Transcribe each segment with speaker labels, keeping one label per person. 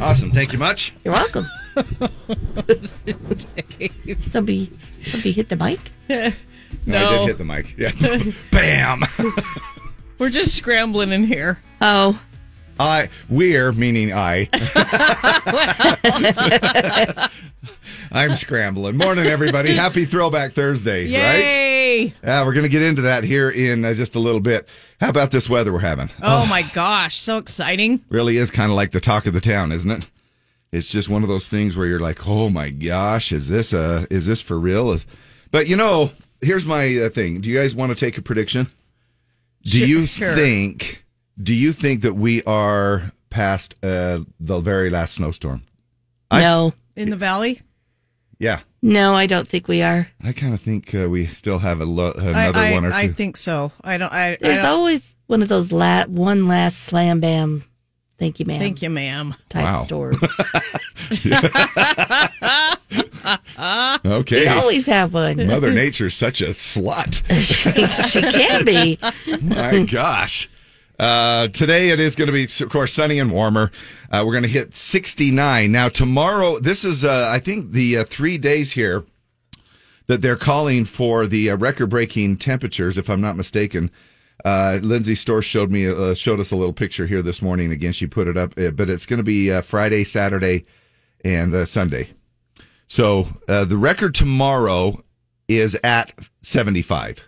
Speaker 1: Awesome. Thank you much.
Speaker 2: You're welcome. somebody, somebody hit the mic.
Speaker 1: I
Speaker 3: No.
Speaker 1: did hit the mic. Yeah. Bam.
Speaker 3: We're just scrambling in here.
Speaker 2: Oh,
Speaker 1: I we're meaning I. I'm scrambling. Morning, everybody. Happy Throwback Thursday, right?
Speaker 3: Yay!
Speaker 1: Yeah, we're gonna get into that here in uh, just a little bit. How about this weather we're having?
Speaker 3: Oh my gosh, so exciting.
Speaker 1: Really is kind of like the talk of the town, isn't it? It's just one of those things where you're like, oh my gosh, is this uh is this for real? Is- But you know, here's my uh, thing. Do you guys want to take a prediction? Do
Speaker 3: Sure-
Speaker 1: you
Speaker 3: sure.
Speaker 1: think? Do you think that we are past uh, the very last snowstorm? I-
Speaker 2: no,
Speaker 3: In the valley?
Speaker 1: Yeah,
Speaker 2: no, I don't think we are.
Speaker 1: I kind of think uh, we still have a lo-
Speaker 3: I-
Speaker 1: another
Speaker 3: I,
Speaker 1: one or two.
Speaker 3: I think so. I don't I, I
Speaker 2: There's
Speaker 3: don't-
Speaker 2: always one of those la- one last slam bam, thank you, ma'am,
Speaker 3: Thank you, ma'am.
Speaker 2: type
Speaker 1: Wow.
Speaker 2: store.
Speaker 1: okay,
Speaker 2: We always have one.
Speaker 1: Mother Nature's such a slut.
Speaker 2: she, she can be.
Speaker 1: My gosh. Uh, today it is going to be, of course, sunny and warmer. Uh, we're going to hit 69. Now, tomorrow, this is, uh, I think, the uh, three days here that they're calling for the uh, record breaking temperatures, if I'm not mistaken. Uh, Lindsay Storr showed me, uh, showed us a little picture here this morning. Again, she put it up, uh, but it's going to be uh, Friday, Saturday, and uh, Sunday. So uh, the record tomorrow is at 75.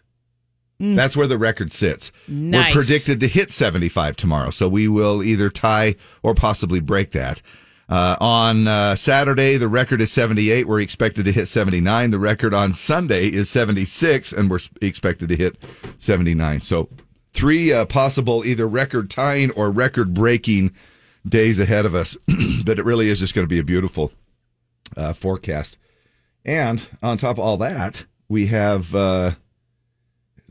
Speaker 1: That's where the record sits.
Speaker 3: Nice.
Speaker 1: We're predicted to hit 75 tomorrow, so we will either tie or possibly break that. Uh, on uh, Saturday, the record is 78. We're expected to hit 79. The record on Sunday is 76, and we're s- expected to hit 79. So, three uh, possible either record tying or record breaking days ahead of us. but it really is just going to be a beautiful uh, forecast. And on top of all that, we have. Uh,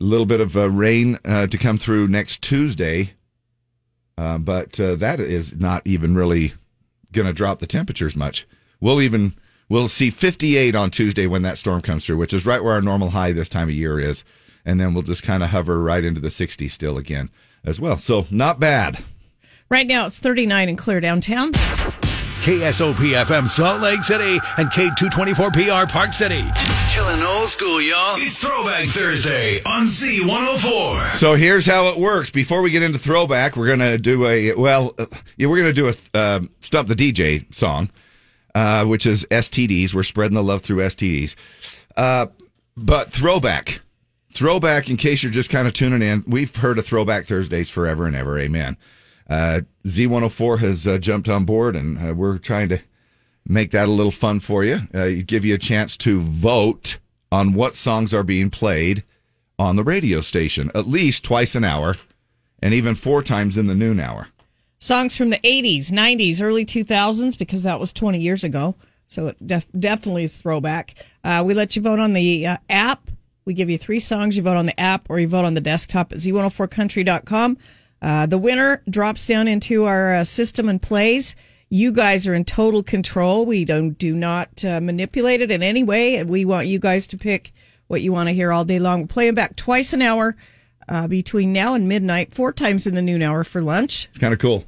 Speaker 1: a little bit of uh, rain uh, to come through next Tuesday, uh, but uh, that is not even really going to drop the temperatures much. We'll even we'll see 58 on Tuesday when that storm comes through, which is right where our normal high this time of year is, and then we'll just kind of hover right into the 60s still again as well. So not bad.
Speaker 3: Right now it's 39 and clear downtown.
Speaker 4: KSOP FM Salt Lake City and K224PR Park City.
Speaker 5: Chillin' old school, y'all.
Speaker 4: It's Throwback Thursday on Z104.
Speaker 1: So here's how it works. Before we get into throwback, we're gonna do a well, uh, yeah, we're gonna do a uh, stump the DJ song, uh, which is STDs. We're spreading the love through STDs. Uh, but throwback, throwback. In case you're just kind of tuning in, we've heard of Throwback Thursdays forever and ever. Amen. Uh, Z104 has uh, jumped on board, and uh, we're trying to make that a little fun for you. Uh, give you a chance to vote on what songs are being played on the radio station at least twice an hour and even four times in the noon hour.
Speaker 3: Songs from the 80s, 90s, early 2000s because that was 20 years ago. So it def- definitely is throwback. Uh, we let you vote on the uh, app. We give you three songs. You vote on the app or you vote on the desktop at z104country.com. Uh, the winner drops down into our uh, system and plays. You guys are in total control. We don't do not uh, manipulate it in any way, and we want you guys to pick what you want to hear all day long. We play them back twice an hour uh, between now and midnight, four times in the noon hour for lunch.
Speaker 1: It's kind of cool.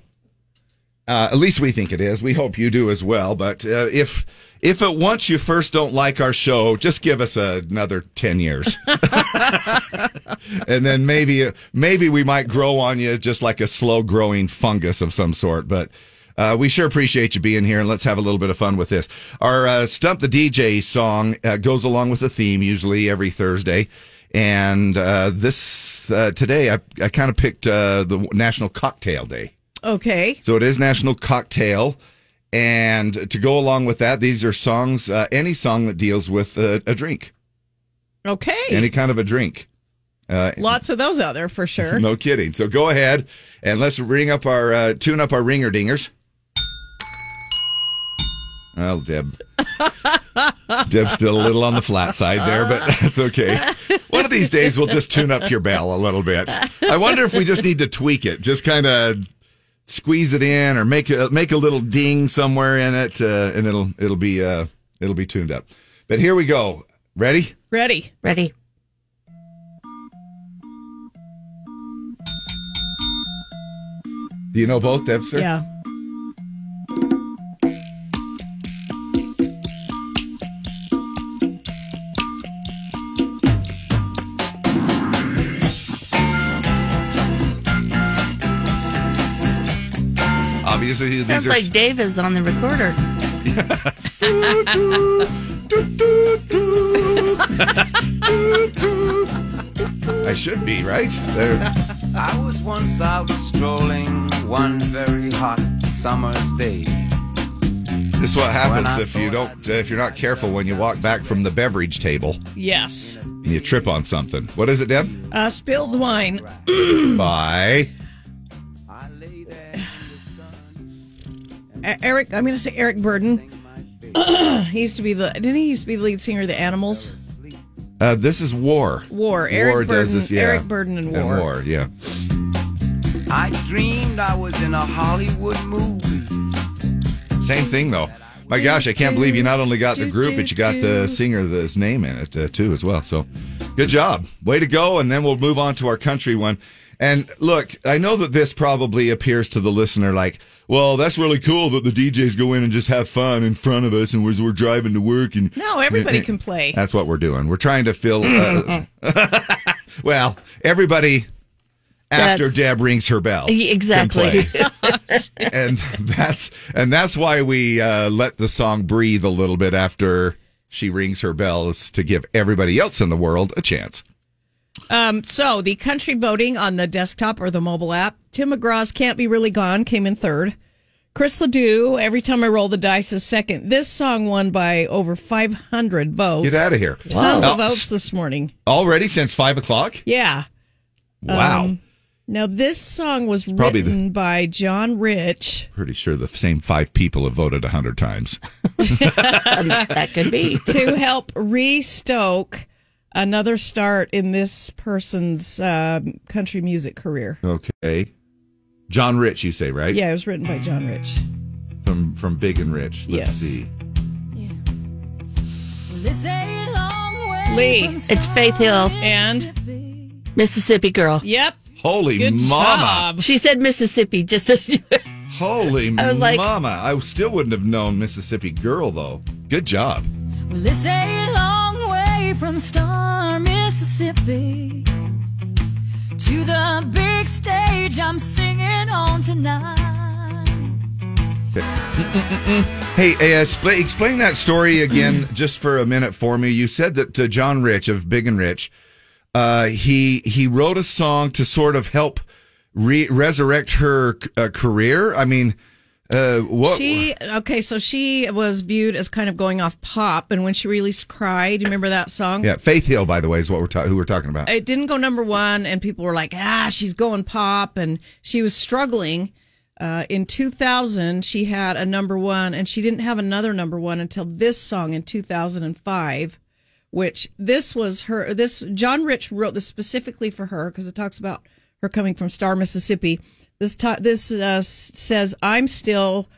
Speaker 1: Uh, at least we think it is. We hope you do as well. But uh, if if at once you first don't like our show, just give us another ten years, and then maybe maybe we might grow on you just like a slow growing fungus of some sort. But uh, we sure appreciate you being here, and let's have a little bit of fun with this. Our uh, stump the DJ song uh, goes along with a theme usually every Thursday. And uh, this uh, today, I, I kind of picked uh, the National Cocktail Day.
Speaker 3: Okay.
Speaker 1: So it is National Cocktail. And to go along with that, these are songs, uh, any song that deals with uh, a drink,
Speaker 3: Okay.
Speaker 1: any kind of a drink. Uh,
Speaker 3: Lots of those out there for sure.
Speaker 1: no kidding. So go ahead and let's ring up our, uh, tune up our ringer dingers. Well, Deb. Deb's still a little on the flat side there, but that's okay. One of these days, we'll just tune up your bell a little bit. I wonder if we just need to tweak it, just kind of squeeze it in, or make a, make a little ding somewhere in it, uh, and it'll it'll be uh, it'll be tuned up. But here we go. Ready?
Speaker 3: Ready?
Speaker 2: Ready?
Speaker 1: Do you know both, Debster?
Speaker 3: Yeah.
Speaker 1: these are these
Speaker 2: Sounds
Speaker 1: are
Speaker 2: like Dave is on the recorder.
Speaker 1: I should be right. They're-
Speaker 6: I was once out strolling one very hot summer's day.
Speaker 1: this is what happens if you don't uh, if you're not careful when you walk back from the beverage table
Speaker 3: Yes.
Speaker 1: and you trip on something. What is it, Deb?
Speaker 3: Uh, spilled wine. E-,
Speaker 2: Hmm.
Speaker 1: Bye.
Speaker 6: I lay there in
Speaker 3: E- Eric, I'm going to say Eric Burden. he used to be the didn't he used to be the lead singer of the Animals?
Speaker 1: Uh, this is war.
Speaker 3: War. Eric
Speaker 1: war does
Speaker 3: Burden-
Speaker 1: this. Yeah.
Speaker 3: Eric Burden and War.
Speaker 1: war. Yeah.
Speaker 6: the sun. I dreamed I was in a Hollywood movie.
Speaker 1: Same thing though. My gosh, I can't believe you not only got the group, but you got the singer, his name in it uh, too, as well. So, good job, way to go! And then we'll move on to our country one. And look, I know that this probably appears to the listener like, well, that's really cool that the DJs go in and just have fun in front of us, and we're, we're driving to work. And
Speaker 3: No, everybody can play.
Speaker 1: That's what we're doing. We're trying to fill. Uh, well, everybody after
Speaker 2: That's-
Speaker 1: Deb rings her bell,
Speaker 2: Y- exactly.
Speaker 1: can play and that's and that's why we uh, let the song breathe a little bit after she rings her bells to give everybody else in the world a chance.
Speaker 3: Um, so the country voting on the desktop or the mobile app. Tim McGraw's "Can't Be Really Gone" came in third. Chris Ledoux, "Every Time I Roll the Dice" is second. This song won by over 500 votes.
Speaker 1: Get out of here!
Speaker 3: Tons of
Speaker 1: Al-
Speaker 3: votes this morning.
Speaker 1: already since five o'clock.
Speaker 3: Yeah.
Speaker 1: Wow,
Speaker 3: Um, Now this song was
Speaker 1: probably the-
Speaker 3: written by John Rich.
Speaker 1: pretty sure the same five people have voted a hundred times. Um,
Speaker 2: that could be.
Speaker 3: to help restoke another start in this person's um, country music career.
Speaker 1: Okay, John Rich, you say right?
Speaker 3: Yeah, it was written by John Rich.
Speaker 1: from from Big and Rich. Let's
Speaker 3: Yes.
Speaker 1: see.
Speaker 3: Lee
Speaker 2: It's Faith Hill,
Speaker 3: and
Speaker 2: Mississippi girl.
Speaker 3: yep,
Speaker 1: Holy
Speaker 3: good
Speaker 1: mama!
Speaker 3: job.
Speaker 2: She said Mississippi. Just
Speaker 1: Holy
Speaker 2: I was like-
Speaker 1: mama! I still wouldn't have known Mississippi Girl though. Good job.
Speaker 7: Well, it's a long way from Star, Mississippi to the big stage I'm singing on tonight.
Speaker 1: Hey, uh, spl- explain that story again just for a minute for me. You said that uh, John Rich of Big and Rich, uh, he he wrote a song to sort of help re- resurrect her uh, career. I mean, uh, what?
Speaker 3: She okay, so she was viewed as kind of going off pop, and when she released "Cry," do you remember that song?
Speaker 1: yeah, Faith Hill, by the way, is what we're ta- who we're talking about.
Speaker 3: It didn't go number one, and people were like, "Ah, she's going pop," and she was struggling. Uh, in 2000, she had a number one, and she didn't have another number one until this song in 2005, which this was her. This John Rich wrote this specifically for her because it talks about her coming from Star, Mississippi. This ta- this uh, s- says, "I'm still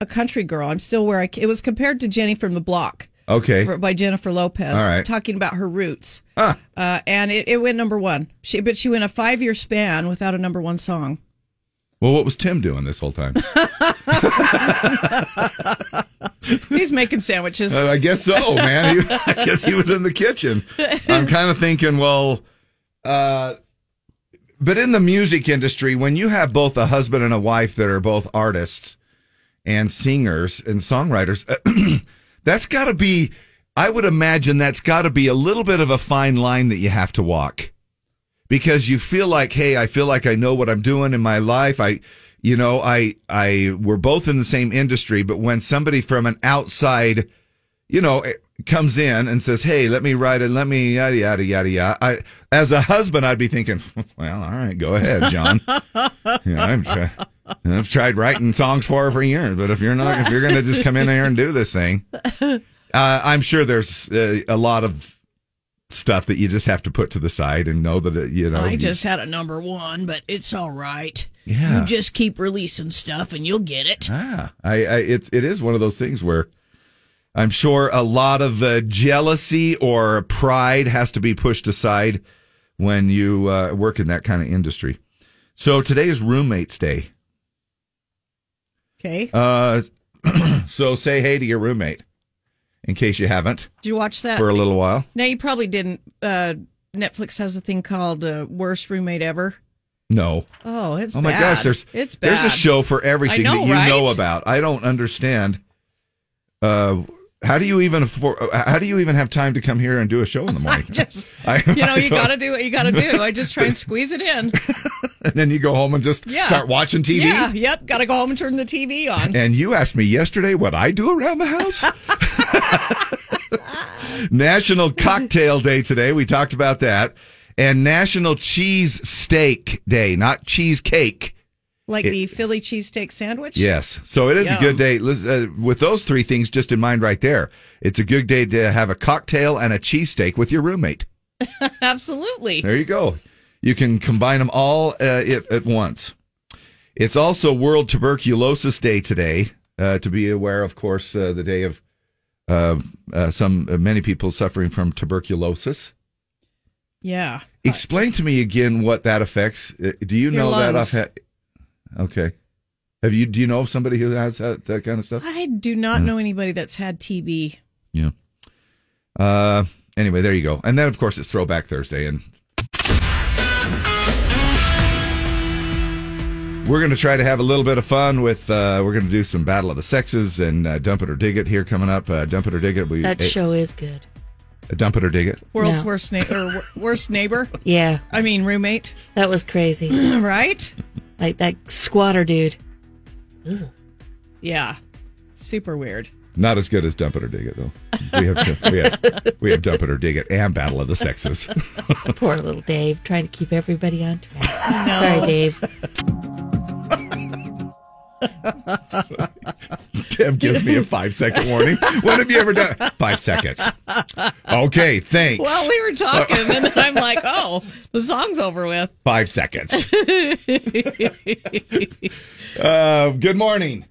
Speaker 3: a country girl. I'm still where I." Ca-. It was compared to Jenny from the Block
Speaker 1: Okay,
Speaker 3: for- by Jennifer Lopez,
Speaker 1: All right.
Speaker 3: talking about her roots.
Speaker 1: Ah.
Speaker 3: Uh, and it, it went number one. She, but she went a five year span without a number one song.
Speaker 1: well, what was Tim doing this whole time?
Speaker 3: He's making sandwiches.
Speaker 1: Uh, I guess so, man. He- I guess he was in the kitchen. I'm kind of thinking, well, uh, but in the music industry, when you have both a husband and a wife that are both artists and singers and songwriters, that's got to be, I would imagine that's got to be a little bit of a fine line that you have to walk because you feel like, hey, I feel like I know what I'm doing in my life. I, you know, I, I, we're both in the same industry, but when somebody from an outside, you know, it comes in and says, "Hey, let me write it. Let me yada yada yada yada." I, as a husband, I'd be thinking, "Well, all right, go ahead, John." you know, I've, tri- I've tried writing songs for her for years, but if you're not, if you're going to just come in here and do this thing, uh, I'm sure there's uh, a lot of stuff that you just have to put to the side and know that it, you know.
Speaker 8: I just had a number one, but it's all right.
Speaker 1: Yeah.
Speaker 8: You just keep releasing stuff and you'll get it.
Speaker 1: Ah, I, I it, it is one of those things where I'm sure a lot of uh, jealousy or pride has to be pushed aside when you uh, work in that kind of industry. So today is roommates day.
Speaker 3: Okay.
Speaker 1: Uh, so say hey to your roommate in case you haven't
Speaker 3: Did you watch that?
Speaker 1: for a little while.
Speaker 3: No, you probably didn't. Uh, Netflix has a thing called uh, Worst Roommate Ever.
Speaker 1: No.
Speaker 3: Oh, it's
Speaker 1: Oh my
Speaker 3: bad.
Speaker 1: gosh, there's
Speaker 3: it's bad.
Speaker 1: there's a show for everything
Speaker 3: know,
Speaker 1: that you
Speaker 3: right?
Speaker 1: know about. I don't understand. Uh, how do you even afford, how do you even have time to come here and do a show in the morning?
Speaker 3: Just
Speaker 1: I-
Speaker 3: you know,
Speaker 1: I
Speaker 3: you
Speaker 1: don't-
Speaker 3: got to do what you got to do. I just try and squeeze it in.
Speaker 1: and then you go home and just
Speaker 3: Yeah.
Speaker 1: start watching TV.
Speaker 3: Yeah, yep. Got to go home and turn the TV on.
Speaker 1: And you asked me yesterday what I do around the house. National Cocktail Day today. We talked about that. And National Cheese Steak Day, not cheesecake.
Speaker 3: Like the Philly cheesesteak sandwich.
Speaker 1: Yes. So it is a
Speaker 3: Yum.
Speaker 1: good day. Lis- Uh, with those three things just in mind right there, it's a good day to have a cocktail and a cheesesteak with your roommate.
Speaker 3: absolutely.
Speaker 1: There you go. You can combine them all uh, it, at once. It's also World Tuberculosis Day today. Uh, to be aware, of course, uh, the day of uh, uh, some uh, many people suffering from tuberculosis.
Speaker 3: Yeah.
Speaker 1: Explain to me again what that affects. Uh, Do you
Speaker 3: Your
Speaker 1: know that
Speaker 3: lungs.
Speaker 1: offhand? Okay. Have you? Do you know of somebody who has that, that kind of stuff?
Speaker 3: I do not know anybody that's had TB.
Speaker 1: Yeah. Uh, anyway, there you go. And then, of course, it's Throwback Thursday, and we're going to try to have a little bit of fun with. Uh, we're going to do some Battle of the Sexes and uh, Dump It or Dig It here coming up. Uh, dump It or Dig It. We
Speaker 2: That
Speaker 1: eh,
Speaker 2: show is good.
Speaker 1: Dump It or Dig It.
Speaker 3: World's
Speaker 2: No.
Speaker 3: worst neighbor. Or wor- worst neighbor.
Speaker 2: Yeah,
Speaker 3: I mean roommate.
Speaker 2: that was crazy.
Speaker 3: right?
Speaker 2: like that squatter dude.
Speaker 3: Yeah. Super weird.
Speaker 1: Not as good as Dump It or Dig It though. We have we have we have Dump It or Dig It and Battle of the Sexes.
Speaker 2: Poor little Dave, trying to keep everybody on track. Sorry, Dave.
Speaker 1: Deb gives me a five second warning. When have you ever done five seconds? Okay, thanks.
Speaker 3: Well, we were talking, and then I'm like, oh, the song's over with.
Speaker 1: five seconds. uh, good morning.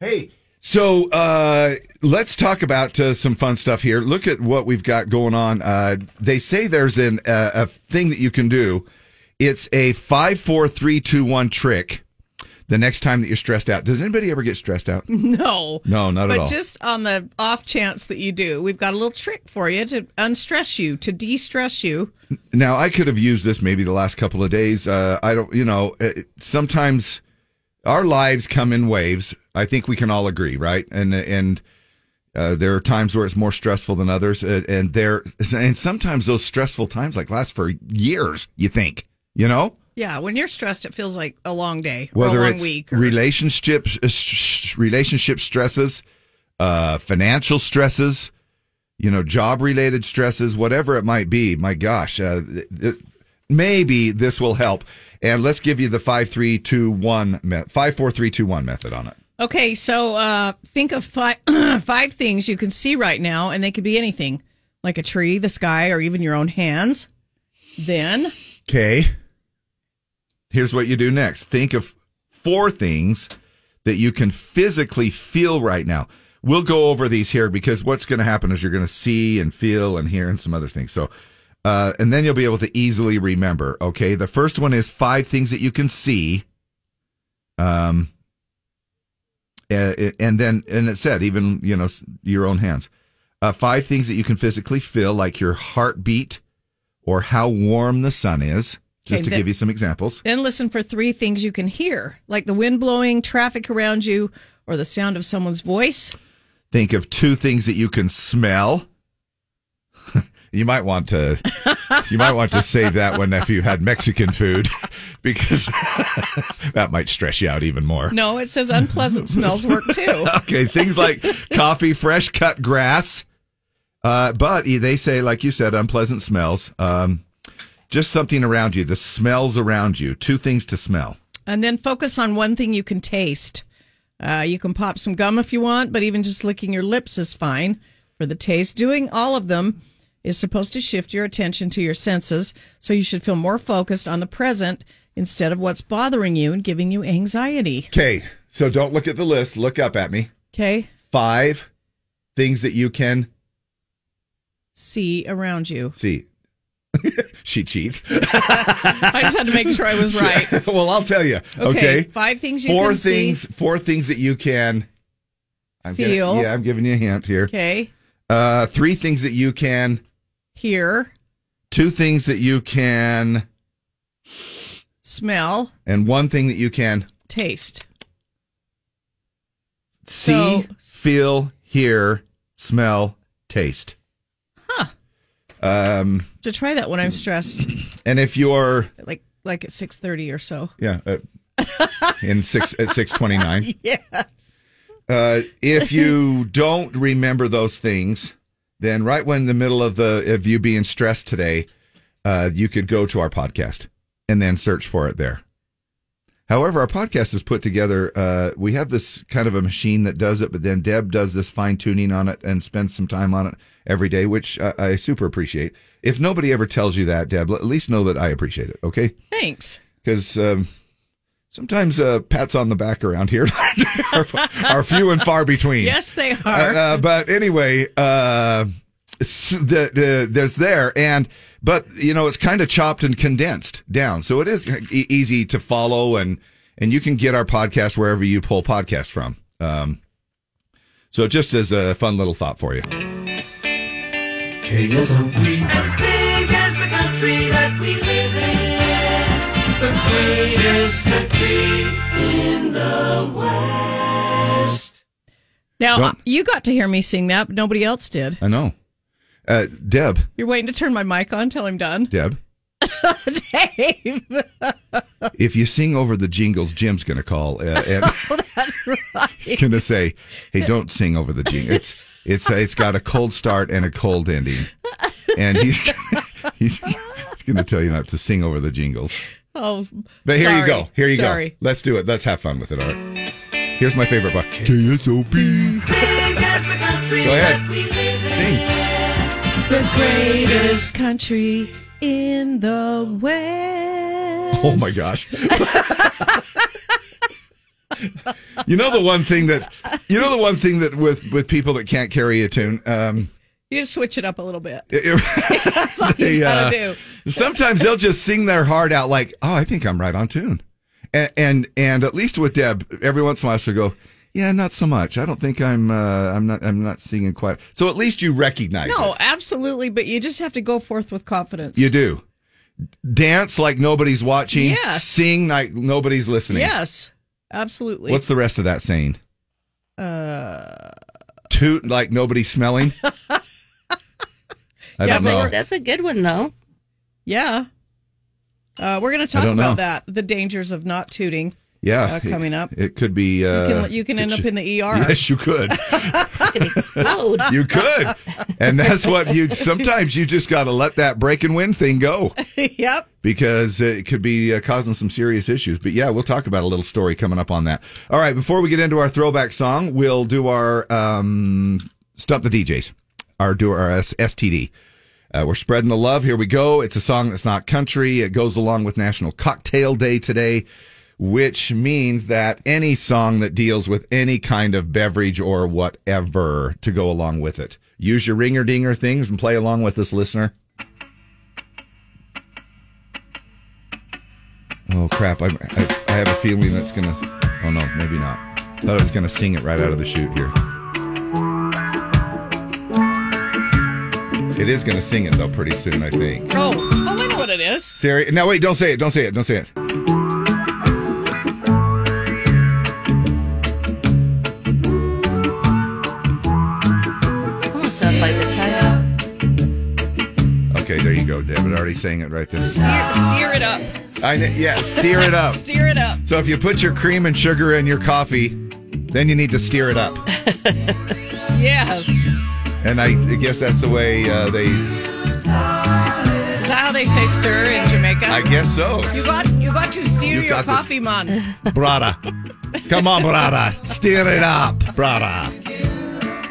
Speaker 1: Hey, so uh, let's talk about uh, some fun stuff here. Look at what we've got going on. Uh, they say there's an uh, a thing that you can do. It's a five, four, three, two, one trick. The next time that you're stressed out, does anybody ever get stressed out?
Speaker 3: No.
Speaker 1: No, not at
Speaker 3: But
Speaker 1: all.
Speaker 3: just on the off chance that you do, we've got a little trick for you to unstress you, to de stress you.
Speaker 1: Now I could have used this maybe the last couple of days. Uh, I don't, you know, it, sometimes our lives come in waves. I think we can all agree, right? And and uh, there are times where it's more stressful than others, uh, and there and sometimes those stressful times like last for years. You think, you know,
Speaker 3: Yeah, when you're stressed, it feels like a long day or a
Speaker 1: whether
Speaker 3: long
Speaker 1: it's
Speaker 3: week. Or,
Speaker 1: relationship uh, s- s- relationship stresses, uh, financial stresses, you know, job related stresses, whatever it might be. My gosh, uh, th- th- maybe this will help. And let's give you the five three two one me- five four three two one method on it.
Speaker 3: okay, so uh, think of five, five things you can see right now, and they could be anything like a tree, the sky, or even your own hands. Then,
Speaker 1: Okay. Here's what you do next. Think of four things that you can physically feel right now. We'll go over these here because what's going to happen is you're going to see and feel and hear and some other things. So, uh, and then you'll be able to easily remember. Okay. The first one is five things that you can see. Um, uh, and then, and it said even, you know, s- your own hands. Uh, five things that you can physically feel, like your heartbeat or how warm the sun is, just
Speaker 3: Okay,
Speaker 1: to
Speaker 3: then-
Speaker 1: give you some examples.
Speaker 3: then listen for three things you can hear, like the wind blowing, traffic around you, or the sound of someone's voice.
Speaker 1: think of two things that you can smell. you might want to you might want to save that one if you had Mexican food because that might stress you out even more.
Speaker 3: No, it says unpleasant smells work too.
Speaker 1: Okay, things like coffee, fresh cut grass. Uh, but they say, like you said, unpleasant smells. Um, just something around you, the smells around you. Two things to smell.
Speaker 3: And then focus on one thing you can taste. Uh, you can pop some gum if you want, but even just licking your lips is fine for the taste. Doing all of them is supposed to shift your attention to your senses, so you should feel more focused on the present instead of what's bothering you and giving you anxiety.
Speaker 1: Okay, so don't look at the list. Look up at me.
Speaker 3: Okay?
Speaker 1: Five things that you can
Speaker 3: See around you.
Speaker 1: see. she cheats.
Speaker 3: I just had to make sure I was right.
Speaker 1: well, I'll tell you.
Speaker 3: Okay.
Speaker 1: Okay.
Speaker 3: Five things you
Speaker 1: Four
Speaker 3: can see.
Speaker 1: things. Four things that you can I'm gonna-
Speaker 3: Feel.
Speaker 1: yeah, I'm giving you a hint here.
Speaker 3: Okay.
Speaker 1: Uh, three things that you can.
Speaker 3: Here.
Speaker 1: Two things that you can
Speaker 3: smell,
Speaker 1: and one thing that you can
Speaker 3: taste.
Speaker 1: see,
Speaker 3: So-
Speaker 1: feel, hear, smell, taste. Huh. Um,
Speaker 3: To try that when I'm stressed,
Speaker 1: and if you're
Speaker 3: like like at six thirty or so.
Speaker 1: yeah, uh, in six at six twenty nine.
Speaker 3: Yeah.
Speaker 1: Uh, if you don't remember those things, then right when in the middle of the of you being stressed today, uh, you could go to our podcast and then search for it there. However, our podcast is put together. Uh, we have this kind of a machine that does it, but then Deb does this fine tuning on it and spends some time on it every day, which I, I super appreciate. If nobody ever tells you that, Deb, at least know that I appreciate it. Okay,
Speaker 3: Thanks.
Speaker 1: because um, sometimes uh, pats on the back around here are, are few and far between.
Speaker 3: Yes, they are.
Speaker 1: Uh, uh, but anyway, uh, s- the, the, there's there, and but you know it's kind of chopped and condensed down, so it is e- easy to follow, and and you can get our podcast wherever you pull podcasts from. Um, so just as a fun little thought for you.
Speaker 7: As big as the country that we live in, the greatest country in the West.
Speaker 3: now
Speaker 1: Don't-
Speaker 3: you got to hear me sing that, but nobody else did.
Speaker 1: I know, uh, Deb.
Speaker 3: You're waiting to turn my mic on till I'm done.
Speaker 1: Deb,
Speaker 3: Dave.
Speaker 1: if you sing over the jingles, Jim's going to call uh, and he's going to say, "Hey, don't sing over the jingles. It's it's uh, it's got a cold start and a cold ending." And he's he's, he's going to tell you not to sing over the jingles.
Speaker 3: Oh,
Speaker 1: But here you
Speaker 3: sorry.
Speaker 1: go. Here you
Speaker 3: sorry.
Speaker 1: go. Let's do it. Let's have fun with it. All right. Here's my favorite part. KSOP.
Speaker 7: Big as the country
Speaker 1: Go ahead.
Speaker 7: that we live in.
Speaker 1: Sing.
Speaker 3: The greatest country in the West.
Speaker 1: Oh my gosh. you know the one thing that you know the one thing that with with people that can't carry a tune. Um,
Speaker 3: You just switch it up a little bit.
Speaker 1: it-
Speaker 3: That's all you
Speaker 1: They,
Speaker 3: gotta
Speaker 1: uh,
Speaker 3: do.
Speaker 1: Sometimes they'll just sing their heart out, like, "Oh, I think I'm right on tune," and and, and at least with Deb, every once in a while she'll go, "Yeah, not so much. I don't think I'm uh, I'm not I'm not singing quite." So at least you recognize.
Speaker 3: No,
Speaker 1: it.
Speaker 3: absolutely, but you just have to go forth with confidence.
Speaker 1: you do. Dance like nobody's watching.
Speaker 3: Yes.
Speaker 1: Sing like nobody's listening.
Speaker 3: Yes, absolutely.
Speaker 1: What's the rest of that saying? Uh. Toot like nobody's smelling. I
Speaker 3: Yeah,
Speaker 1: don't
Speaker 3: but
Speaker 1: know.
Speaker 2: That's a good one, though.
Speaker 3: yeah. Uh, we're going to talk
Speaker 1: don't
Speaker 3: about
Speaker 1: know.
Speaker 3: that. The dangers of not tooting.
Speaker 1: yeah,
Speaker 3: uh, coming up.
Speaker 1: It, it could be. Uh,
Speaker 3: You can, you can
Speaker 1: it
Speaker 3: end up
Speaker 1: should-
Speaker 3: in the ER.
Speaker 1: Yes, you could.
Speaker 2: Load.
Speaker 1: You could. And that's what you sometimes you just got to let that break and win thing go
Speaker 3: yep.
Speaker 1: because it could be uh, causing some serious issues. But yeah, we'll talk about a little story coming up on that. All right, before we get into our throwback song, we'll do our um, Stump the DJs, our, do our S- STD. Uh, we're spreading the love. Here we go. It's a song that's not country. It goes along with National Cocktail Day today, which means that any song that deals with any kind of beverage or whatever to go along with it. Use your ringer dinger things and play along with this listener. Oh crap! I, I, I have a feeling that's gonna. Oh no, maybe not. Thought I was gonna sing it right out of the chute here. It is gonna sing it though pretty soon, I think.
Speaker 3: Oh, oh, I know what it is.
Speaker 1: Siri, no wait, don't say it, don't say it, don't say it.
Speaker 2: Almost sounds like the title.
Speaker 1: Okay, there you go, David. Already sang it right this.
Speaker 3: Steer, steer it up.
Speaker 1: I kn- yeah, steer it up.
Speaker 3: Steer it up.
Speaker 1: So if you put your cream and sugar in your coffee, then you need to steer it up.
Speaker 3: Yes.
Speaker 1: And I, I guess that's the way uh, they.
Speaker 3: Is that how they say stir in Jamaica?
Speaker 1: I guess so.
Speaker 3: you got you got to steer
Speaker 1: You
Speaker 3: your
Speaker 1: got this.
Speaker 3: coffee, man.
Speaker 1: Brada. Come on, brada. Steer it up, brada.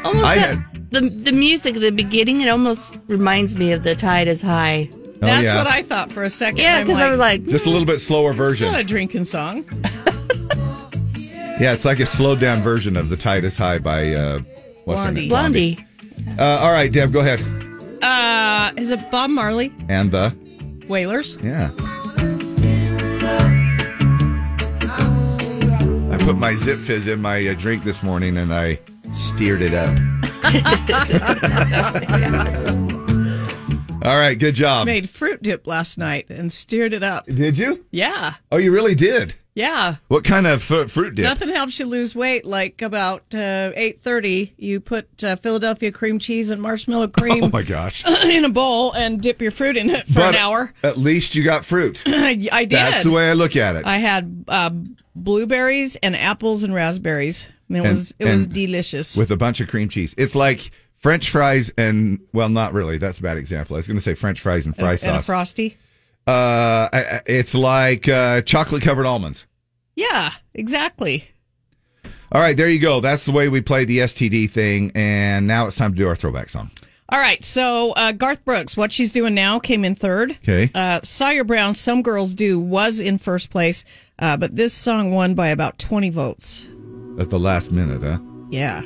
Speaker 2: Almost
Speaker 1: I
Speaker 2: that-
Speaker 1: had-
Speaker 2: the the music at the beginning. It almost reminds me of the tide is high.
Speaker 1: Oh,
Speaker 3: That's what I thought for a second.
Speaker 2: Yeah,
Speaker 3: I'm
Speaker 2: because I was like,
Speaker 1: Just a little bit slower
Speaker 3: it's not a
Speaker 1: version.
Speaker 3: drinking song.
Speaker 1: Yeah, it's like a slowed down version of "The Tide Is High" by uh, what's her name?
Speaker 2: Blondie.
Speaker 1: Uh, all right, Deb, go ahead.
Speaker 3: Uh, is it Bob Marley?
Speaker 1: And the
Speaker 3: Whalers?
Speaker 1: yeah. I put my Zip Fizz in my uh, drink this morning and I steered it up. All right, good job.
Speaker 3: Made fruit dip last night and steered it up.
Speaker 1: Um, Did you?
Speaker 3: Yeah,
Speaker 1: Oh, you really did.
Speaker 3: yeah.
Speaker 1: What kind of fu- fruit dip?
Speaker 3: Nothing helps you lose weight like about uh, eight thirty. You put uh, Philadelphia cream cheese and marshmallow cream
Speaker 1: Oh my gosh.
Speaker 3: in a bowl and dip your fruit in it for
Speaker 1: But
Speaker 3: an hour.
Speaker 1: At least you got fruit.
Speaker 3: I did.
Speaker 1: That's the way I look at it.
Speaker 3: I had uh, blueberries and apples and raspberries. And it
Speaker 1: And-
Speaker 3: was it was
Speaker 1: and
Speaker 3: delicious.
Speaker 1: with a bunch of cream cheese. It's like French fries and well, not really. That's a bad example. I was going to say French fries and fry
Speaker 3: and,
Speaker 1: sauce.
Speaker 3: and a frosty.
Speaker 1: uh, I- I- it's like uh, chocolate covered almonds.
Speaker 3: Yeah, exactly.
Speaker 1: All right, there you go. That's the way we play the STD thing, and now it's time to do our throwback song.
Speaker 3: All right, so uh, Garth Brooks, what she's doing now, came in third.
Speaker 1: Okay.
Speaker 3: Uh, Sawyer Brown, Some Girls Do, was in first place, uh, but this song won by about 20 votes.
Speaker 1: At the last minute, huh?
Speaker 3: Yeah.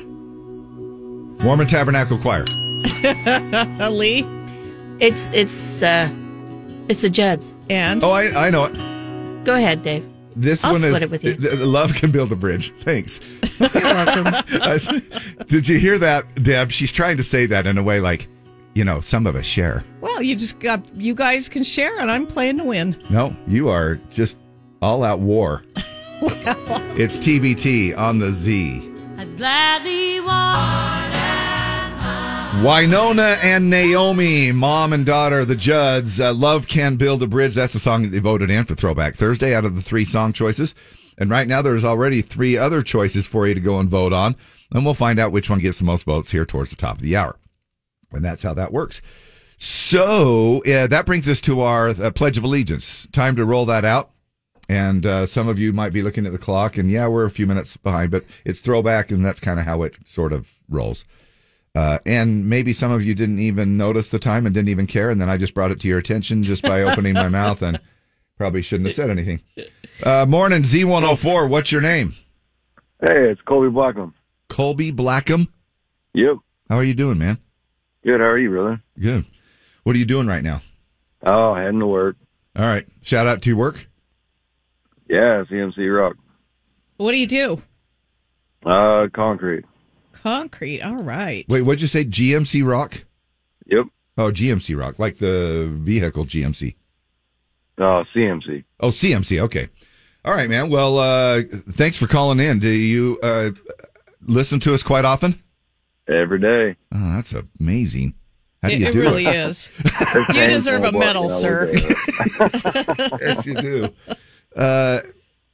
Speaker 1: Mormon Tabernacle Choir.
Speaker 3: Uh, Lee
Speaker 2: It's it's uh, it's the Judds.
Speaker 3: and
Speaker 1: Oh, I, I know it.
Speaker 2: Go ahead, Dave.
Speaker 1: This
Speaker 2: I'll
Speaker 1: one is
Speaker 2: split it with you.
Speaker 1: th- th- love can build a bridge. Thanks.
Speaker 2: You're welcome.
Speaker 1: I- Did you hear that, Deb? She's trying to say that in a way like, you know, some of us share.
Speaker 3: well, you just got you guys can share, and I'm playing to win.
Speaker 1: No, you are just all out war. it's TBT on the Z.
Speaker 7: I'd gladly walk.
Speaker 1: Winona and Naomi, mom and daughter, the Judds. Uh, Love Can Build a Bridge. That's the song that they voted in for Throwback Thursday out of the three song choices. And right now, there's already three other choices for you to go and vote on. And we'll find out which one gets the most votes here towards the top of the hour. And that's how that works. So uh, that brings us to our uh, Pledge of Allegiance. Time to roll that out. And uh, some of you might be looking at the clock, and yeah, we're a few minutes behind, but it's throwback, and that's kind of how it sort of rolls. Uh, and maybe some of you didn't even notice the time and didn't even care, and then I just brought it to your attention just by opening my mouth and probably shouldn't have said anything. Uh, morning, Z104. What's your name?
Speaker 9: Hey, it's Colby Blackham.
Speaker 1: Colby Blackham.
Speaker 9: Yep.
Speaker 1: How are you doing, man?
Speaker 9: Good. How are you, brother?
Speaker 1: Good. What are you doing right now?
Speaker 9: Oh, heading to work.
Speaker 1: All right. Shout out to your work.
Speaker 9: Yeah, CMC Rock.
Speaker 3: What do you do?
Speaker 9: Uh, concrete.
Speaker 3: Concrete. All right.
Speaker 1: Wait, what'd you say? GMC Rock?
Speaker 9: Yep.
Speaker 1: Oh, GMC Rock, like the vehicle GMC.
Speaker 9: Uh, CMC.
Speaker 1: Oh, CMC. Okay. All right, man. Well, uh, thanks for calling in. Do you uh, listen to us quite often?
Speaker 9: Every day.
Speaker 1: Oh, that's amazing. How do
Speaker 3: it
Speaker 1: you
Speaker 3: it
Speaker 1: do
Speaker 3: really
Speaker 1: it?
Speaker 3: is. you deserve a medal, sir.
Speaker 1: yes, you do. Uh,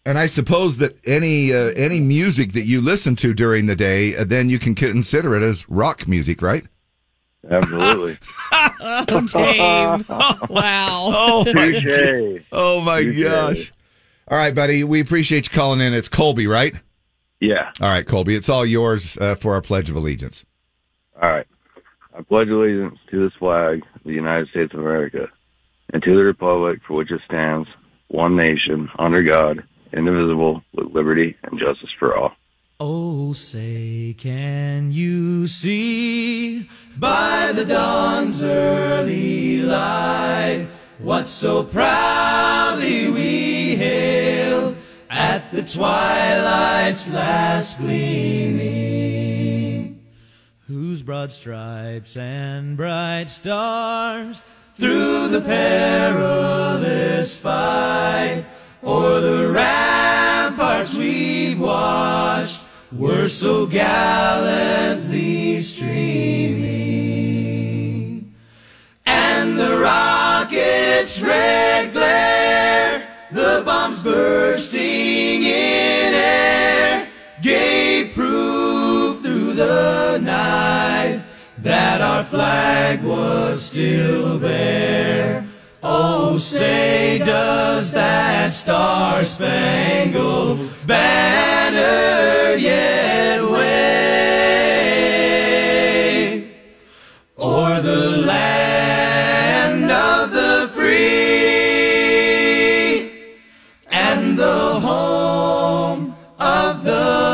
Speaker 1: and I suppose that any uh, any music that you listen to during the day, uh, then you can consider it as rock music, right?
Speaker 9: Absolutely.
Speaker 3: Oh, Dave. Oh, wow.
Speaker 1: Oh
Speaker 9: Okay.
Speaker 1: oh my
Speaker 9: You
Speaker 1: gosh!
Speaker 9: did.
Speaker 1: All right, buddy. We appreciate you calling in. It's Colby, right?
Speaker 9: Yeah.
Speaker 1: All right, Colby. It's all yours uh, for our pledge of allegiance.
Speaker 9: All right. I pledge allegiance to this flag, the United States of America, and to the republic for which it stands, one nation, under God, indivisible, with liberty and justice for all.
Speaker 10: Oh, say, can you see by the dawn's early light what so proudly we hail at the twilight's last gleaming? Whose broad stripes and bright stars through the perilous fight o'er the ramparts we've watched were so gallantly streaming. And the rocket's red glare, the bombs bursting in air, gave proof through the night that our flag was still there. Oh, say does that star-spangled banner yet wave o'er the land of the free and the home of the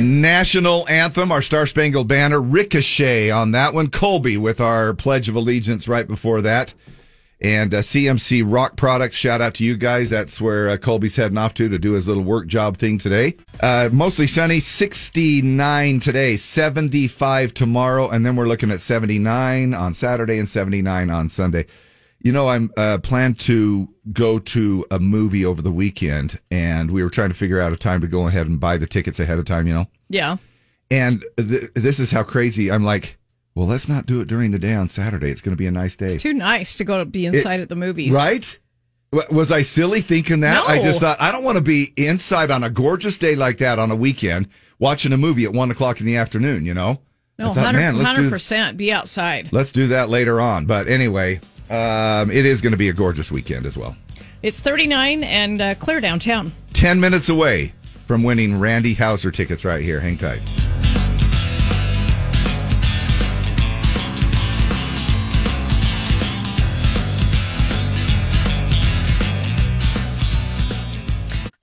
Speaker 1: National anthem, our Star Spangled Banner, Ricochet on that one. Colby with our Pledge of Allegiance right before that. And uh, CMC Rock Products, shout out to you guys. That's where uh, Colby's heading off to to do his little work job thing today. Uh, mostly sunny, 69 today, 75 tomorrow, and then we're looking at 79 on Saturday and 79 on Sunday. You know, I'm uh, planned to go to a movie over the weekend, and we were trying to figure out a time to go ahead and buy the tickets ahead of time. You know,
Speaker 3: Yeah.
Speaker 1: and th- this is how crazy I'm like. Well, let's not do it during the day on Saturday. It's going to be a nice day.
Speaker 3: It's too nice to go to be inside
Speaker 1: It-
Speaker 3: at the movies.
Speaker 1: Right? W- Was I silly thinking that? I just
Speaker 3: No.
Speaker 1: thought I don't want to be inside on a gorgeous day like that on a weekend watching a movie at one o'clock in the afternoon. You know?
Speaker 3: No,
Speaker 1: I thought, man, let's do
Speaker 3: 100% be outside.
Speaker 1: let's do that later on. But anyway, um, it is going to be a gorgeous weekend as well.
Speaker 3: It's 39 and uh, clear downtown.
Speaker 1: Ten minutes away from winning Randy Hauser tickets right here. Hang tight.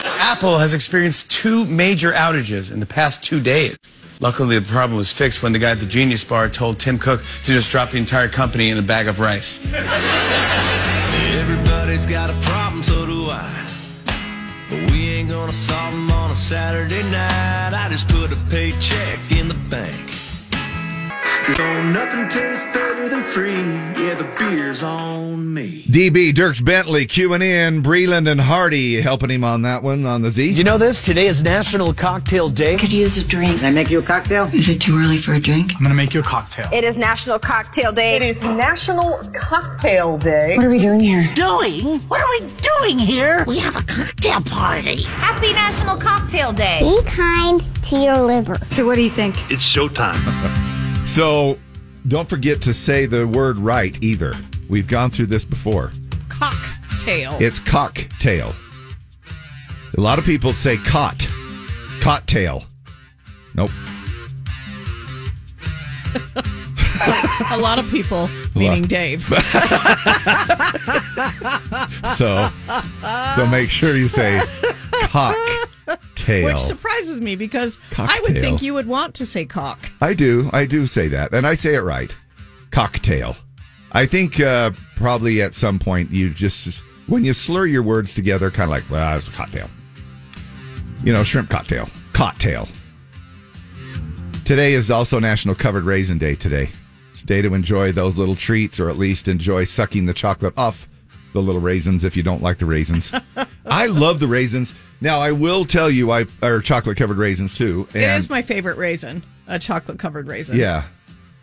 Speaker 11: Apple has experienced two major outages in the past two days. Luckily, the problem was fixed when the guy at the Genius Bar told Tim Cook to just drop the entire company in a bag of rice.
Speaker 5: Everybody's got a problem, so do I. But we ain't gonna solve 'em on a Saturday night. I just put a paycheck in the bank. So nothing tastes better than free. Yeah, the beer's on me.
Speaker 1: DB Dirks Bentley queuing in. Breland and Hardy helping him on that one on the Z. Did you know this? Today is National Cocktail Day.
Speaker 12: Could use a drink. Can I make you a cocktail? Is it too early for a drink? I'm gonna make you a cocktail.
Speaker 13: It is National Cocktail Day. It is National Cocktail Day. What are we doing here? Doing? What are we doing here? We have a cocktail party.
Speaker 14: Happy National Cocktail Day.
Speaker 15: Be kind to your liver. So, what do you think?
Speaker 1: It's showtime. so don't forget to say the word right either. We've gone through this before.
Speaker 12: Oh.
Speaker 3: Tail.
Speaker 1: It's cocktail. A lot of people say cot. Cocktail. Nope.
Speaker 3: a lot of people, meaning
Speaker 1: Lot.
Speaker 3: Dave.
Speaker 1: So so make sure you say cocktail.
Speaker 3: Which surprises me because I would
Speaker 1: Cocktail.
Speaker 3: think you would want to say cock.
Speaker 1: I do. I do say that. And I say it right. Cocktail. I think uh, probably at some point you just, when you slur your words together, kind of like, well, it's a cocktail. You know, shrimp cocktail. Cocktail. Today is also National Covered Raisin Day today. It's a day to enjoy those little treats or at least enjoy sucking the chocolate off the little raisins if you don't like the raisins. I love the raisins. Now, I will tell you, I are chocolate covered raisins too.
Speaker 3: it is my favorite raisin, a chocolate covered raisin.
Speaker 1: Yeah.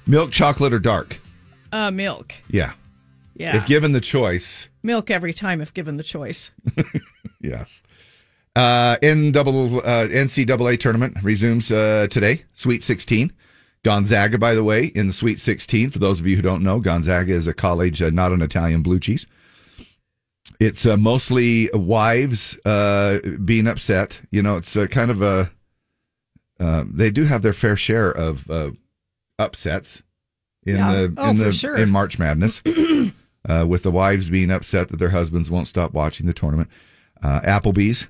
Speaker 1: Milk, chocolate, or dark?
Speaker 3: Uh, milk.
Speaker 1: Yeah.
Speaker 3: Yeah.
Speaker 1: If given the choice,
Speaker 3: Milk every time if given the choice.
Speaker 1: yes. Uh, N double, uh, NCAA tournament resumes uh, today, Sweet 16. Gonzaga, by the way, in the Sweet 16. For those of you who don't know, Gonzaga is a college, uh, not an Italian blue cheese. It's uh, mostly wives uh, being upset. You know, it's uh, kind of a. Uh, they do have their fair share of uh, upsets in
Speaker 10: Yeah.
Speaker 1: the
Speaker 10: Oh,
Speaker 1: in the
Speaker 10: for sure.
Speaker 1: in March Madness, uh, with the wives being upset that their husbands won't stop watching the tournament. Uh, Applebee's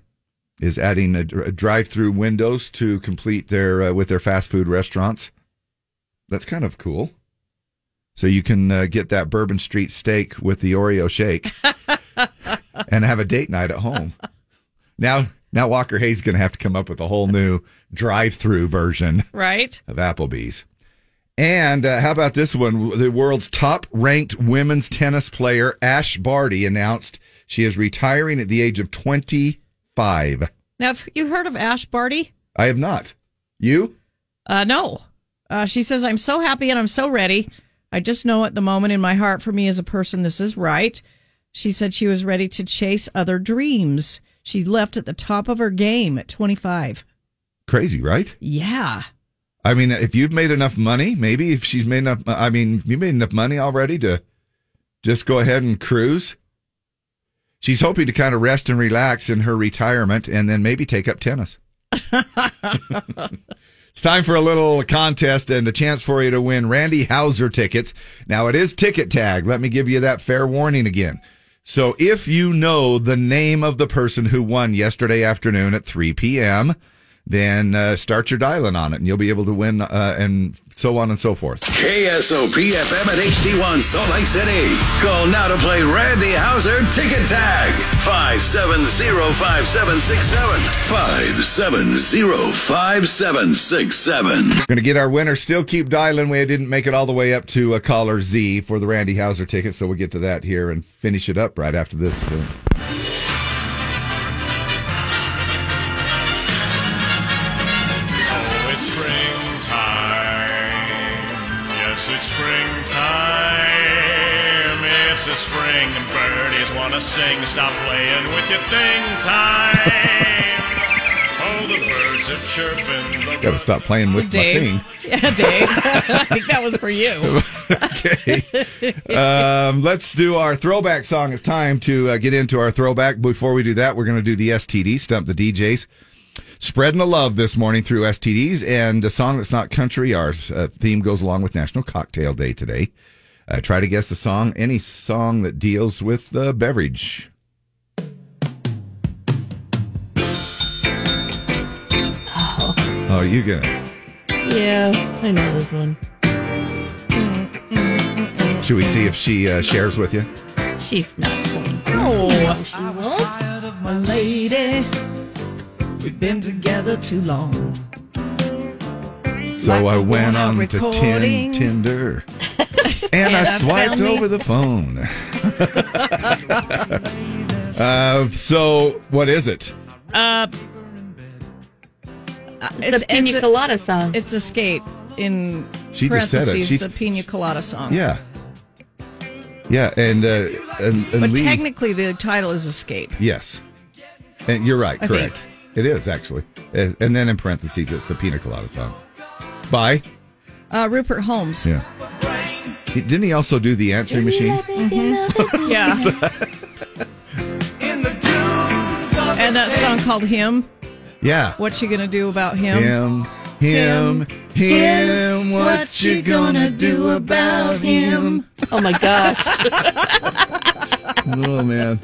Speaker 1: is adding a, dr- drive-through windows to complete their uh, with their fast food restaurants. That's kind of cool. So you can uh, get that Bourbon Street steak with the Oreo shake and have a date night at home. Now, now Walker Hayes going to have to come up with a whole new drive-through version
Speaker 3: Right?
Speaker 1: of Applebee's. And uh, how about this one? The world's top ranked women's tennis player, Ash Barty, announced she is retiring at the age of 25.
Speaker 3: Now, have you heard of Ash Barty?
Speaker 1: I have not. You?
Speaker 3: Uh, no. Uh, she says, I'm so happy and I'm so ready. I just know at the moment in my heart for me as a person, this is right. She said she was ready to chase other dreams. She left at the top of her game at 25.
Speaker 1: Crazy, right?
Speaker 3: Yeah.
Speaker 1: I mean, if you've made enough money, maybe if she's made enough, I mean, if you made enough money already to just go ahead and cruise. She's hoping to kind of rest and relax in her retirement and then maybe take up tennis. It's time for a little contest and a chance for you to win Randy Hauser tickets. Now it is ticket tag. Let me give you that fair warning again. So if you know the name of the person who won yesterday afternoon at 3 p.m., then uh, start your dialing on it, and you'll be able to win, uh, and so on and so forth.
Speaker 4: KSOP FM at HD1 Salt Lake City. Call now to play Randy Hauser Ticket Tag. 570-5767. 570-5767.
Speaker 1: Going to get our winner. Still keep dialing. We didn't make it all the way up to uh, caller Z for the Randy Hauser ticket, so we'll get to that here and finish it up right after this. Uh,
Speaker 16: Oh, it's springtime. Yes, it's springtime. It's the spring and birdies want to sing. Stop playing with your thing time. Oh, the birds are chirping. The
Speaker 1: Got to stop playing with
Speaker 3: Dave.
Speaker 1: my
Speaker 3: Yeah, Dave. I think that was for you.
Speaker 1: thing. Um, let's do our throwback song. It's time to uh, get into our throwback. Before we do that, we're going to do the STD stump the DJs. Spreading the love this morning through STDs and a song that's not country. Our uh, theme goes along with National Cocktail Day today. Uh, try to guess the song. Any song that deals with the beverage. Oh, you gonna?
Speaker 2: Yeah, I know this one.
Speaker 1: Should we see if she uh, shares with you?
Speaker 2: She's not Oh going.
Speaker 3: Uh, Oh,
Speaker 10: No,
Speaker 2: she
Speaker 10: I was
Speaker 2: won't.
Speaker 10: tired of my lady. We've been together too long.
Speaker 1: So I went on to tin,
Speaker 10: recording.
Speaker 1: Tinder and I swiped over the phone. uh, so, what is it?
Speaker 3: Uh,
Speaker 2: the pina colada song.
Speaker 3: It's escape in
Speaker 1: She just said it.
Speaker 3: parentheses
Speaker 1: She's-
Speaker 3: the pina colada song.
Speaker 1: Yeah. Yeah, and, uh, and, and
Speaker 3: but
Speaker 1: Lee-
Speaker 3: technically the title is escape.
Speaker 1: Yes. And you're right,
Speaker 3: I
Speaker 1: correct. It is, actually. And and then in parentheses, it's the Pina Colada song. Bye.
Speaker 3: Uh, Rupert Holmes.
Speaker 1: Yeah. He- Didn't he also do the answering machine?
Speaker 3: Mhm. yeah. And that song called Him.
Speaker 1: Yeah.
Speaker 3: What you gonna do about him?
Speaker 1: Him, him, him, what you gonna do about him?
Speaker 2: Oh my gosh.
Speaker 1: oh man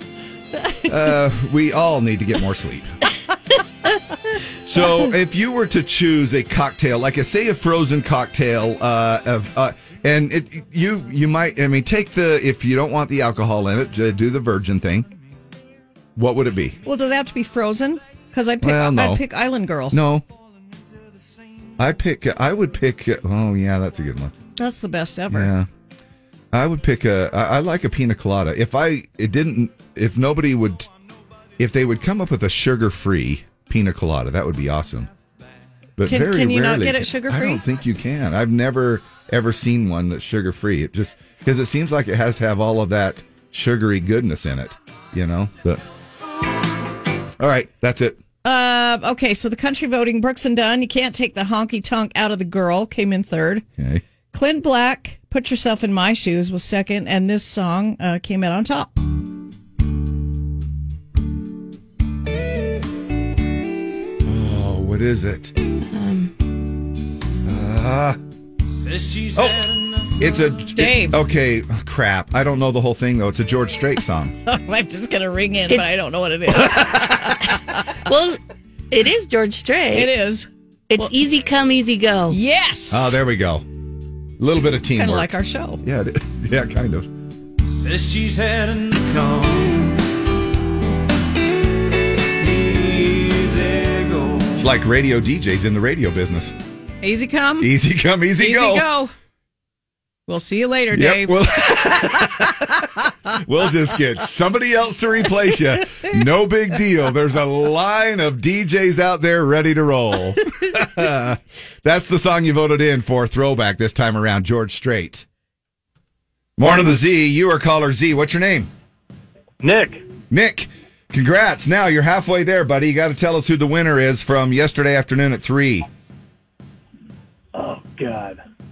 Speaker 1: uh, we all need to get more sleep so if you were to choose a cocktail like a say a frozen cocktail uh, of uh, and it, you you might i mean take the if you don't want the alcohol in it ju- do the virgin thing what would it be
Speaker 3: Well, does it have to be frozen? Because I pick
Speaker 1: Well, no.
Speaker 3: I pick Island Girl.
Speaker 1: no i pick i would pick oh yeah that's a good one
Speaker 3: That's the best ever.
Speaker 1: Yeah. I would pick a. I, I like a pina colada. If I it didn't, if nobody would, if they would come up with a sugar-free pina colada, that would be awesome. But
Speaker 3: Can-
Speaker 1: very
Speaker 3: can you not
Speaker 1: rarely-
Speaker 3: get it sugar-free?
Speaker 1: I don't think you can. I've never ever seen one that's sugar-free. It just because it seems like it has to have all of that sugary goodness in it. You know. But all right, that's it.
Speaker 3: Uh, okay, so the country voting Brooks and Dunn. You can't take the honky tonk out of the girl. Came in third.
Speaker 1: Okay.
Speaker 3: Clint Black, Put Yourself in My Shoes was second, and this song uh, came out on top.
Speaker 1: Oh, what is it? Ah. oh, it's a
Speaker 3: Dave.
Speaker 1: okay, crap. I don't know the whole thing though. It's a George Strait song.
Speaker 3: I'm just gonna ring in, but
Speaker 2: It's-
Speaker 3: I don't know what it is.
Speaker 2: well, it is George Strait.
Speaker 3: It is.
Speaker 2: It's easy come, easy go.
Speaker 3: Yes.
Speaker 1: Oh, there we go. A little bit of teamwork.
Speaker 2: Kinda like
Speaker 3: our show.
Speaker 1: Yeah, it- yeah, kind of.
Speaker 10: Says she's had enough. Easy go.
Speaker 1: It's like radio DJs in the radio business.
Speaker 3: Easy come.
Speaker 1: Easy come, easy, go.
Speaker 3: We'll see you later,
Speaker 1: Yep,
Speaker 3: Dave.
Speaker 1: we'll- We'll just get somebody else to replace you. No big deal. There's a line of DJs out there ready to roll. That's the song you voted in for throwback this time around, George Strait. Morning the Z, you are caller Z. What's your name? Nick. Nick, congrats. Now you're halfway there, buddy. You got to tell us who the winner is from yesterday afternoon at 3.
Speaker 17: God.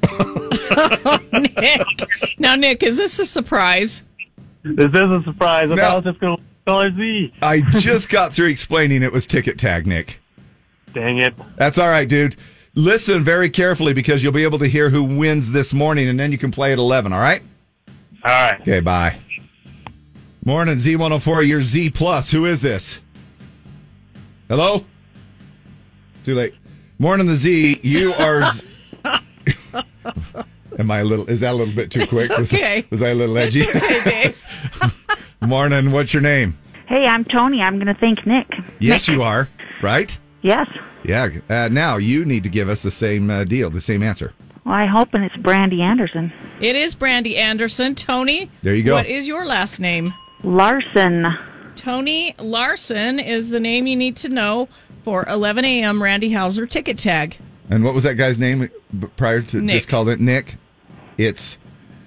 Speaker 3: Nick. Now, Nick, is this a surprise?
Speaker 17: This is a surprise. I
Speaker 1: No.
Speaker 17: thought I was just going to caller Z.
Speaker 1: I just got through explaining it was ticket tag, Nick.
Speaker 17: Dang it.
Speaker 1: That's all right, dude. Listen very carefully because you'll be able to hear who wins this morning, and then you can play at 11, all right?
Speaker 17: All right.
Speaker 1: Okay, bye. Morning, Z104, your Z Plus. Who is this? Hello? Too late. Morning the Z, you are. z- Am I a little? Is that a little bit too quick?
Speaker 18: It's
Speaker 1: Was I-
Speaker 18: okay.
Speaker 1: Was I, a little edgy? Morning. What's your name?
Speaker 18: Hey, I'm Tony. I'm going to thank Nick.
Speaker 1: Yes, you are. Right.
Speaker 18: Yes.
Speaker 1: Yeah. Uh, now you need to give us the same uh, deal, the same answer.
Speaker 18: Well, I hope, and it's Brandy Anderson.
Speaker 3: It is Brandy Anderson. Tony.
Speaker 1: There you go.
Speaker 3: What is your last name?
Speaker 18: Larson.
Speaker 3: Tony Larson is the name you need to know for 11 a.m. Randy Hauser ticket tag.
Speaker 1: And what was that guy's name b- prior to
Speaker 3: Nick.
Speaker 1: just called it Nick? It's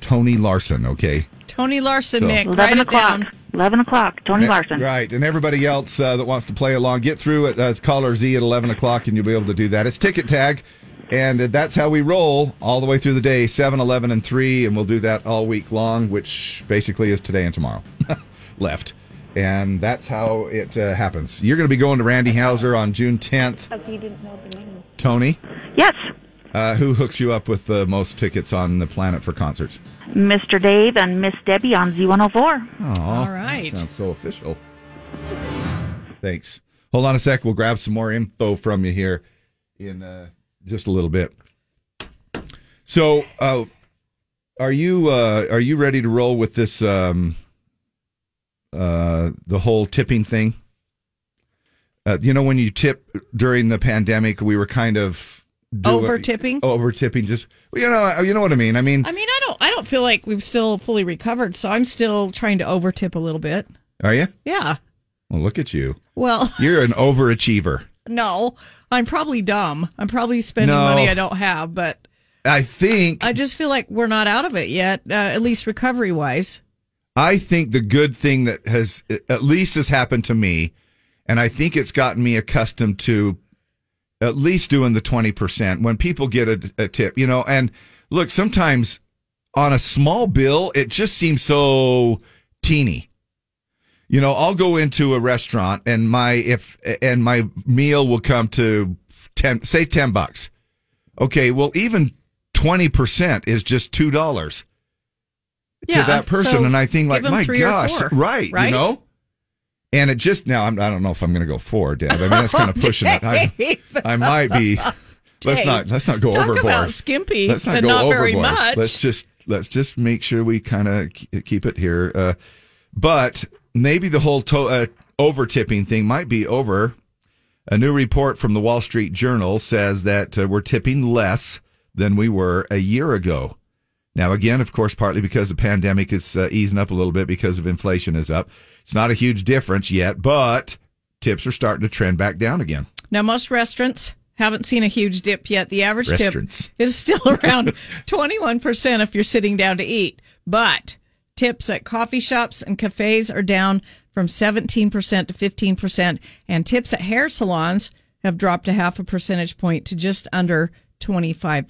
Speaker 1: Tony Larson. Okay.
Speaker 3: Tony Larson,
Speaker 1: So-
Speaker 3: Nick.
Speaker 1: 11
Speaker 3: Write
Speaker 18: o'clock.
Speaker 3: it down.
Speaker 18: 11 o'clock. Tony
Speaker 1: Right-
Speaker 18: Larson.
Speaker 1: Right. And everybody else uh, that wants to play along, get through it. That's caller Z at 11 o'clock, and you'll be able to do that. It's ticket tag. And uh, that's how we roll all the way through the day 7, 11, and 3. And we'll do that all week long, which basically is today and tomorrow left. And that's how it uh, happens. You're going to be going to Randy Hauser on June 10th.
Speaker 18: you didn't know the name.
Speaker 1: Tony?
Speaker 18: Yes.
Speaker 1: Uh, who hooks you up with the most tickets on the planet for concerts?
Speaker 18: Mr. Dave and Miss Debbie on Z104.
Speaker 1: Aw,
Speaker 18: All right.
Speaker 1: that sounds so official. Thanks. Hold on a sec. We'll grab some more info from you here in uh, just a little bit. So, uh, are you uh, are you ready to roll with this um, uh, the whole tipping thing? Uh, you know, when you tip during the pandemic, we were kind of
Speaker 3: Over-tipping?
Speaker 1: over tipping. Just you know, you know what I mean. I mean,
Speaker 3: I mean, I don't. I don't feel like we've still fully recovered, so I'm still trying to overtip a little bit.
Speaker 1: are you?
Speaker 3: Yeah.
Speaker 1: Well, look at you.
Speaker 3: Well,
Speaker 1: You're an overachiever.
Speaker 3: no, I'm probably dumb. I'm probably spending
Speaker 1: No.
Speaker 3: money I don't have, but
Speaker 1: I think
Speaker 3: I just feel like we're not out of it yet, uh, at least recovery wise.
Speaker 1: I think the good thing that has at least has happened to me, and I think it's gotten me accustomed to at least doing the twenty percent when people get a, a tip, you know. And look, sometimes on a small bill, it just seems so teeny. You know, I'll go into a restaurant and my if and my meal will come to ten, say ten bucks. Okay, well, even twenty percent is just two dollars
Speaker 5: Yeah,
Speaker 1: to that person,
Speaker 5: so
Speaker 1: and I think like,
Speaker 5: give 'em
Speaker 1: my
Speaker 5: three or
Speaker 1: gosh,
Speaker 5: four,
Speaker 1: right,
Speaker 5: right?
Speaker 1: You know, and it just now I'm, I don't know if I'm going to go four, Deb. I mean, that's kind of pushing it. I,
Speaker 3: Dave.
Speaker 1: I might be. Let's
Speaker 3: Dave,
Speaker 1: not let's not go
Speaker 3: talk
Speaker 1: overboard.
Speaker 3: about skimpy
Speaker 1: Let's not
Speaker 3: and
Speaker 1: go
Speaker 3: not
Speaker 1: overboard.
Speaker 3: very much.
Speaker 1: Let's just let's just make sure we kind of keep it here. Uh, but maybe the whole to- uh, over tipping thing might be over. A new report from the Wall Street Journal says that uh, we're tipping less than we were a year ago. Now, again, of course, partly because the pandemic is uh, easing up a little bit because of inflation is up. It's not a huge difference yet, but tips are starting to trend back down again.
Speaker 3: Now, most restaurants haven't seen a huge dip yet. The average tip
Speaker 1: Restaurants.
Speaker 3: is still around 21% if you're sitting down to eat. But tips at coffee shops and cafes are down from 17% to 15%. And tips at hair salons have dropped a half a percentage point to just under 25%.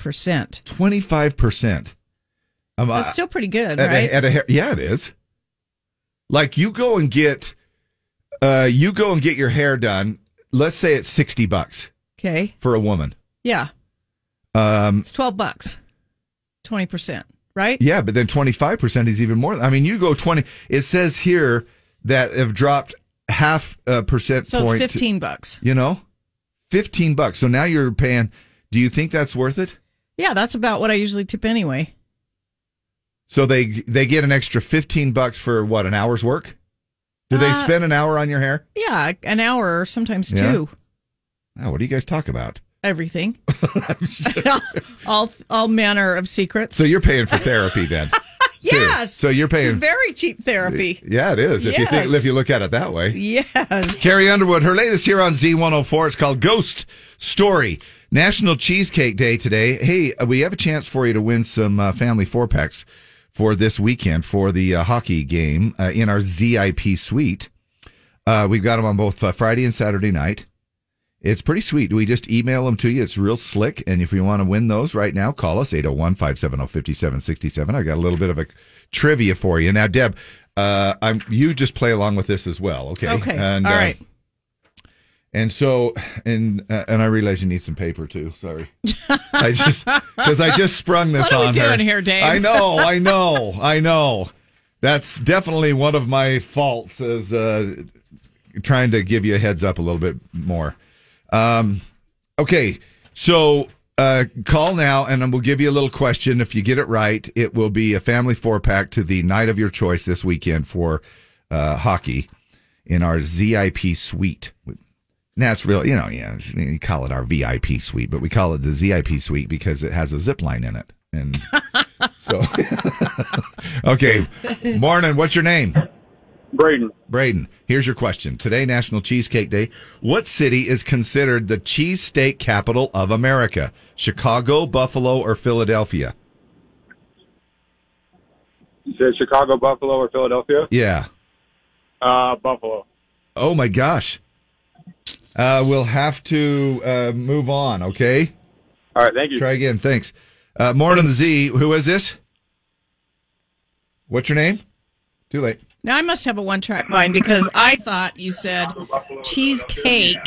Speaker 1: 25%. Um,
Speaker 3: That's
Speaker 1: I-
Speaker 3: still pretty good,
Speaker 1: at a-
Speaker 3: right?
Speaker 1: at a hair- yeah, it is. Like you go and get, uh, you go and get your hair done. Let's say it's sixty bucks
Speaker 3: okay.
Speaker 1: for a woman.
Speaker 3: Yeah.
Speaker 1: Um,
Speaker 3: It's 12 bucks, 20%, right?
Speaker 1: yeah, but then twenty five percent is even more. I mean, you go twenty. It says here that have dropped half a percent.
Speaker 3: So it's
Speaker 1: point to-
Speaker 3: 15 bucks.
Speaker 1: You know, fifteen bucks. So now you're paying. Do you think that's worth it?
Speaker 3: Yeah, that's about what I usually tip anyway.
Speaker 1: So they they get an extra fifteen bucks for what an hour's work. Do they
Speaker 3: Uh,
Speaker 1: spend an hour on your hair?
Speaker 3: Yeah, an hour or sometimes
Speaker 1: Yeah.
Speaker 3: two.
Speaker 1: Oh, what do you guys talk about?
Speaker 3: Everything. all all manner of secrets.
Speaker 1: So you're paying for therapy then?
Speaker 3: yes.
Speaker 1: So you're paying-
Speaker 3: It's very cheap therapy.
Speaker 1: yeah, it is. If you think,
Speaker 3: Yes.
Speaker 1: if you look at it that way.
Speaker 3: Yes.
Speaker 1: Carrie Underwood, her latest here on Z104. It's called Ghost Story. National Cheesecake Day today. Hey, uh, we have a chance for you to win some uh, family four packs for this weekend for the uh, hockey game uh, in our ZIP suite. Uh, we've got them on both uh, Friday and Saturday night. It's pretty sweet. We just email them to you. It's real slick. And if you want to win those right now, call us 801 570 5767. I got a little bit of a trivia for you. Now, Deb, uh, I'm, you just play along with this as well, okay?
Speaker 3: Okay.
Speaker 1: And,
Speaker 3: All
Speaker 1: uh,
Speaker 3: right.
Speaker 1: and so, and uh, and I realize you need some paper too. Sorry, I just because I just sprung this
Speaker 3: What are we
Speaker 1: on her.
Speaker 3: doing here, Dave?
Speaker 1: I know, I know, I know. That's definitely one of my faults is uh, trying to give you a heads up a little bit more. Um, Okay, so uh, call now, and then we'll give you a little question. If you get it right, it will be a family four pack to the night of your choice this weekend for uh, hockey in our ZIP suite. Now it's real, you know, yeah, it's- you call it our VIP suite, but we call it the ZIP suite because it has a zip line in it. And so, okay, morning. What's your name?
Speaker 17: Braden.
Speaker 1: Braden, here's your question. Today, National Cheesecake Day. What city is considered the cheesesteak capital of America? Chicago, Buffalo, or Philadelphia?
Speaker 17: You said Chicago, Buffalo, or Philadelphia?
Speaker 1: Yeah.
Speaker 17: Uh, Buffalo.
Speaker 1: Oh my gosh. Uh, we'll have to uh, move on. Okay.
Speaker 17: All right. Thank you.
Speaker 1: Try again. Thanks. Uh, Morning Z. Who is this? What's your name? Too late.
Speaker 3: Now I must have a one track mind because I thought you said cheesecake,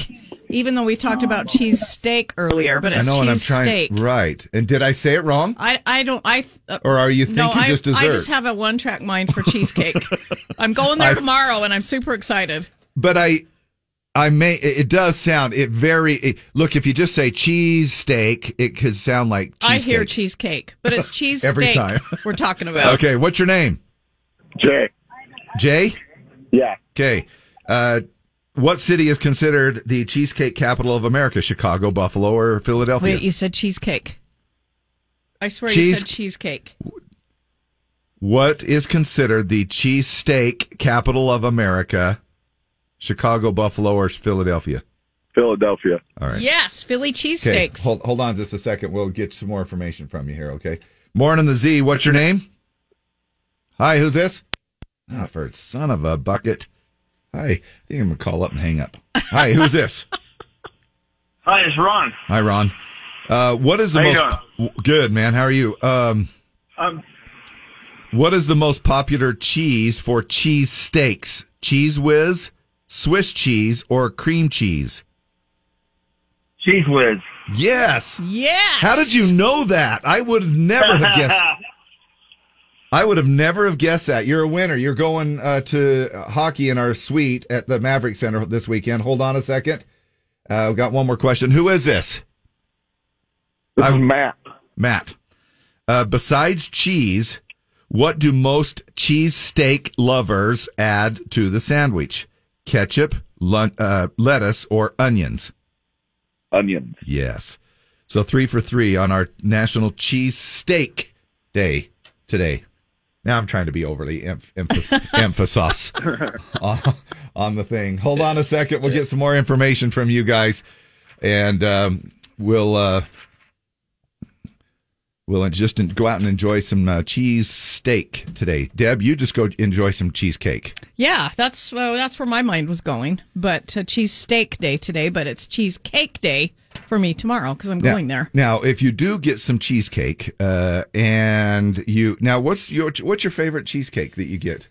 Speaker 3: even though we talked about cheese steak earlier, but it's
Speaker 1: I know, and I'm
Speaker 3: cheese
Speaker 1: trying.
Speaker 3: steak.
Speaker 1: Right. And did I say it wrong?
Speaker 3: I, I don't I th- uh,
Speaker 1: Or are you
Speaker 3: no
Speaker 1: thinking
Speaker 3: I,
Speaker 1: just
Speaker 3: I
Speaker 1: dessert?
Speaker 3: just have a one track mind for cheesecake. I'm going there
Speaker 1: I-
Speaker 3: tomorrow and I'm super excited.
Speaker 1: but I, I may. It it does sound it very. It, look, if you just say cheese steak, it could sound like
Speaker 3: I
Speaker 1: cheesecake.
Speaker 3: hear cheesecake, but it's cheese
Speaker 1: Every
Speaker 3: steak
Speaker 1: time.
Speaker 3: we're talking about.
Speaker 1: Okay, what's your name? Jay. Jay.
Speaker 17: Yeah.
Speaker 1: Okay. Uh, what city is considered the cheesecake capital of America? Chicago, Buffalo, or Philadelphia?
Speaker 3: Wait, you said cheesecake. I swear you
Speaker 1: Cheese-
Speaker 3: said cheesecake.
Speaker 1: What is considered the cheesesteak capital of America? Chicago, Buffalo, or Philadelphia?
Speaker 9: Philadelphia.
Speaker 1: All right.
Speaker 3: Yes, Philly
Speaker 1: Okay,
Speaker 3: cheesesteaks.
Speaker 1: hold, hold on just a second. We'll get some more information from you here, okay? Morning the Z, what's your name? Hi, who's this? Ah, for son of a bucket. Hi, I think I'm going to call up and hang up. Hi, who's this?
Speaker 17: Hi, it's Ron.
Speaker 1: Hi, Ron. Uh, what is the
Speaker 17: How you
Speaker 1: most w- good man? How are you? Um,
Speaker 17: Um,
Speaker 1: what is the most popular cheese for cheese steaks? Cheese whiz, Swiss cheese, or cream cheese?
Speaker 17: Cheese whiz.
Speaker 1: Yes.
Speaker 3: Yes.
Speaker 1: How did you know that? I would never have guessed. I would have never have guessed that. You're a winner. You're going uh, to uh, hockey in our suite at the Maverick Center this weekend. Hold on a second. Uh, we got one more question. Who is this? I'm Matt. Matt. Uh, besides cheese, what do most cheese steak lovers add to the sandwich? Ketchup, lun- uh, lettuce, or onions?
Speaker 9: Onions.
Speaker 1: Yes. So three for three on our National Cheese Steak Day today. Now I'm trying to be overly em- emphasis, emphasis on, on the thing. Hold on a second. We'll get some more information from you guys, and um, we'll uh, we'll just en- go out and enjoy some uh, cheese steak today. Deb, you just go enjoy some cheesecake.
Speaker 3: Yeah, that's uh, that's where my mind was going. But uh, cheese steak day today, but it's cheesecake day for me tomorrow because I'm
Speaker 1: Now-
Speaker 3: going there.
Speaker 1: Now, if you do get some cheesecake, uh, and you now, what's your what's your favorite cheesecake that you get?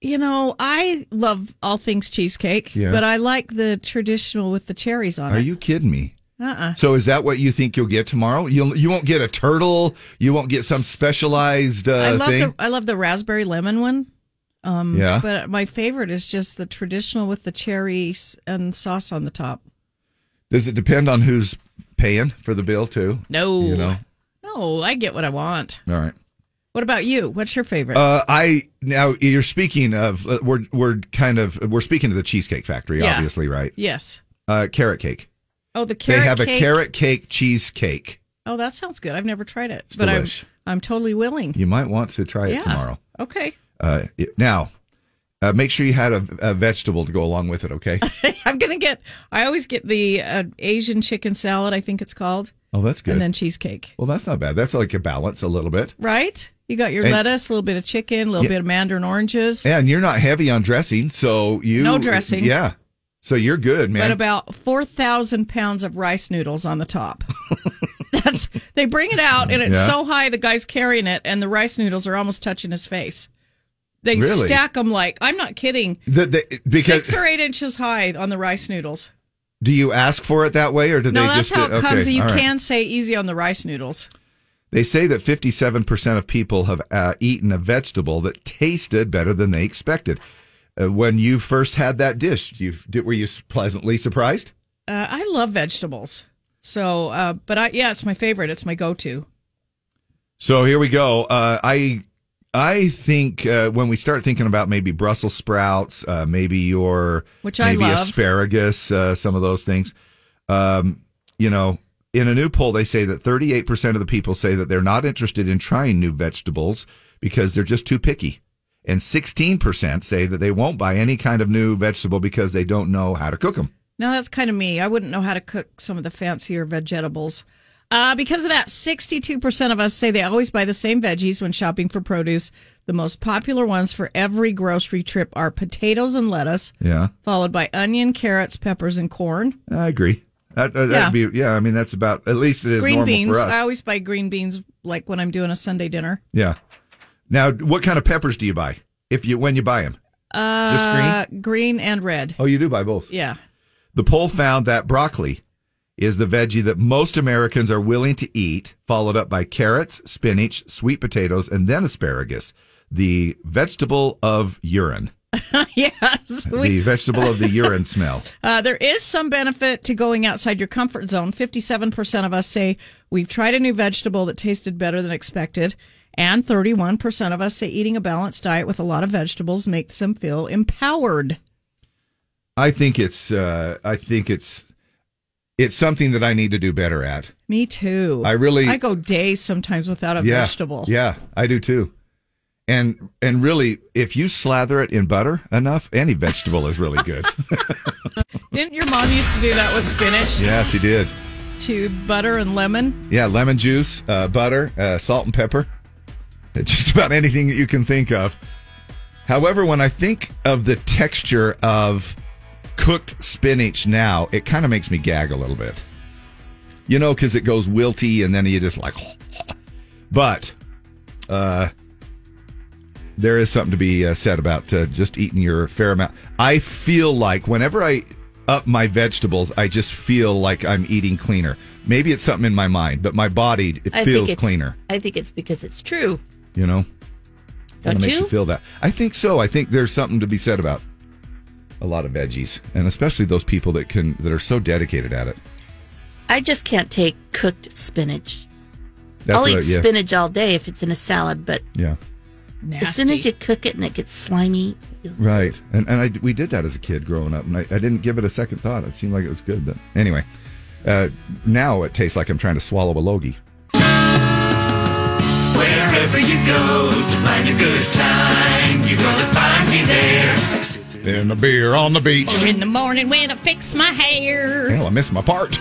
Speaker 3: You know, I love all things cheesecake,
Speaker 1: Yeah.
Speaker 3: but I like the traditional with the cherries on
Speaker 1: Are
Speaker 3: it.
Speaker 1: you kidding me?
Speaker 3: Uh-uh.
Speaker 1: So, is that what you think you'll get tomorrow? You'll you won't get a turtle. You won't get some specialized uh,
Speaker 3: I love
Speaker 1: thing.
Speaker 3: the I love the raspberry lemon one. Um,
Speaker 1: Yeah.
Speaker 3: But my favorite is just the traditional with the cherries and sauce on the top.
Speaker 1: Does it depend on who's paying for the bill too?
Speaker 3: No.
Speaker 1: You know.
Speaker 3: No, I get what I want.
Speaker 1: All right.
Speaker 3: What about you? What's your favorite?
Speaker 1: Uh, I now you're speaking of uh, we're we're kind of we're speaking to the Cheesecake Factory,
Speaker 3: Yeah.
Speaker 1: obviously, right?
Speaker 3: yes.
Speaker 1: Uh, carrot cake.
Speaker 3: Oh, the carrot
Speaker 1: they have a
Speaker 3: cake.
Speaker 1: carrot cake cheesecake.
Speaker 3: Oh, that sounds good. I've never tried it,
Speaker 1: It's
Speaker 3: but I'm
Speaker 1: delish.
Speaker 3: I'm totally willing.
Speaker 1: You might want to try it
Speaker 3: yeah.
Speaker 1: tomorrow.
Speaker 3: Okay.
Speaker 1: Uh, it- now, uh, make sure you had a, a vegetable to go along with it. Okay.
Speaker 3: I'm gonna get. I always get the uh, Asian chicken salad. I think it's called,
Speaker 1: Oh, that's good.
Speaker 3: and then cheesecake.
Speaker 1: well, that's not bad. That's like a balance a little bit.
Speaker 3: Right? You got your
Speaker 1: And-
Speaker 3: lettuce, a little bit of chicken, a little
Speaker 1: Yeah.
Speaker 3: bit of mandarin oranges.
Speaker 1: And you're not heavy on dressing, so you
Speaker 3: No dressing.
Speaker 1: Yeah. So you're good, man.
Speaker 3: But about four thousand pounds of rice noodles on the top. That's they bring it out, and it's
Speaker 1: Yeah.
Speaker 3: so high the guy's carrying it, and the rice noodles are almost touching his face. They stack 'em
Speaker 1: Really?
Speaker 3: stack them like I'm not kidding.
Speaker 1: The- the- because
Speaker 3: Six or eight inches high on the rice noodles.
Speaker 1: do you ask for it that way, or do
Speaker 3: No,
Speaker 1: they
Speaker 3: that's
Speaker 1: just?
Speaker 3: how it
Speaker 1: okay,
Speaker 3: comes. You
Speaker 1: all right.
Speaker 3: can say easy on the rice noodles.
Speaker 1: They say that 57% of people have uh, eaten a vegetable that tasted better than they expected. Uh, when you first had that dish, you did, were you pleasantly surprised?
Speaker 3: Uh, I love vegetables. So, uh, but I, yeah, it's my favorite. It's my go-to.
Speaker 1: So here we go. Uh, I I think uh, when we start thinking about maybe Brussels sprouts, uh, maybe your
Speaker 3: Which I
Speaker 1: maybe
Speaker 3: love.
Speaker 1: asparagus, uh, some of those things. Um, you know, in a new poll, they say that 38 percent of the people say that they're not interested in trying new vegetables because they're just too picky, and 16 percent say that they won't buy any kind of new vegetable because they don't know how to cook them.
Speaker 3: Now that's kind of me. I wouldn't know how to cook some of the fancier vegetables. Uh, because of that, 62% of us say they always buy the same veggies when shopping for produce. The most popular ones for every grocery trip are potatoes and lettuce,
Speaker 1: Yeah,
Speaker 3: followed by onion, carrots, peppers, and corn.
Speaker 1: I agree. That, uh,
Speaker 3: Yeah.
Speaker 1: That'd be, yeah, I mean that's about at least it is
Speaker 3: green
Speaker 1: normal
Speaker 3: beans.
Speaker 1: for us.
Speaker 3: I always buy green beans like when I'm doing a Sunday dinner.
Speaker 1: Yeah. Now, what kind of peppers do you buy? If you when you buy them?
Speaker 3: Uh, green? and red.
Speaker 1: Oh, you do buy both.
Speaker 3: Yeah.
Speaker 1: The poll found that broccoli is the veggie that most Americans are willing to eat, followed up by carrots, spinach, sweet potatoes, and then asparagus, the vegetable of urine,
Speaker 3: yes.
Speaker 1: the vegetable of the urine smell.
Speaker 3: Uh, there is some benefit to going outside your comfort zone. 57% of us say we've tried a new vegetable that tasted better than expected. And 31% of us say eating a balanced diet with a lot of vegetables makes them feel empowered.
Speaker 1: I think it's uh, I think it's it's something that I need to do better at.
Speaker 3: Me too.
Speaker 1: I really-
Speaker 3: I go days sometimes without a vegetable.
Speaker 1: Yeah, I do too. And and really, if you slather it in butter enough, any vegetable is really good.
Speaker 3: Didn't your mom used to do that with spinach?
Speaker 1: yes, he did.
Speaker 3: To butter and lemon?
Speaker 1: Yeah, lemon juice, uh, butter, uh, salt, and pepper. Just about anything that you can think of. However, when I think of the texture of cooked spinach now, it kind of makes me gag a little bit. You know, because it goes wilty and then you just like. But uh, there is something to be uh, said about uh, just eating your fair amount. I feel like whenever I up my vegetables, I just feel like I'm eating cleaner. Maybe it's something in my mind, but my body it
Speaker 2: I think
Speaker 1: feels
Speaker 2: it's-
Speaker 1: cleaner.
Speaker 2: I think it's because it's true.
Speaker 1: You know, Kinda
Speaker 2: Don't
Speaker 1: makes
Speaker 2: you?
Speaker 1: you feel that? I think so. I think there's something to be said about a lot of veggies, and especially those people that can that are so dedicated at it.
Speaker 2: I just can't take cooked spinach.
Speaker 1: That's
Speaker 2: I'll eat
Speaker 1: what I- yeah.
Speaker 2: spinach all day if it's in a salad, but
Speaker 1: Yeah,
Speaker 2: as soon as you cook it and it gets slimy,
Speaker 1: right. And and I, we did that as a kid growing up, and I, I didn't give it a second thought. It seemed like it was good, but anyway, uh, now it tastes like I'm trying to swallow a logie.
Speaker 5: Wherever you go to find a good time, you're gonna find me there.
Speaker 1: Then the beer on the beach.
Speaker 3: Or in the morning when I fix my hair.
Speaker 1: Hell, I missed my part.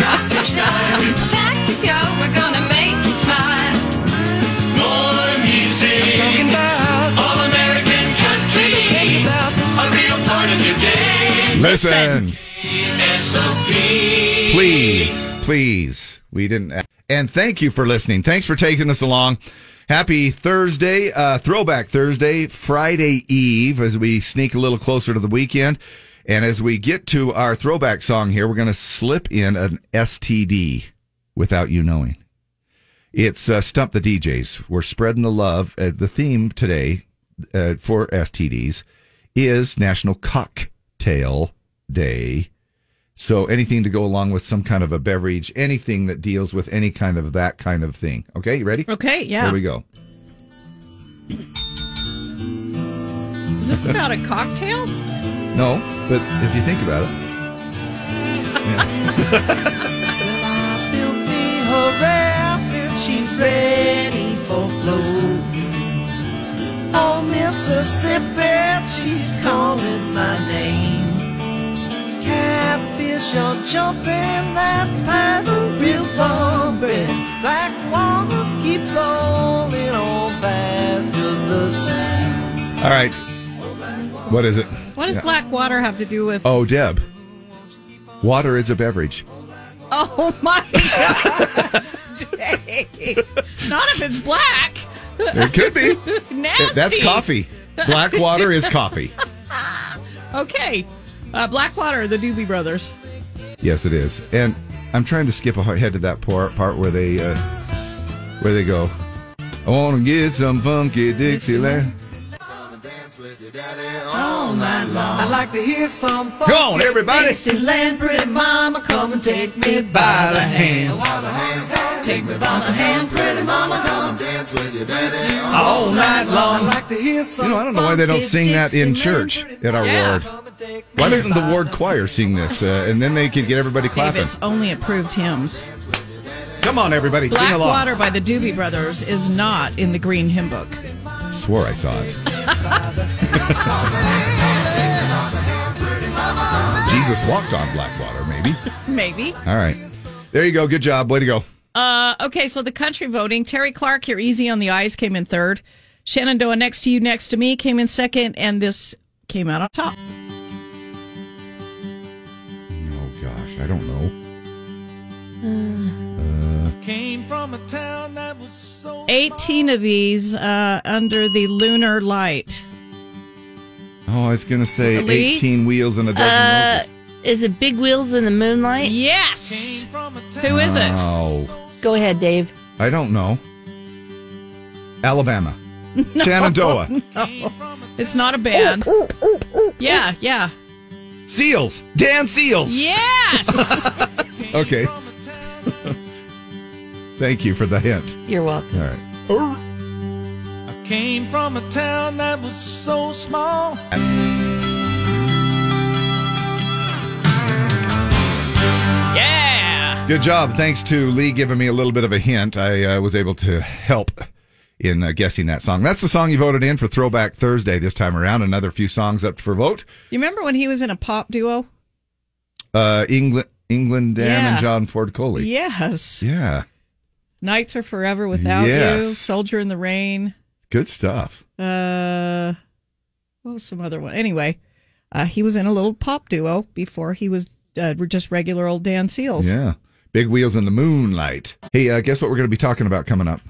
Speaker 13: Back to go, we're gonna make you smile. More music. I'm talking about all American country. A real part of your day.
Speaker 1: Listen.
Speaker 5: SOB.
Speaker 1: Please, please. We didn't. And thank you for listening. Thanks for taking us along. Happy Thursday, uh, Throwback Thursday, Friday Eve, as we sneak a little closer to the weekend. And as we get to our throwback song here, we're going to slip in an STD without you knowing. It's uh, Stump the DJs. We're spreading the love. Uh, the theme today uh, for STDs is National Cocktail Day. So anything to go along with some kind of a beverage, anything that deals with any kind of that kind of thing. Okay, you ready?
Speaker 3: Okay, yeah.
Speaker 1: Here we go.
Speaker 3: Is this about a cocktail?
Speaker 1: No, but if you think about it.
Speaker 10: Filthy hooray, she's ready for flow. Oh, Mississippi, she's calling my name. Catfish are jumping, that paddle real bumping. Black water keep rolling on fast, just the same.
Speaker 1: All right. What is it?
Speaker 3: What does
Speaker 1: Yeah.
Speaker 3: black water have to do with?
Speaker 1: Oh, Deb. Water is a beverage.
Speaker 3: Oh my god! Dave. Not if it's black.
Speaker 1: It could be.
Speaker 3: Nasty.
Speaker 1: That's coffee. Black water is coffee.
Speaker 3: Okay, uh, black water. The Doobie Brothers.
Speaker 1: Yes, it is. And I'm trying to skip ahead to that part, part where they uh, where they go. I want to get some funky Dixieland.
Speaker 5: Oh,
Speaker 10: all night long. I'd like to hear some
Speaker 1: Go on, everybody.
Speaker 10: Dixieland, pretty mama, come and take me by the hand. By the hand, take me by the hand, pretty mama, come and dance with your daddy all night long. I'd like to hear some
Speaker 1: You know, I don't know why they don't
Speaker 10: funky
Speaker 1: sing that in
Speaker 10: Dixieland.
Speaker 1: church at our ward. Why doesn't the ward choir sing this? Uh, and then they could get everybody clapping.
Speaker 3: David's only approved hymns.
Speaker 1: Come on, everybody, sing along.
Speaker 3: Blackwater by the Doobie Brothers is not in the Green Hymn Book.
Speaker 1: Swore I saw it. Jesus walked on Blackwater, maybe.
Speaker 3: Maybe.
Speaker 1: All right. There you go. Good job. Way to go.
Speaker 3: Uh, okay, so the country voting. Terry Clark, you're easy on the eyes, came in third. Shenandoah, next to you, next to me, came in second, and this came out on top.
Speaker 1: Oh, gosh. I don't know.
Speaker 10: Came from a town that was so
Speaker 3: 18 of these uh, under the lunar light.
Speaker 1: Oh, I was going to say
Speaker 2: Lee?
Speaker 1: 18 wheels and a dozen
Speaker 2: Uh, is it Big Wheels in the Moonlight?
Speaker 3: Yes.
Speaker 2: Who
Speaker 1: is it? Oh.
Speaker 2: Go ahead, Dave.
Speaker 1: motors. I don't know. Alabama. Shenandoah.
Speaker 3: No, it's not a band. Yeah, yeah.
Speaker 1: Seals. Dan Seals.
Speaker 3: Yes.
Speaker 1: Okay. Thank you for the hint.
Speaker 2: You're welcome.
Speaker 1: All right.
Speaker 10: I came from a town that was so small.
Speaker 3: Yeah.
Speaker 1: Good job. Thanks to Lee giving me a little bit of a hint. I uh, was able to help in uh, guessing that song. That's the song you voted in for Throwback Thursday this time around. Another few songs up for vote.
Speaker 3: You remember when he was in a pop duo?
Speaker 1: Uh, England, England, Dan,
Speaker 3: Yeah.
Speaker 1: and John Ford Coley.
Speaker 3: Yes.
Speaker 1: Yeah.
Speaker 3: Nights Are Forever Without You,
Speaker 1: Yes.
Speaker 3: Soldier in the Rain.
Speaker 1: Good stuff.
Speaker 3: Uh, what was some other one? Anyway, uh, he was in a little pop duo before he was uh, just regular old Dan Seals.
Speaker 1: Yeah. Big wheels in the moonlight. Hey, uh, guess what we're going to be talking about coming up?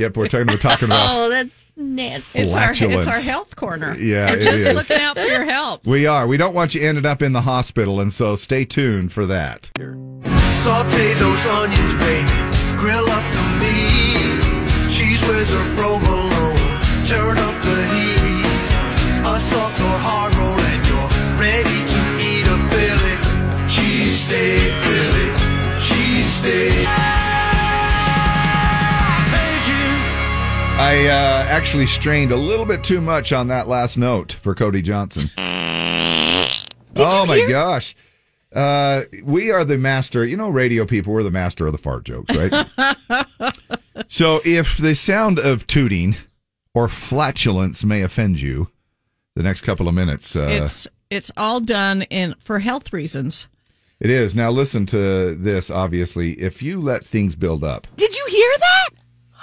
Speaker 1: yep, we're talking. We're talking about.
Speaker 2: Oh, that's nasty.
Speaker 3: It's our, it's our
Speaker 1: Flatulence.
Speaker 3: health corner.
Speaker 1: Yeah,
Speaker 3: We're
Speaker 1: it
Speaker 3: just
Speaker 1: is.
Speaker 3: looking out for your help.
Speaker 1: We are. We don't want you ended up in the hospital, and so stay tuned for that.
Speaker 10: Saute those onions, baby. Grill up the meat. Cheese whiz or provolone. Turn up the heat. A soft or hard roll, and you're ready to eat a Philly cheese steak. Philly cheese steak. Thank you.
Speaker 1: I uh, actually strained a little bit too much on that last note for Cody Johnson. oh my gosh. Uh, we are the master, you know, radio people, we're the master of the fart jokes, right? so if the sound of tooting or flatulence may offend you, the next couple of minutes, uh,
Speaker 3: it's it's all done in for health reasons.
Speaker 1: it is. Now listen to this, obviously. If you let things build up,
Speaker 19: Did you hear that?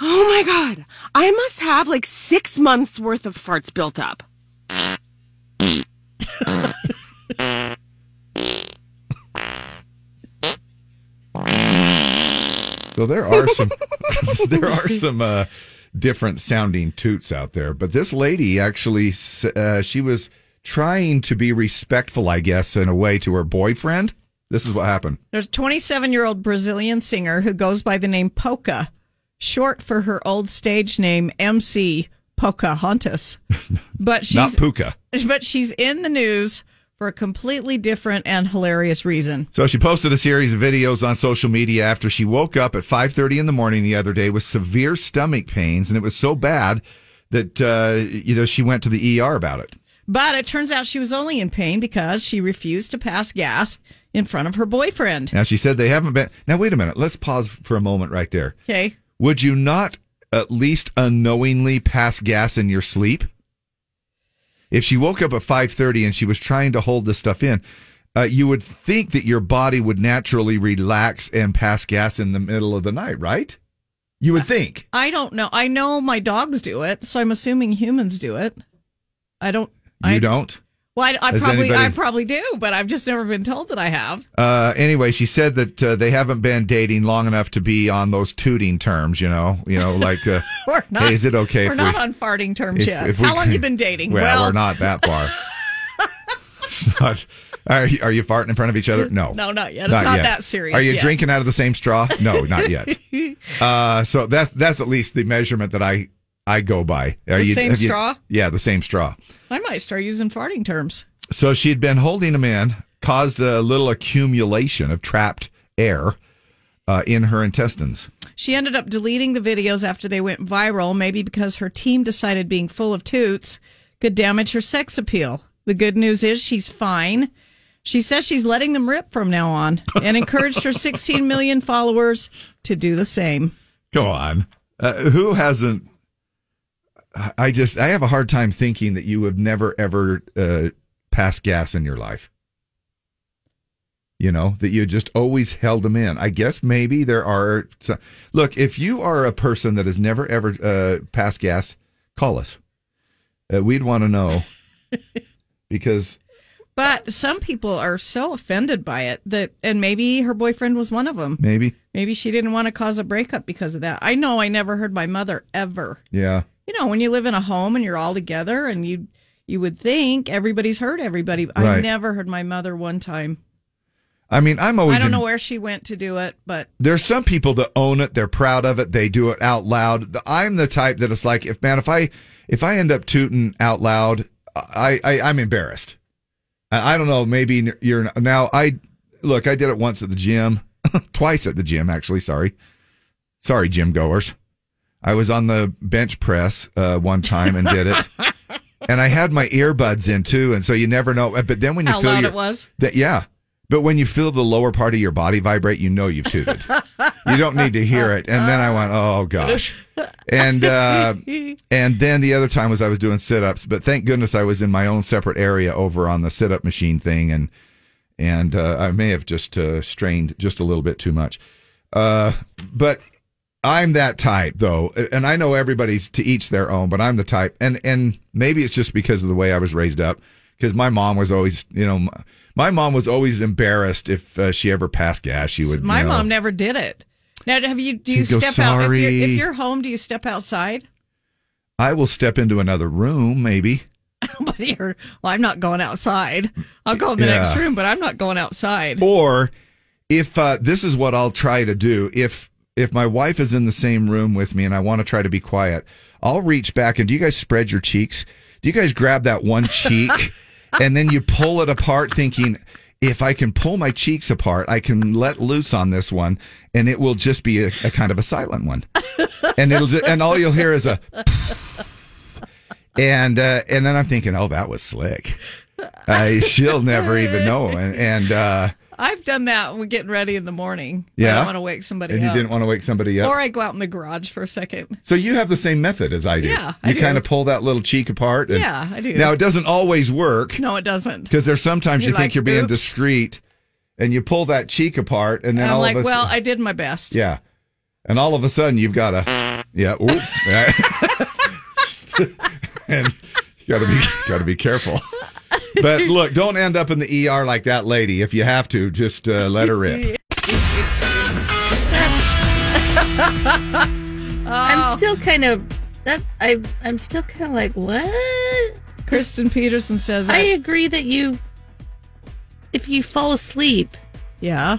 Speaker 19: Oh my god. I must have like six months worth of farts built up.
Speaker 1: So there are some there are some uh, different sounding toots out there, but this lady actually s- uh, she was trying to be respectful, I guess, in a way to her boyfriend. This is what happened.
Speaker 3: There's a 27 year old Brazilian singer who goes by the name Poca, short for her old stage name MC Pocahontas. But she's
Speaker 1: Not Puka.
Speaker 3: But she's in the news for a completely different and hilarious reason.
Speaker 1: So she posted a series of videos on social media after she woke up at 5:30 in the morning the other day with severe stomach pains, and it was so bad that uh, you know she went to the ER about it.
Speaker 3: But it turns out she was only in pain because she refused to pass gas in front of her boyfriend.
Speaker 1: Now she said they haven't been. Now wait a minute. Let's pause for a moment right there.
Speaker 3: Okay.
Speaker 1: Would you not at least unknowingly pass gas in your sleep? If she woke up at 5:30 and she was trying to hold this stuff in, uh, you would think that your body would naturally relax and pass gas in the middle of the night, right? You would think.
Speaker 3: I don't know. I know my dogs do it, so I'm assuming humans do it. I don't. I,
Speaker 1: you don't.
Speaker 3: Well, I, I
Speaker 1: Has
Speaker 3: probably, I
Speaker 1: anybody-
Speaker 3: probably do, but I've just never been told that I have.
Speaker 1: Uh, anyway, she said that uh, they haven't been dating long enough to be on those tooting terms, you know, you know, like, uh,
Speaker 3: We're not.
Speaker 1: hey, is it okay?
Speaker 3: We're
Speaker 1: if
Speaker 3: not
Speaker 1: we-
Speaker 3: on farting terms
Speaker 1: if-
Speaker 3: yet.
Speaker 1: if we
Speaker 3: How long
Speaker 1: can-
Speaker 3: you been dating?
Speaker 1: Well, we're not that far. It's not- are, you, are you farting in front of each other? No.
Speaker 3: No, not yet. It's not that serious
Speaker 1: Are you
Speaker 3: yet.
Speaker 1: drinking out of the same straw? No, not yet. uh, so that's that's at least the measurement that I I go by. Are
Speaker 3: The same
Speaker 1: have
Speaker 3: straw?
Speaker 1: Yeah, the same straw.
Speaker 3: I might start using farting terms.
Speaker 1: So she had been holding him in, caused a little accumulation of trapped air uh, in her intestines.
Speaker 3: She ended up deleting the videos after they went viral, maybe because her team decided being full of toots could damage her sex appeal. The good news is she's fine. She says she's letting them rip from now on and encouraged her 16 million followers to do the same.
Speaker 1: Go on. Uh, who hasn't? I- I just I have a hard time thinking that you have never ever uh, passed gas in your life. You know that you just always held them in. I guess maybe there are. Some, look, if you are a person that has never ever uh, passed gas, call us. Uh, we'd want to know because
Speaker 3: But some people are so offended by it that, and maybe her boyfriend was one of them.
Speaker 1: maybe
Speaker 3: Maybe she didn't want to cause a breakup because of that. I know I never heard my mother ever
Speaker 1: yeah.
Speaker 3: you know, when you live in a home and you're all together and you you would think everybody's heard everybody. I
Speaker 1: Right.
Speaker 3: never heard my mother one time.
Speaker 1: I mean, I'm always
Speaker 3: I don't
Speaker 1: in-
Speaker 3: know where she went to do it, but
Speaker 1: there's some people that own it. They're proud of it. They do it out loud. I'm the type that it's like, if man, if I if I end up tooting out loud, I, I I'm embarrassed. I, I don't know. Maybe you're now. I look. I did it once at the gym, twice at the gym actually. Sorry, sorry, gym goers. I was on the bench press uh, one time and did it. And I had my earbuds in too, and so you never know. But then when you
Speaker 3: How
Speaker 1: feel
Speaker 3: loud
Speaker 1: your-
Speaker 3: it was?
Speaker 1: that yeah. But when you feel the lower part of your body vibrate, you know you've tooted. you don't need to hear it. And then I went, oh gosh. And uh, and then the other time was I was doing sit ups, but thank goodness I was in my own separate area over on the sit up machine thing, and and uh, I may have just uh, strained just a little bit too much. Uh, but I'm that type though, and I know everybody's to each their own, but I'm the type, and and maybe it's just because of the way I was raised up, because my mom was always, you know, my, my mom was always embarrassed if uh, she ever passed gas. She would.
Speaker 3: my
Speaker 1: you know,
Speaker 3: mom never did it. Now, have you? Do you
Speaker 1: She'd go,
Speaker 3: step out if you're,
Speaker 1: "Sorry."
Speaker 3: if you're home? Do you step outside?
Speaker 1: I will step into another room, maybe.
Speaker 3: but you're, well, I'm not going outside. I'll go in the
Speaker 1: Yeah.
Speaker 3: next room, but I'm not going outside.
Speaker 1: Or if uh, this is what I'll try to do, if if my wife is in the same room with me and I want to try to be quiet, I'll reach back and do you guys spread your cheeks? Do you guys grab that one cheek and then you pull it apart thinking if I can pull my cheeks apart, I can let loose on this one and it will just be a, a kind of a silent one. And it'll ju- and all you'll hear is a and uh, and then I'm thinking, "Oh, that was slick." I she'll never even know. And and uh
Speaker 3: I've done that when getting ready in the morning. I
Speaker 1: Yeah.
Speaker 3: don't want to wake somebody
Speaker 1: and
Speaker 3: up.
Speaker 1: you didn't want to wake somebody up.
Speaker 3: Or I go out in the garage for a second.
Speaker 1: So you have the same method as I do.
Speaker 3: Yeah, I
Speaker 1: you
Speaker 3: do.
Speaker 1: kind of pull that little cheek apart. and-
Speaker 3: Yeah, I do.
Speaker 1: Now it doesn't always work
Speaker 3: No, it doesn't.
Speaker 1: because there's sometimes you
Speaker 3: You're
Speaker 1: think
Speaker 3: like,
Speaker 1: you're being
Speaker 3: "Oops."
Speaker 1: discreet, and you pull that cheek apart, and then
Speaker 3: I'm
Speaker 1: all
Speaker 3: like,
Speaker 1: of a
Speaker 3: well, I did my best.
Speaker 1: yeah, and all of a sudden you've got a yeah, oop. and you got to be got to be careful. But look, don't end up in the ER like that lady. If you have to, just uh, let her rip.
Speaker 3: Oh.
Speaker 2: I'm still kind of that. I I'm still kind of like what?
Speaker 3: Kristen Peterson says
Speaker 2: I
Speaker 3: that-
Speaker 2: agree that you, if you fall asleep,
Speaker 3: yeah,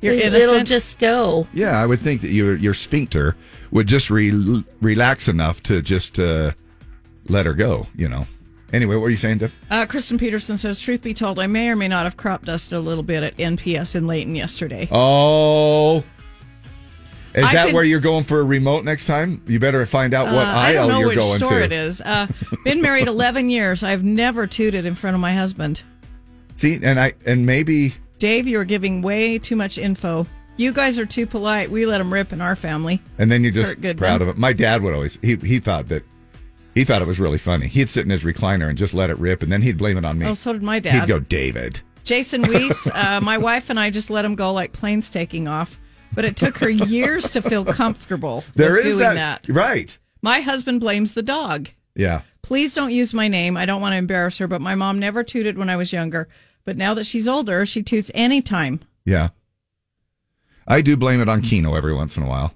Speaker 3: you're
Speaker 2: it, will
Speaker 3: innocent.
Speaker 2: just go.
Speaker 1: Yeah, I would think that your your sphincter would just re- relax enough to just uh, let her go. You know. Anyway, what are you saying, Deb?
Speaker 3: Uh, Kristen Peterson says, "Truth be told, I may or may not have crop dusted a little bit at NPS in Layton yesterday.
Speaker 1: Oh, is
Speaker 3: I
Speaker 1: that
Speaker 3: could-
Speaker 1: where you're going for a remote next time? You better find out what
Speaker 3: Uh, I
Speaker 1: aisle
Speaker 3: don't know
Speaker 1: you're
Speaker 3: which
Speaker 1: going
Speaker 3: store
Speaker 1: to.
Speaker 3: it is. Uh, been married 11 years. I've never tooted in front of my husband.
Speaker 1: See, and I and maybe
Speaker 3: Dave, you're giving way too much info. You guys are too polite. We let him rip in our family.
Speaker 1: and then you're just
Speaker 3: Kurt Goodman.
Speaker 1: proud of it. My dad would always he he thought that he thought it was really funny. He'd sit in his recliner and just let it rip, and then he'd blame it on me.
Speaker 3: Oh, so did my dad.
Speaker 1: He'd go, David.
Speaker 3: Jason Weiss, uh, my wife and I just let him go like planes taking off, but it took her years to feel comfortable
Speaker 1: There
Speaker 3: with
Speaker 1: is
Speaker 3: doing that.
Speaker 1: right?
Speaker 3: My husband blames the dog.
Speaker 1: Yeah.
Speaker 3: Please don't use my name. I don't want to embarrass her, but my mom never tooted when I was younger. But now that she's older, she toots anytime.
Speaker 1: Yeah. I do blame it on Kino every once in a while.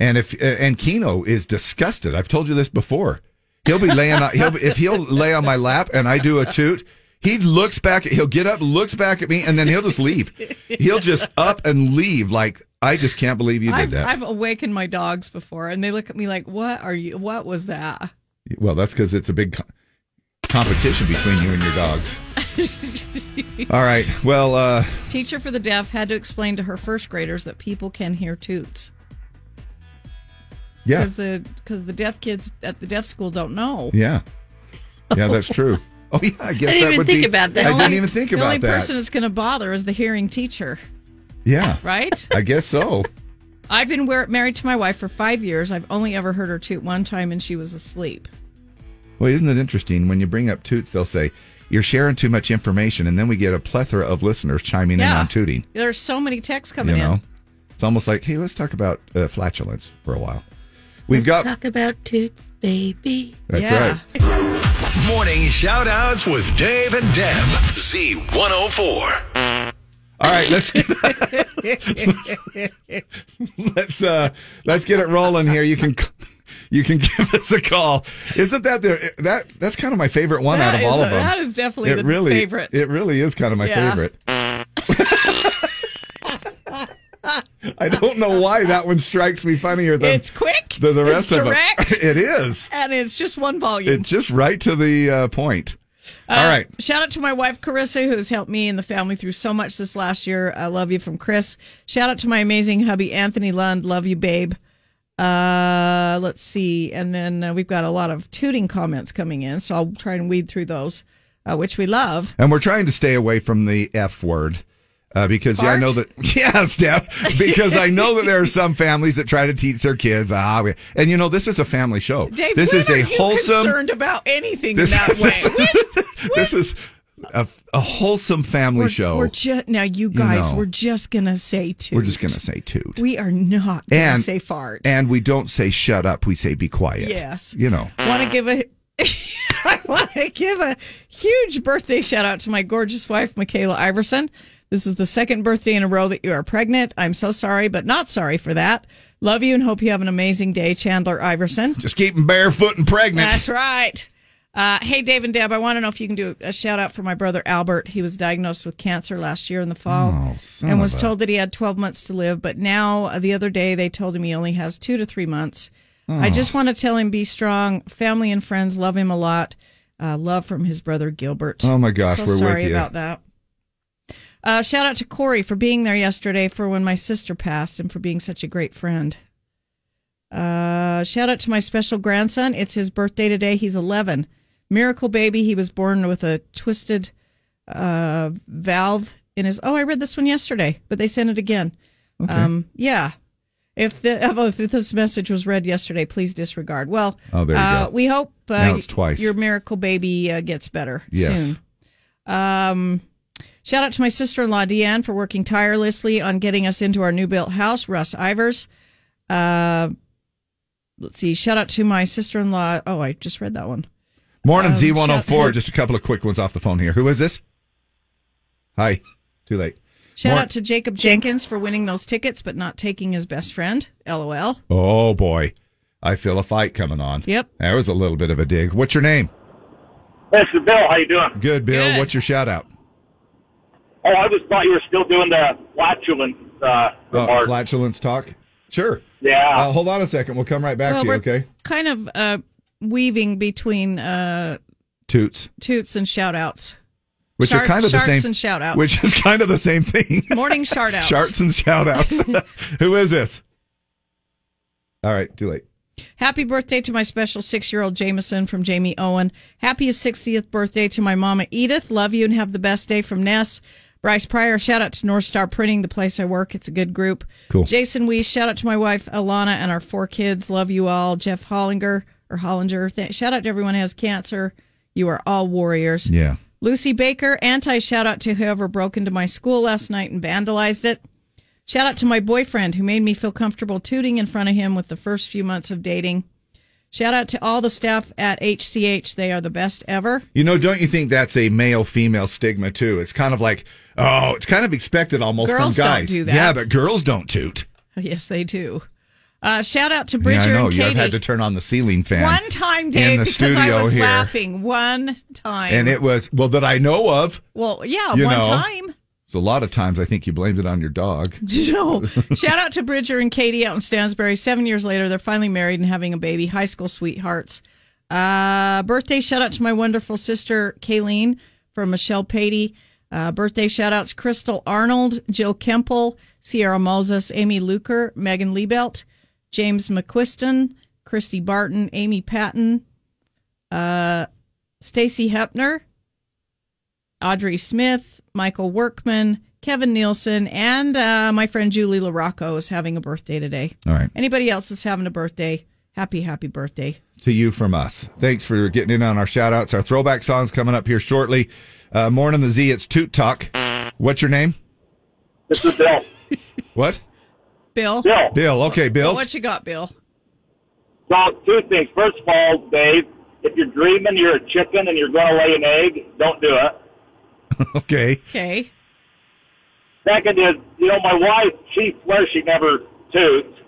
Speaker 1: And if uh, and Kino is disgusted. I've told you this before. He'll be laying on he'll be, if he'll lay on my lap and I do a toot, He looks back. He'll get up, looks back at me, and then he'll just leave. He'll just up and leave. Like I just can't believe you did
Speaker 3: I've,
Speaker 1: that.
Speaker 3: I've awakened my dogs before, and they look at me like, "What are you? What was that?"
Speaker 1: Well, that's because it's a big co- competition between you and your dogs. All right. Well, uh,
Speaker 3: Teacher for the deaf had to explain to her first graders that people can hear toots.
Speaker 1: yeah,
Speaker 3: Because the because the deaf kids at the deaf school don't know.
Speaker 1: yeah, yeah. That's true. Oh yeah, I guess that would be. I didn't even think
Speaker 3: The only
Speaker 1: about that.
Speaker 3: person that's going to bother is the hearing teacher,
Speaker 1: yeah,
Speaker 3: right?
Speaker 1: I guess so.
Speaker 3: I've been wer- married to my wife for five years. I've only ever heard her toot one time, and she was asleep.
Speaker 1: Well, isn't it interesting when you bring up toots? They'll say you're sharing too much information, and then we get a plethora of listeners chiming in on tooting.
Speaker 3: There's so many texts coming
Speaker 1: you know,
Speaker 3: in.
Speaker 1: it's almost like hey, let's talk about uh, flatulence for a while. We've got
Speaker 2: Talk about toots, baby.
Speaker 1: that's right.
Speaker 4: Morning shout outs with Dave and Deb. Z104.
Speaker 1: All right, let's get let's uh let's get it rolling here. You can you can give us a call. Isn't that the that that's kind of my favorite one
Speaker 3: That
Speaker 1: out of all
Speaker 3: is-
Speaker 1: of them.
Speaker 3: that is definitely the
Speaker 1: really,
Speaker 3: favorite.
Speaker 1: It really is kind of my
Speaker 3: Yeah.
Speaker 1: favorite. I don't know why that one strikes me funnier than
Speaker 3: It's quick.
Speaker 1: than the rest
Speaker 3: it's
Speaker 1: of
Speaker 3: direct,
Speaker 1: them. It is.
Speaker 3: and it's just one volume.
Speaker 1: It's just right to the uh, point. all
Speaker 3: Uh,
Speaker 1: right.
Speaker 3: Shout out to my wife, Carissa, who's helped me and the family through so much this last year. I love you from Chris. Shout out to my amazing hubby, Anthony Lund. Love you, babe. Uh, let's see. And then uh, we've got a lot of tooting comments coming in, so I'll try and weed through those, uh, which we love.
Speaker 1: And we're trying to stay away from the F word. Uh, because yeah, I know that yes, Deb. Because I know that there are some families that try to teach their kids. Ah, we, and you know this is a family show.
Speaker 3: Dave,
Speaker 1: this
Speaker 3: when
Speaker 1: is
Speaker 3: are
Speaker 1: a
Speaker 3: you
Speaker 1: wholesome.
Speaker 3: concerned about anything
Speaker 1: This-
Speaker 3: in that way.
Speaker 1: This is a, a wholesome family
Speaker 3: we're,
Speaker 1: show.
Speaker 3: we're
Speaker 1: We're,
Speaker 3: just now, you guys.
Speaker 1: know.
Speaker 3: We're just gonna say toot.
Speaker 1: just gonna say toot,
Speaker 3: We are not gonna
Speaker 1: And-
Speaker 3: say fart.
Speaker 1: and we don't say shut up. We say be quiet.
Speaker 3: Yes.
Speaker 1: you know.
Speaker 3: Want to give a I want to give a huge birthday shout out to my gorgeous wife Michaela Iverson. This is the second birthday in a row that you are pregnant. I'm so sorry, but not sorry for that. Love you and hope you have an amazing day, Chandler Iverson.
Speaker 1: Just keep them barefoot and pregnant.
Speaker 3: That's right. Uh, hey, Dave and Deb, I want to know if you can do a shout out for my brother Albert. He was diagnosed with cancer last year in the fall
Speaker 1: Oh, son
Speaker 3: and was
Speaker 1: of a-
Speaker 3: told that he had 12 months to live. But now, uh, the other day, they told him he only has two to three months. I
Speaker 1: Oh.
Speaker 3: just want to tell him be strong. Family and friends love him a lot. Uh, love from his brother Gilbert.
Speaker 1: Oh, my gosh,
Speaker 3: so
Speaker 1: we're with
Speaker 3: sorry
Speaker 1: you.
Speaker 3: about that. Uh, shout out to Corey for being there yesterday for when my sister passed and for being such a great friend. Uh, shout out to my special grandson. It's his birthday today. He's 11. Miracle baby. He was born with a twisted uh, valve in his. Oh, I read this one yesterday, but they sent it again.
Speaker 13: Okay.
Speaker 3: Um, yeah. If the oh, if this message was read yesterday, please disregard. Well,
Speaker 1: Oh, there you
Speaker 3: uh,
Speaker 1: go.
Speaker 3: we hope uh,
Speaker 1: Now it's twice.
Speaker 3: your miracle baby uh, gets better
Speaker 1: Yes.
Speaker 3: soon. Um, shout out to my sister in law, Deanne, for working tirelessly on getting us into our new built house, Russ Ivers. Uh, let's see. Shout out to my sister in law. Oh, I just read that one.
Speaker 1: Morning,
Speaker 3: Um,
Speaker 1: Z104.
Speaker 3: shout-
Speaker 1: Just a couple of quick ones off the phone here. Who is this? Hi. Too late.
Speaker 3: Shout
Speaker 1: Mor-
Speaker 3: out to Jacob Jenkins for winning those tickets but not taking his best friend. LOL.
Speaker 1: Oh boy, I feel a fight coming on.
Speaker 3: Yep.
Speaker 1: There was a little bit of a dig. What's your name?
Speaker 20: That's the Bill. How you doing?
Speaker 1: Good, Bill. What's your shout out?
Speaker 20: Oh, I just thought you were still doing the flatulence. Uh,
Speaker 1: Uh, flatulence talk. Sure.
Speaker 20: Yeah.
Speaker 1: Uh, hold on a second. We'll come right back
Speaker 3: Well,
Speaker 1: to you.
Speaker 3: we're
Speaker 1: Okay.
Speaker 3: Kind of uh, weaving between uh,
Speaker 1: Toots,
Speaker 3: toots and shout outs.
Speaker 1: which are kind of the same.
Speaker 3: and shout outs.
Speaker 1: Which is kind of the same thing.
Speaker 3: Morning shout outs.
Speaker 1: Sharts and shout outs. Who is this? All right. Too late.
Speaker 3: Happy birthday to my special six year old Jameson from Jamie Owen. Happy 60th birthday to my mama Edith. Love you and have the best day from Ness. Bryce Pryor, shout out to North Star Printing, the place I work. It's a good group.
Speaker 1: Cool.
Speaker 3: Jason Weiss, shout out to my wife Alana and our four kids. Love you all. Jeff Hollinger or Hollinger. Th- shout out to everyone who has cancer. You are all warriors.
Speaker 1: Yeah.
Speaker 3: Lucy Baker, anti shout out to whoever broke into my school last night and vandalized it. Shout out to my boyfriend who made me feel comfortable tooting in front of him with the first few months of dating. Shout out to all the staff at HCH. They are the best ever.
Speaker 1: You know, don't you think that's a male female stigma too? It's kind of like, oh, it's kind of expected almost
Speaker 3: Girls
Speaker 1: from
Speaker 3: don't
Speaker 1: guys.
Speaker 3: do that.
Speaker 1: Yeah, but girls don't toot.
Speaker 3: Yes, Oh, they do. Uh, shout out to Bridger
Speaker 1: yeah, I know.
Speaker 3: and
Speaker 1: You have
Speaker 3: Katie.
Speaker 1: had to turn on the ceiling fan.
Speaker 3: One time,
Speaker 1: in
Speaker 3: Dave,
Speaker 1: the
Speaker 3: because
Speaker 1: studio
Speaker 3: I was
Speaker 1: here.
Speaker 3: laughing. One time.
Speaker 1: And it was, well, that I know of.
Speaker 3: well, yeah,
Speaker 1: you
Speaker 3: one
Speaker 1: know.
Speaker 3: time.
Speaker 1: So a lot of times I think you blamed it on your dog.
Speaker 3: No. Shout out to Bridger and Katie out in Stansbury. Seven years later, they're finally married and having a baby. High school sweethearts. Uh, birthday shout out to my wonderful sister, Kayleen, from Michelle Patey. Uh, birthday shout outs Crystal Arnold, Jill Kemple, Sierra Moses, Amy Luker, Megan Liebelt, James McQuiston, Christy Barton, Amy Patton, uh, Stacy Hepner, Audrey Smith, Michael Workman, Kevin Nielsen, and uh, my friend Julie LaRocco is having a birthday today.
Speaker 1: All right.
Speaker 3: Anybody else that's having a birthday, happy, happy birthday.
Speaker 1: to you from us. Thanks for getting in on our shout outs. Our throwback songs coming up here shortly. Uh, more on the Z, it's Toot Talk. What's your name?
Speaker 20: This is Bill.
Speaker 1: What?
Speaker 3: Bill?
Speaker 1: Bill. Okay, Bill.
Speaker 3: What you got, Bill?
Speaker 20: Well, two things. First of all, Dave, if you're dreaming you're a chicken and you're going to lay an egg, don't do it.
Speaker 1: okay.
Speaker 3: Okay.
Speaker 20: Second is, you know, my wife, she swears she never toots.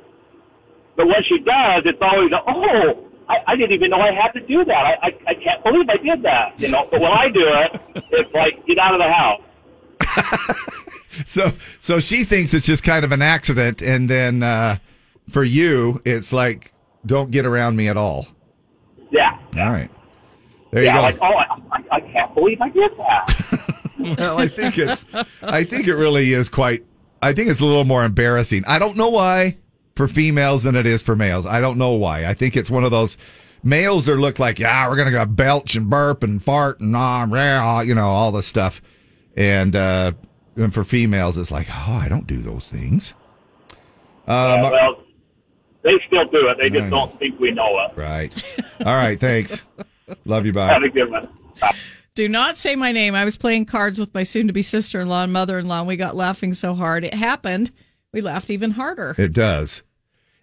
Speaker 20: But when she does, it's always, oh, I, I didn't even know I had to do that. I, I, I can't believe I did that, you know. But when I do it, it's like, get out of the house.
Speaker 1: So, so she thinks it's just kind of an accident. And then uh, for you, it's like, don't get around me at all.
Speaker 20: Yeah.
Speaker 1: All right. There
Speaker 20: yeah,
Speaker 1: you
Speaker 20: like,
Speaker 1: go.
Speaker 20: oh, I, I, I can't believe I did that.
Speaker 1: well, I think it's, I think it really is quite, I think it's a little more embarrassing. I don't know why for females than it is for males. I don't know why. I think it's one of those males are look like, yeah, we're going to go belch and burp and fart and ah, rah, you know, all this stuff. And, uh, and for females, it's like, oh, I don't do those things. Um,
Speaker 20: Yeah, well, they still do it. They just
Speaker 1: Nice.
Speaker 20: don't think we know it.
Speaker 1: right. All right. Thanks. Love you. Bye.
Speaker 20: Have a good one.
Speaker 3: Do not say my name. I was playing cards with my soon to be sister in law and mother in law, and we got laughing so hard. It happened. We laughed even harder.
Speaker 1: It does.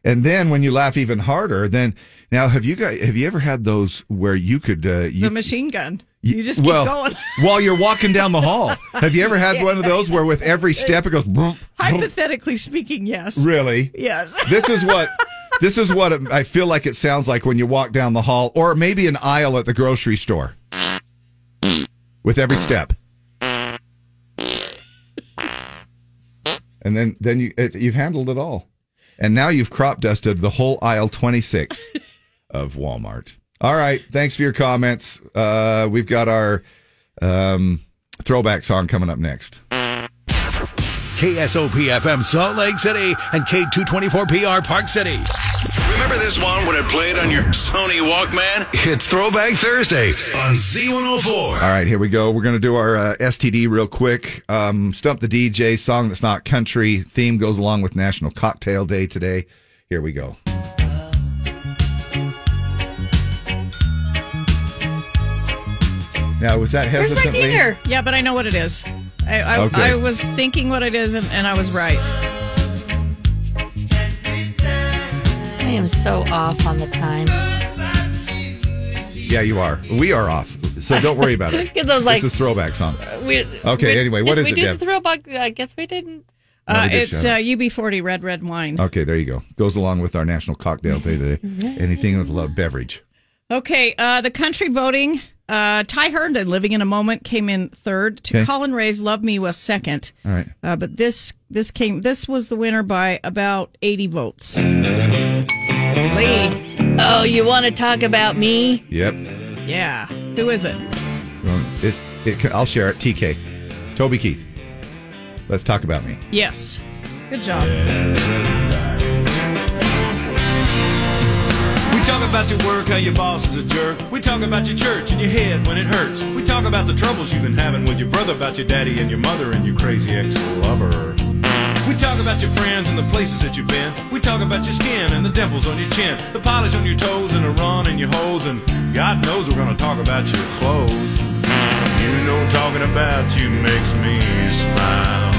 Speaker 1: And then when you laugh even harder, then now have you guys have you ever had those where you could uh, you
Speaker 3: the machine gun. You, just keep
Speaker 1: well,
Speaker 3: going.
Speaker 1: while you're walking down the hall? Have you ever had one of those where with every step it goes boom, boom?
Speaker 3: Hypothetically speaking, yes.
Speaker 1: Oh. really?
Speaker 3: Yes.
Speaker 1: This is what this is what it, I feel like it sounds like when you walk down the hall or maybe an aisle at the grocery store with every step. And then then you it, you've handled it all. And now you've crop dusted the whole aisle 26 of Walmart. All right, thanks for your comments. Uh, we've got our um, throwback song coming up next.
Speaker 4: KSOP FM Salt Lake City and K224PR Park City. Remember this one when it played on your Sony Walkman? It's Throwback Thursday on Z104.
Speaker 1: All right, here we go. We're going to do our uh, STD real quick. Um, Stump the DJ song that's not country theme goes along with National Cocktail Day today. Here we go. Now, was that
Speaker 3: Where's my
Speaker 1: hesitantly?
Speaker 3: beater? Yeah, but I know what it is. I, I,
Speaker 1: Okay.
Speaker 3: I was thinking what it is, and, and I was right.
Speaker 2: I am so off on the time.
Speaker 1: Yeah, you are. We are off, so don't worry about it.
Speaker 2: 'Cause I was like- uh,
Speaker 1: this is throwback song.
Speaker 2: We,
Speaker 1: Okay,
Speaker 2: we-
Speaker 1: anyway, what is
Speaker 2: did we
Speaker 1: it,
Speaker 2: do
Speaker 1: Deb?
Speaker 2: the throwback? I guess we didn't.
Speaker 1: Not
Speaker 3: Uh,
Speaker 1: a good
Speaker 3: it's uh,
Speaker 1: shout-out.
Speaker 3: UB40 Red Red Wine.
Speaker 1: Okay, there you go. Goes along with our National Cocktail Day today. Anything with love beverage.
Speaker 3: Okay, uh, the country voting. Uh, Ty Herndon, Living in a Moment, came in third. To
Speaker 1: Okay.
Speaker 3: Colin Ray's Love Me was second.
Speaker 1: All right.
Speaker 3: Uh, but this this came this was the winner by about 80 votes. Lee.
Speaker 2: Oh, you want to talk about me?
Speaker 1: Yep.
Speaker 3: Yeah. Who is it?
Speaker 1: Well, It's, it, I'll share it. TK, Toby Keith. Let's talk about me.
Speaker 3: Yes. Good job.
Speaker 16: We talk about your work, how your boss is a jerk. We talk about your church and your head when it hurts. We talk about the troubles you've been having with your brother, about your daddy and your mother and your crazy ex-lover. We talk about your friends and the places that you've been. We talk about your skin and the dimples on your chin, the polish on your toes and the run in your holes, and God knows we're gonna talk about your clothes. You know talking about you makes me smile.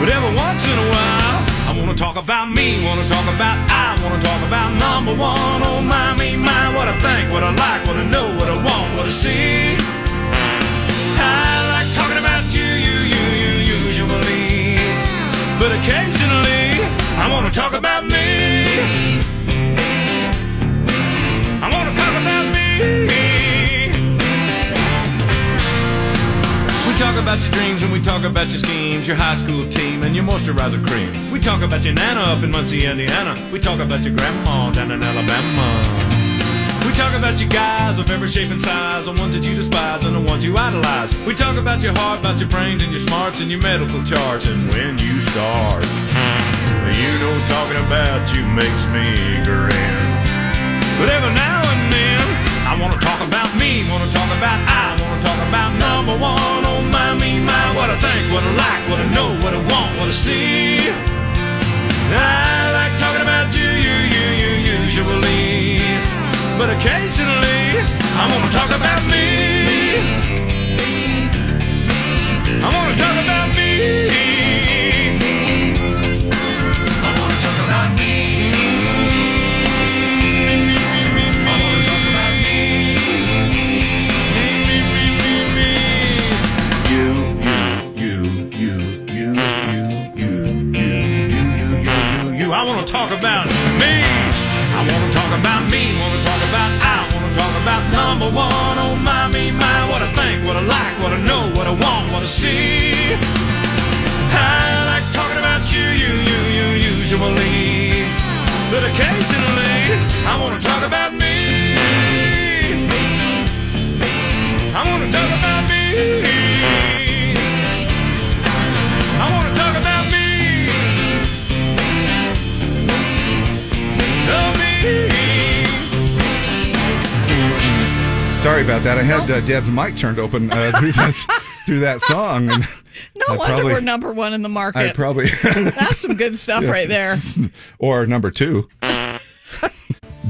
Speaker 16: But every once in a while, I wanna talk about me, wanna talk about I, wanna talk about number one. Oh my, me, my, what I think, what I like, what I know, what I want, what I see. I like talking about you, you, you, you, usually. But occasionally, I wanna talk about me. Then we talk about your schemes, your high school team, and your moisturizer cream. We talk about your nana up in Muncie, Indiana. We talk about your grandma down in Alabama. We talk about you guys of every shape and size, the ones that you despise and the ones you idolize. We talk about your heart, about your brains and your smarts and your medical charts and when you start. You know, talking about you makes me grin. But every now and then, I wanna talk about me, wanna talk about I, wanna talk about number one. Oh my, me, my, what I think, what I like, what I know, what I want, what I see. I like talking about you, you, you, you, usually. But occasionally, I wanna talk about me. I wanna talk about me. I wanna talk about me. I wanna talk about you. I want to talk about me. I want to talk about me. Want to talk about I. Want to talk about number one. Oh my, me, my. What I think, what I like, what I know, what I want, what I see. I like talking about you, you, you, you, usually. But occasionally, I want to talk about me. I want to talk about me. I want to talk about me.
Speaker 1: Sorry about that. I had uh, Deb's mic turned open uh, through, that, through that song. And
Speaker 3: No wonder we're number one in the
Speaker 1: I
Speaker 3: market.
Speaker 1: probably
Speaker 3: That's some good stuff right there.
Speaker 1: or number two.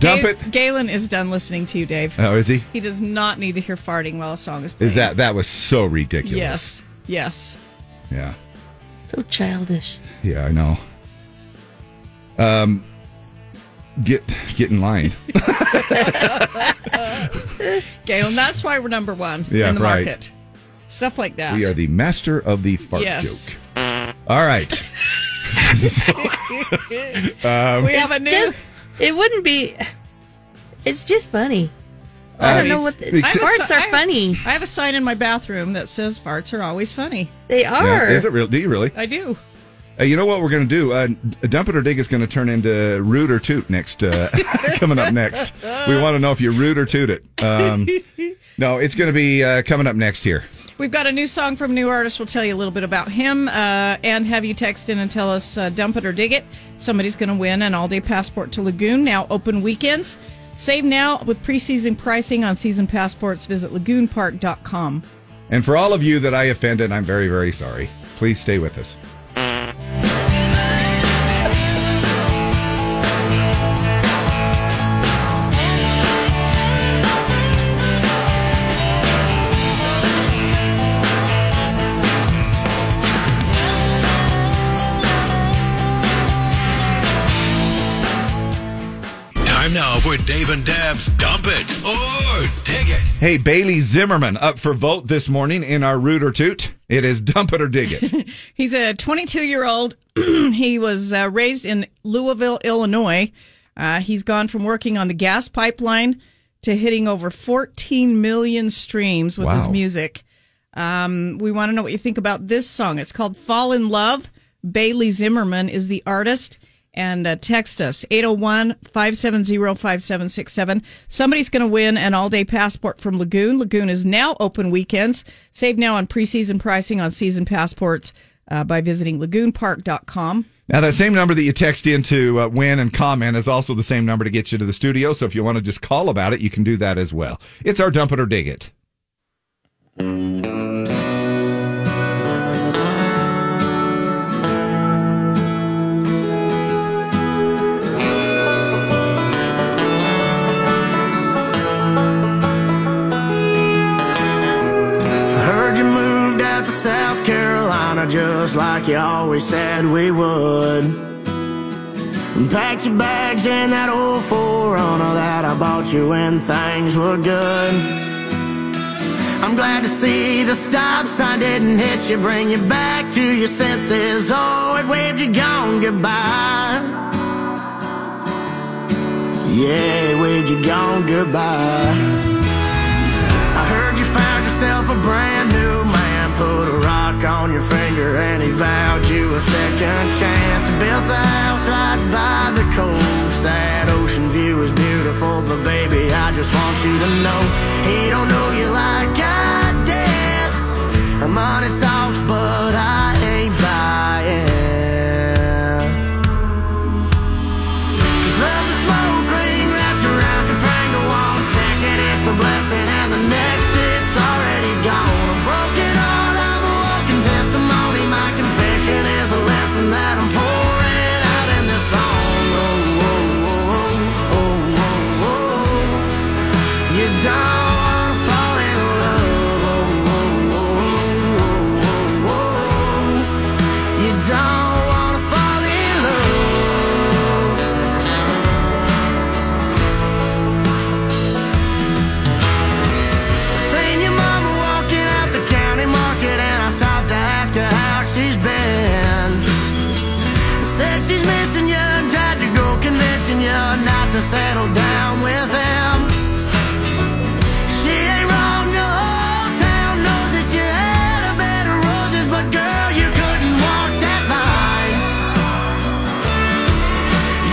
Speaker 1: Dump it.
Speaker 3: Galen is done listening to you, Dave.
Speaker 1: Oh, is he?
Speaker 3: He does not need to hear farting while a song is playing.
Speaker 1: Is that that was so ridiculous?
Speaker 3: Yes. Yes.
Speaker 1: Yeah.
Speaker 2: So childish.
Speaker 1: Yeah, I know. Um, get get in line.
Speaker 3: Galen, that's why we're number one
Speaker 1: Yeah,
Speaker 3: in the
Speaker 1: right.
Speaker 3: market. Stuff like that.
Speaker 1: we are the master of the fart
Speaker 3: Yes.
Speaker 1: joke. All right. um,
Speaker 3: we have a
Speaker 2: new. it wouldn't be. It's just funny. I don't
Speaker 1: Uh,
Speaker 2: know what the,
Speaker 3: I have a
Speaker 2: farts
Speaker 3: si-
Speaker 2: are
Speaker 3: I-
Speaker 2: funny.
Speaker 3: I have a sign in my bathroom that says farts are always funny.
Speaker 2: They
Speaker 1: yeah, is it real? Do you really?
Speaker 3: I do.
Speaker 1: Uh, you know what we're going to do? Uh, dump it or dig is going to turn into root or toot next. Uh, coming up next, we want to know if you root or toot it. Um, no, it's going to be uh, coming up next here.
Speaker 3: We've got a new song from new artist. We'll tell you a little bit about him uh, and have you text in and tell us uh, dump it or dig it. Somebody's going to win an all day passport to Lagoon, now open weekends. Save now with preseason pricing on season passports. Visit lagoonpark.com.
Speaker 1: And for all of you that I offended, I'm very, very sorry. Please stay with us.
Speaker 4: Time now for Dave and Deb's Dump It or Dig It.
Speaker 1: Hey, Bailey Zimmerman up for vote this morning in our root or toot. It is dump it or dig it.
Speaker 3: He's a 22 year old. he was uh, raised in Louisville, Illinois. Uh, he's gone from working on the gas pipeline to hitting over 14 million streams with his
Speaker 6: Wow.
Speaker 3: music. Um, we want to know what you think about this song. It's called Fall in Love. Bailey Zimmerman is the artist. And uh, text us 801 570 5767. Somebody's going to win an all day passport from Lagoon. Lagoon is now open weekends. Save now on preseason pricing on season passports uh, by visiting lagoonpark.com.
Speaker 1: now, that same number that you text in to uh, win and comment is also the same number to get you to the studio. So if you want to just call about it, you can do that as well. It's our dump it or dig it.
Speaker 6: I heard you moved out to South Carolina just like you always said we would. And packed your bags in that old Forerunner that I bought you when things were good. I'm glad to see the stop sign didn't hit you, bring you back to your senses. Oh, it waved you gone goodbye. Yeah, it waved you gone goodbye. I heard you found yourself a brand new man. Put a rock on your a second chance. Built a house right by the coast. That ocean view is beautiful, but baby, I just want you to know he don't know you like I did. I'm on it talks, but I ain't buying. 'Cause love's a slow green wrapped around your finger. One second it's a blessing, and the next it's already gone. I'm broken on, I'm a walking testimony. My confession is a lesson that I'm pouring out in this song. Oh, oh, oh, oh, oh, oh. You don't wanna fall in love. Oh, oh, oh, oh, oh, oh. You don't wanna fall in love. Seen your mama walking out the county market, and I stopped to ask her how she's been. Said she's missing you and tried to go convincing you not to settle down with him. She ain't wrong, the whole Oh, town knows that you had a bed of roses, but girl, you couldn't walk that line.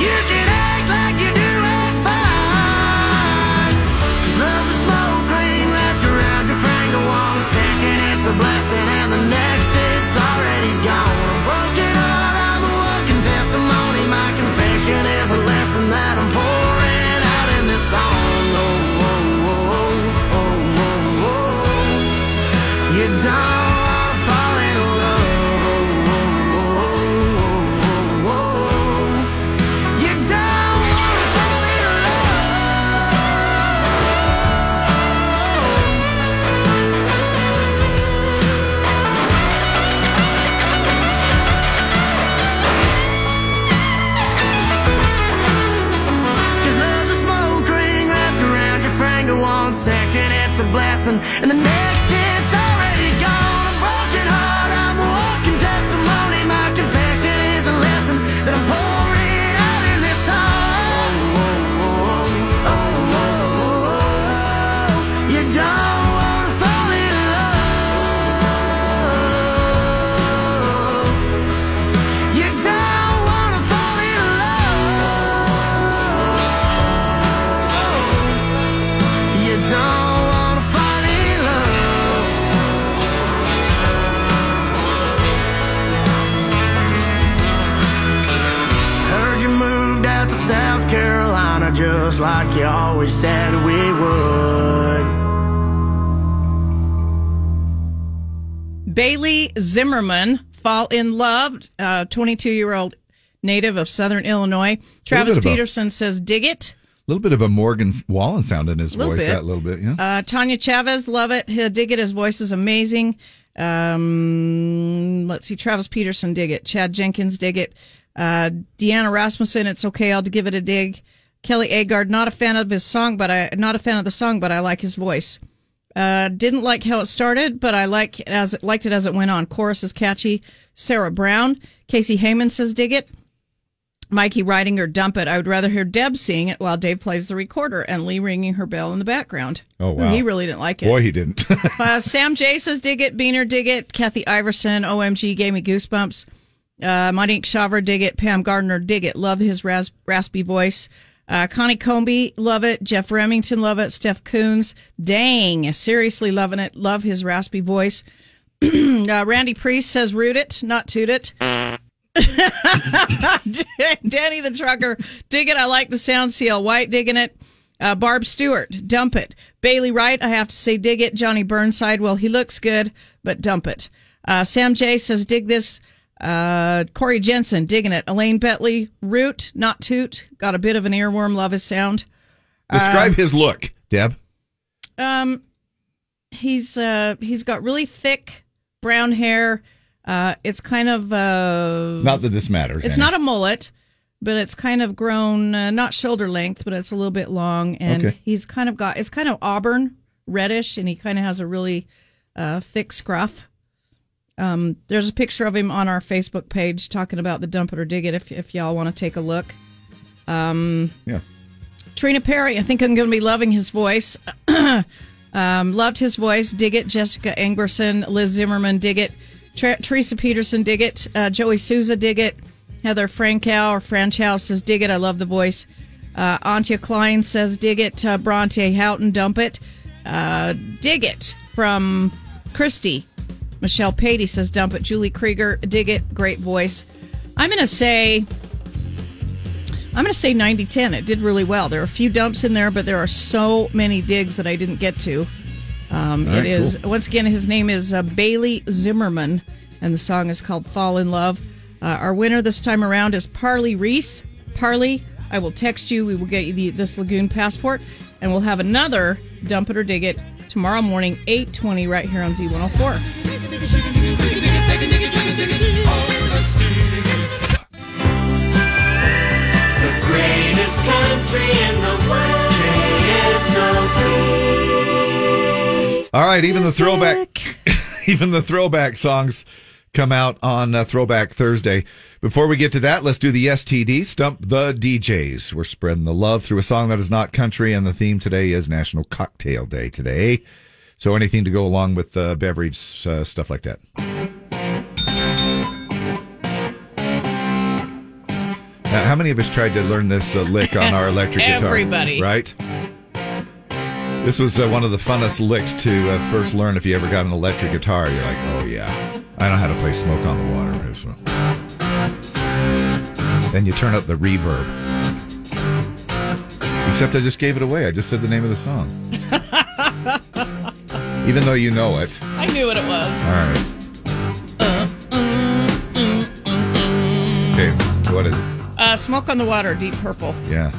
Speaker 6: You can act like you do it fine. Cause love's a slow green wrapped around your finger. One second it's a blessing, and the next it's already gone. I'm broken heart, I'm a walking testimony. My confession is a lesson that I'm pouring out in this song. Oh, oh, oh, oh, oh, oh, oh. You don't wanna fall in love. Oh, oh, oh, oh, oh, oh, oh. You don't wanna fall in love. Cause love's a smoke ring wrapped around your finger. One second it's a blessing, and the next it's already gone. A broken heart, I'm a walking testimony. My confession is a lesson that I'm pouring out in this song. Oh, oh, oh, oh, oh, oh, oh. You don't wanna fall in love. You don't wanna fall in love. You don't wanna fall in love. Heard you moved out to South Carolina just like you always said we would.
Speaker 3: Bailey Zimmerman, Fall in Love, 22 year old native of Southern Illinois. Travis
Speaker 1: bit about-
Speaker 3: Peterson says, Dig it.
Speaker 1: little bit of a Morgan Wallen sound in his
Speaker 3: Little
Speaker 1: voice.
Speaker 3: bit.
Speaker 1: That little bit, yeah.
Speaker 3: Uh, Tanya Chavez, love it. He'll dig it. His voice is amazing. Um, let's see. Travis Peterson, dig it. Chad Jenkins, dig it. Uh, Deanna Rasmussen, it's okay. I'll give it a dig. Kelly Agard, not a fan of his song, but I not a fan of the song, but I like his voice. Uh, didn't like how it started, but I like it as liked it as it went on. Chorus is catchy. Sarah Brown, Casey Heyman says dig it. Mikey writing or dump it. I would rather hear Deb sing it while Dave plays the recorder and Lee ringing her bell in the background.
Speaker 1: Oh, wow.
Speaker 3: He really didn't like it.
Speaker 1: Boy, he didn't.
Speaker 3: uh, Sam J says dig it. Beaner dig it. Kathy Iverson, OMG, gave me goosebumps. Uh, Monique Shaver dig it. Pam Gardner dig it. Love his ras- raspy voice. Uh, Connie Comby, love it. Jeff Remington, love it. Steph Coons, dang, seriously loving it. Love his raspy voice. uh, Randy Priest says root it, not toot it. Danny the trucker, dig it. I like the sound seal. White digging it. Uh, Barb Stewart, dump it. Bailey Wright, I have to say, dig it. Johnny Burnside, well, he looks good, but dump it. Uh, Sam J says, dig this. Uh, Corey Jensen, digging it. Elaine Bentley, root, not toot. Got a bit of an earworm. Love his sound.
Speaker 1: Describe
Speaker 3: Um,
Speaker 1: his look, Deb.
Speaker 3: um, he's uh he's got really thick brown hair. Uh, it's kind of uh
Speaker 1: Not that this matters.
Speaker 3: it's not a mullet, but it's kind of grown uh, not shoulder length, but it's a little bit long, and
Speaker 1: Okay.
Speaker 3: he's kind of got it's kind of auburn reddish, and he kind of has a really uh, thick scruff. Um, there's a picture of him on our Facebook page talking about the dump it or dig it. If if y'all want to take a look, um,
Speaker 1: yeah.
Speaker 3: Trina Perry, I think I'm going to be loving his voice. um, loved his voice. Dig it. Jessica Angerson, Liz Zimmerman, dig it. Tre- Teresa Peterson, dig it. Uh, Joey Souza, dig it. Heather Frankow or Franchow says, dig it. I love the voice. Uh, Antia Klein says, dig it. Uh, Bronte Houghton, dump it. Uh, dig it from Christy. Michelle Patey says, dump it. Julie Krieger, dig it. Great voice. I'm going to say. I'm going to say 90 10. It did really well. There are a few dumps in there, but there are so many digs that I didn't get to. Um,
Speaker 13: All
Speaker 3: it
Speaker 13: right,
Speaker 3: is,
Speaker 13: cool.
Speaker 3: once again, his name is uh, Bailey Zimmerman, and the song is called Fall in Love. Uh, our winner this time around is Parley Reese. Parley, I will text you. We will get you the, this Lagoon passport, and we'll have another Dump It or Dig It tomorrow morning, 820, right here on Z104.
Speaker 13: The greatest country in the world.
Speaker 1: All right, even the throwback, even the throwback songs come out on uh, Throwback Thursday. Before we get to that, let's do the STD stump the DJs. We're spreading the love through a song that is not country, and the theme today is National Cocktail Day today. So anything to go along with uh, beverage uh, stuff like that. Now, how many of us tried to learn this uh, lick on our electric guitar?
Speaker 3: Everybody.
Speaker 1: right? This was uh, one of the funnest licks to uh, first learn if you ever got an electric guitar. You're like, oh yeah, I know how to play Smoke on the Water. It's, uh, Then you turn up the reverb. Except I just gave it away. I just said the name of the song. Even though you know it.
Speaker 3: I knew what it was.
Speaker 1: All right. Okay, what is it?
Speaker 3: Uh, Smoke on the Water, Deep Purple.
Speaker 1: Yeah.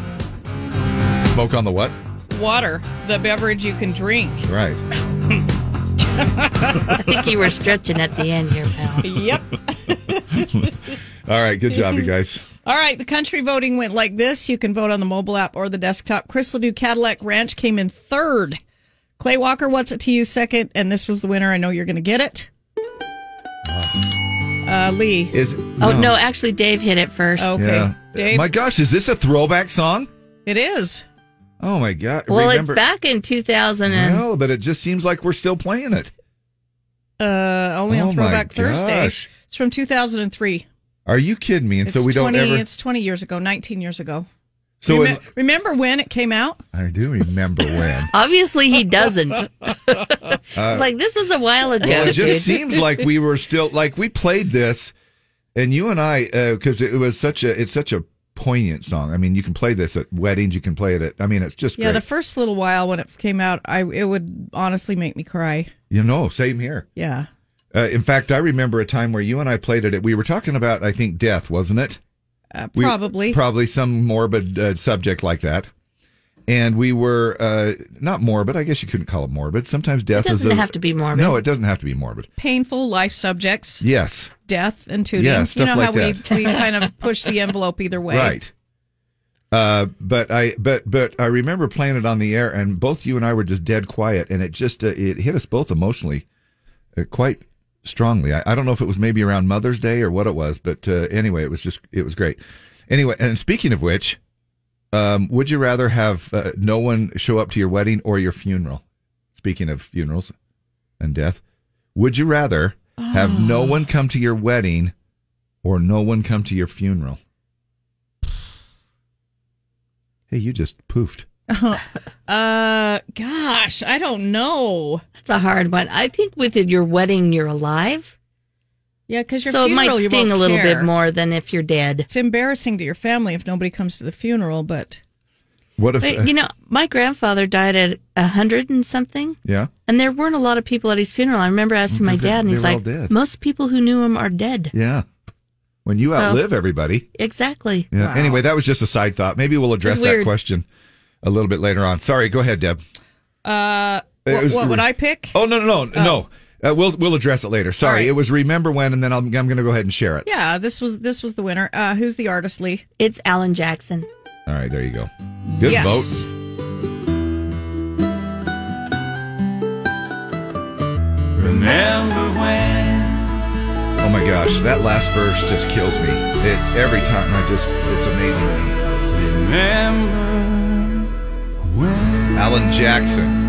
Speaker 1: Smoke on the what?
Speaker 3: Water, the beverage you can drink.
Speaker 1: Right.
Speaker 2: I think you were stretching at the end here, pal.
Speaker 3: Yep.
Speaker 1: All right, good job, you guys.
Speaker 3: All right, the country voting went like this. You can vote on the mobile app or the desktop. Chris Ledoux Cadillac Ranch came in third. Clay Walker, what's it to you? Second, and this was the winner. I know you're going to get it. Uh, Lee.
Speaker 1: Is
Speaker 2: Oh no, actually, Dave hit it first.
Speaker 3: Okay,
Speaker 1: Yeah. My gosh, is this a throwback song?
Speaker 3: It is.
Speaker 1: Oh my god.
Speaker 2: Well,
Speaker 1: Remember-
Speaker 2: it's back in 2000 and
Speaker 1: Well, but it just seems like we're still playing it.
Speaker 3: Uh, only
Speaker 1: Oh,
Speaker 3: on
Speaker 1: my
Speaker 3: Throwback Thursday.
Speaker 1: gosh.
Speaker 3: It's from 2003.
Speaker 1: Are you kidding me? And
Speaker 3: it's
Speaker 1: so we don't
Speaker 3: 20,
Speaker 1: ever.
Speaker 3: It's 20 years ago, 19 years ago.
Speaker 1: So
Speaker 3: Remem-
Speaker 1: it-
Speaker 3: remember when it came out?
Speaker 1: I do remember when.
Speaker 2: Obviously, he doesn't.
Speaker 1: Uh,
Speaker 2: like this was a while ago.
Speaker 1: well, it
Speaker 2: dude.
Speaker 1: just seems like we were still like we played this, and you and I because it was such a it's such a poignant song. I mean, you can play this at weddings. You can play it at. I mean, it's just
Speaker 3: Yeah, the
Speaker 1: great.
Speaker 3: first little while when it came out, I it would honestly make me cry.
Speaker 1: you know, same here.
Speaker 3: Yeah.
Speaker 1: Uh, in fact, I remember a time where you and I played it. At, we were talking about, I think, death, wasn't it?
Speaker 3: Uh,
Speaker 1: We-
Speaker 3: probably.
Speaker 1: probably some morbid uh, subject like that. And we were uh, not morbid. I guess you couldn't call it morbid. Sometimes death is
Speaker 3: doesn't
Speaker 1: a-
Speaker 3: have to be morbid.
Speaker 1: No, it doesn't have to be morbid.
Speaker 3: Painful life subjects,
Speaker 1: Yes,
Speaker 3: death, and tooting.
Speaker 1: Yeah, stuff
Speaker 3: you know how
Speaker 1: like that.
Speaker 3: we we kind of push the envelope either way.
Speaker 1: right. Uh, but I but but I remember playing it on the air, and both you and I were just dead quiet, and it just uh, it hit us both emotionally uh, quite strongly. I, I don't know if it was maybe around Mother's Day or what it was, but uh, anyway, it was just it was great. Anyway, and speaking of which, um, would you rather have uh, no one show up to your wedding or your funeral? Speaking of funerals and death, would you rather have no
Speaker 3: Ah.
Speaker 1: one come to your wedding or no one come to your funeral? Hey, you just poofed.
Speaker 3: Uh-huh. Uh, gosh, I don't know.
Speaker 2: That's a hard one. I think with your wedding, you're alive,
Speaker 3: Yeah, because your
Speaker 2: so it might
Speaker 3: funeral, you
Speaker 2: sting
Speaker 3: won't
Speaker 2: a little
Speaker 3: care.
Speaker 2: bit more than if you're dead.
Speaker 3: It's embarrassing to your family if nobody comes to the funeral, but
Speaker 1: What if uh,
Speaker 2: But, you know, my grandfather died at a hundred and something,
Speaker 1: Yeah.
Speaker 2: and there weren't a lot of people at his funeral. I remember asking my
Speaker 1: Because they-
Speaker 2: dad, and
Speaker 1: they
Speaker 2: he's
Speaker 1: were all
Speaker 2: like,
Speaker 1: dead.
Speaker 2: "Most people who knew him are dead."
Speaker 1: Yeah. When you
Speaker 2: So-
Speaker 1: outlive everybody.
Speaker 2: Exactly.
Speaker 1: Yeah. Anyway, that was just a side thought. Maybe we'll address
Speaker 2: It's
Speaker 1: that
Speaker 2: weird.
Speaker 1: question a little bit later on. Sorry, go ahead, Deb.
Speaker 3: uh,
Speaker 1: It
Speaker 3: what,
Speaker 1: was-
Speaker 3: what would I pick?
Speaker 1: Oh no, no, no, no. Uh, we'll we'll address it later. Sorry, it was remember when, and then I'm, I'm going to go ahead and share it.
Speaker 3: Yeah, this was this was the winner. Uh, who's the artist, Lee?
Speaker 2: It's Alan Jackson.
Speaker 1: All right, there you go. Good
Speaker 3: Yes.
Speaker 1: vote.
Speaker 13: Remember when?
Speaker 1: Oh my gosh, that last verse just kills me. It every time. I just it's amazing.
Speaker 13: Remember
Speaker 1: Alan Jackson.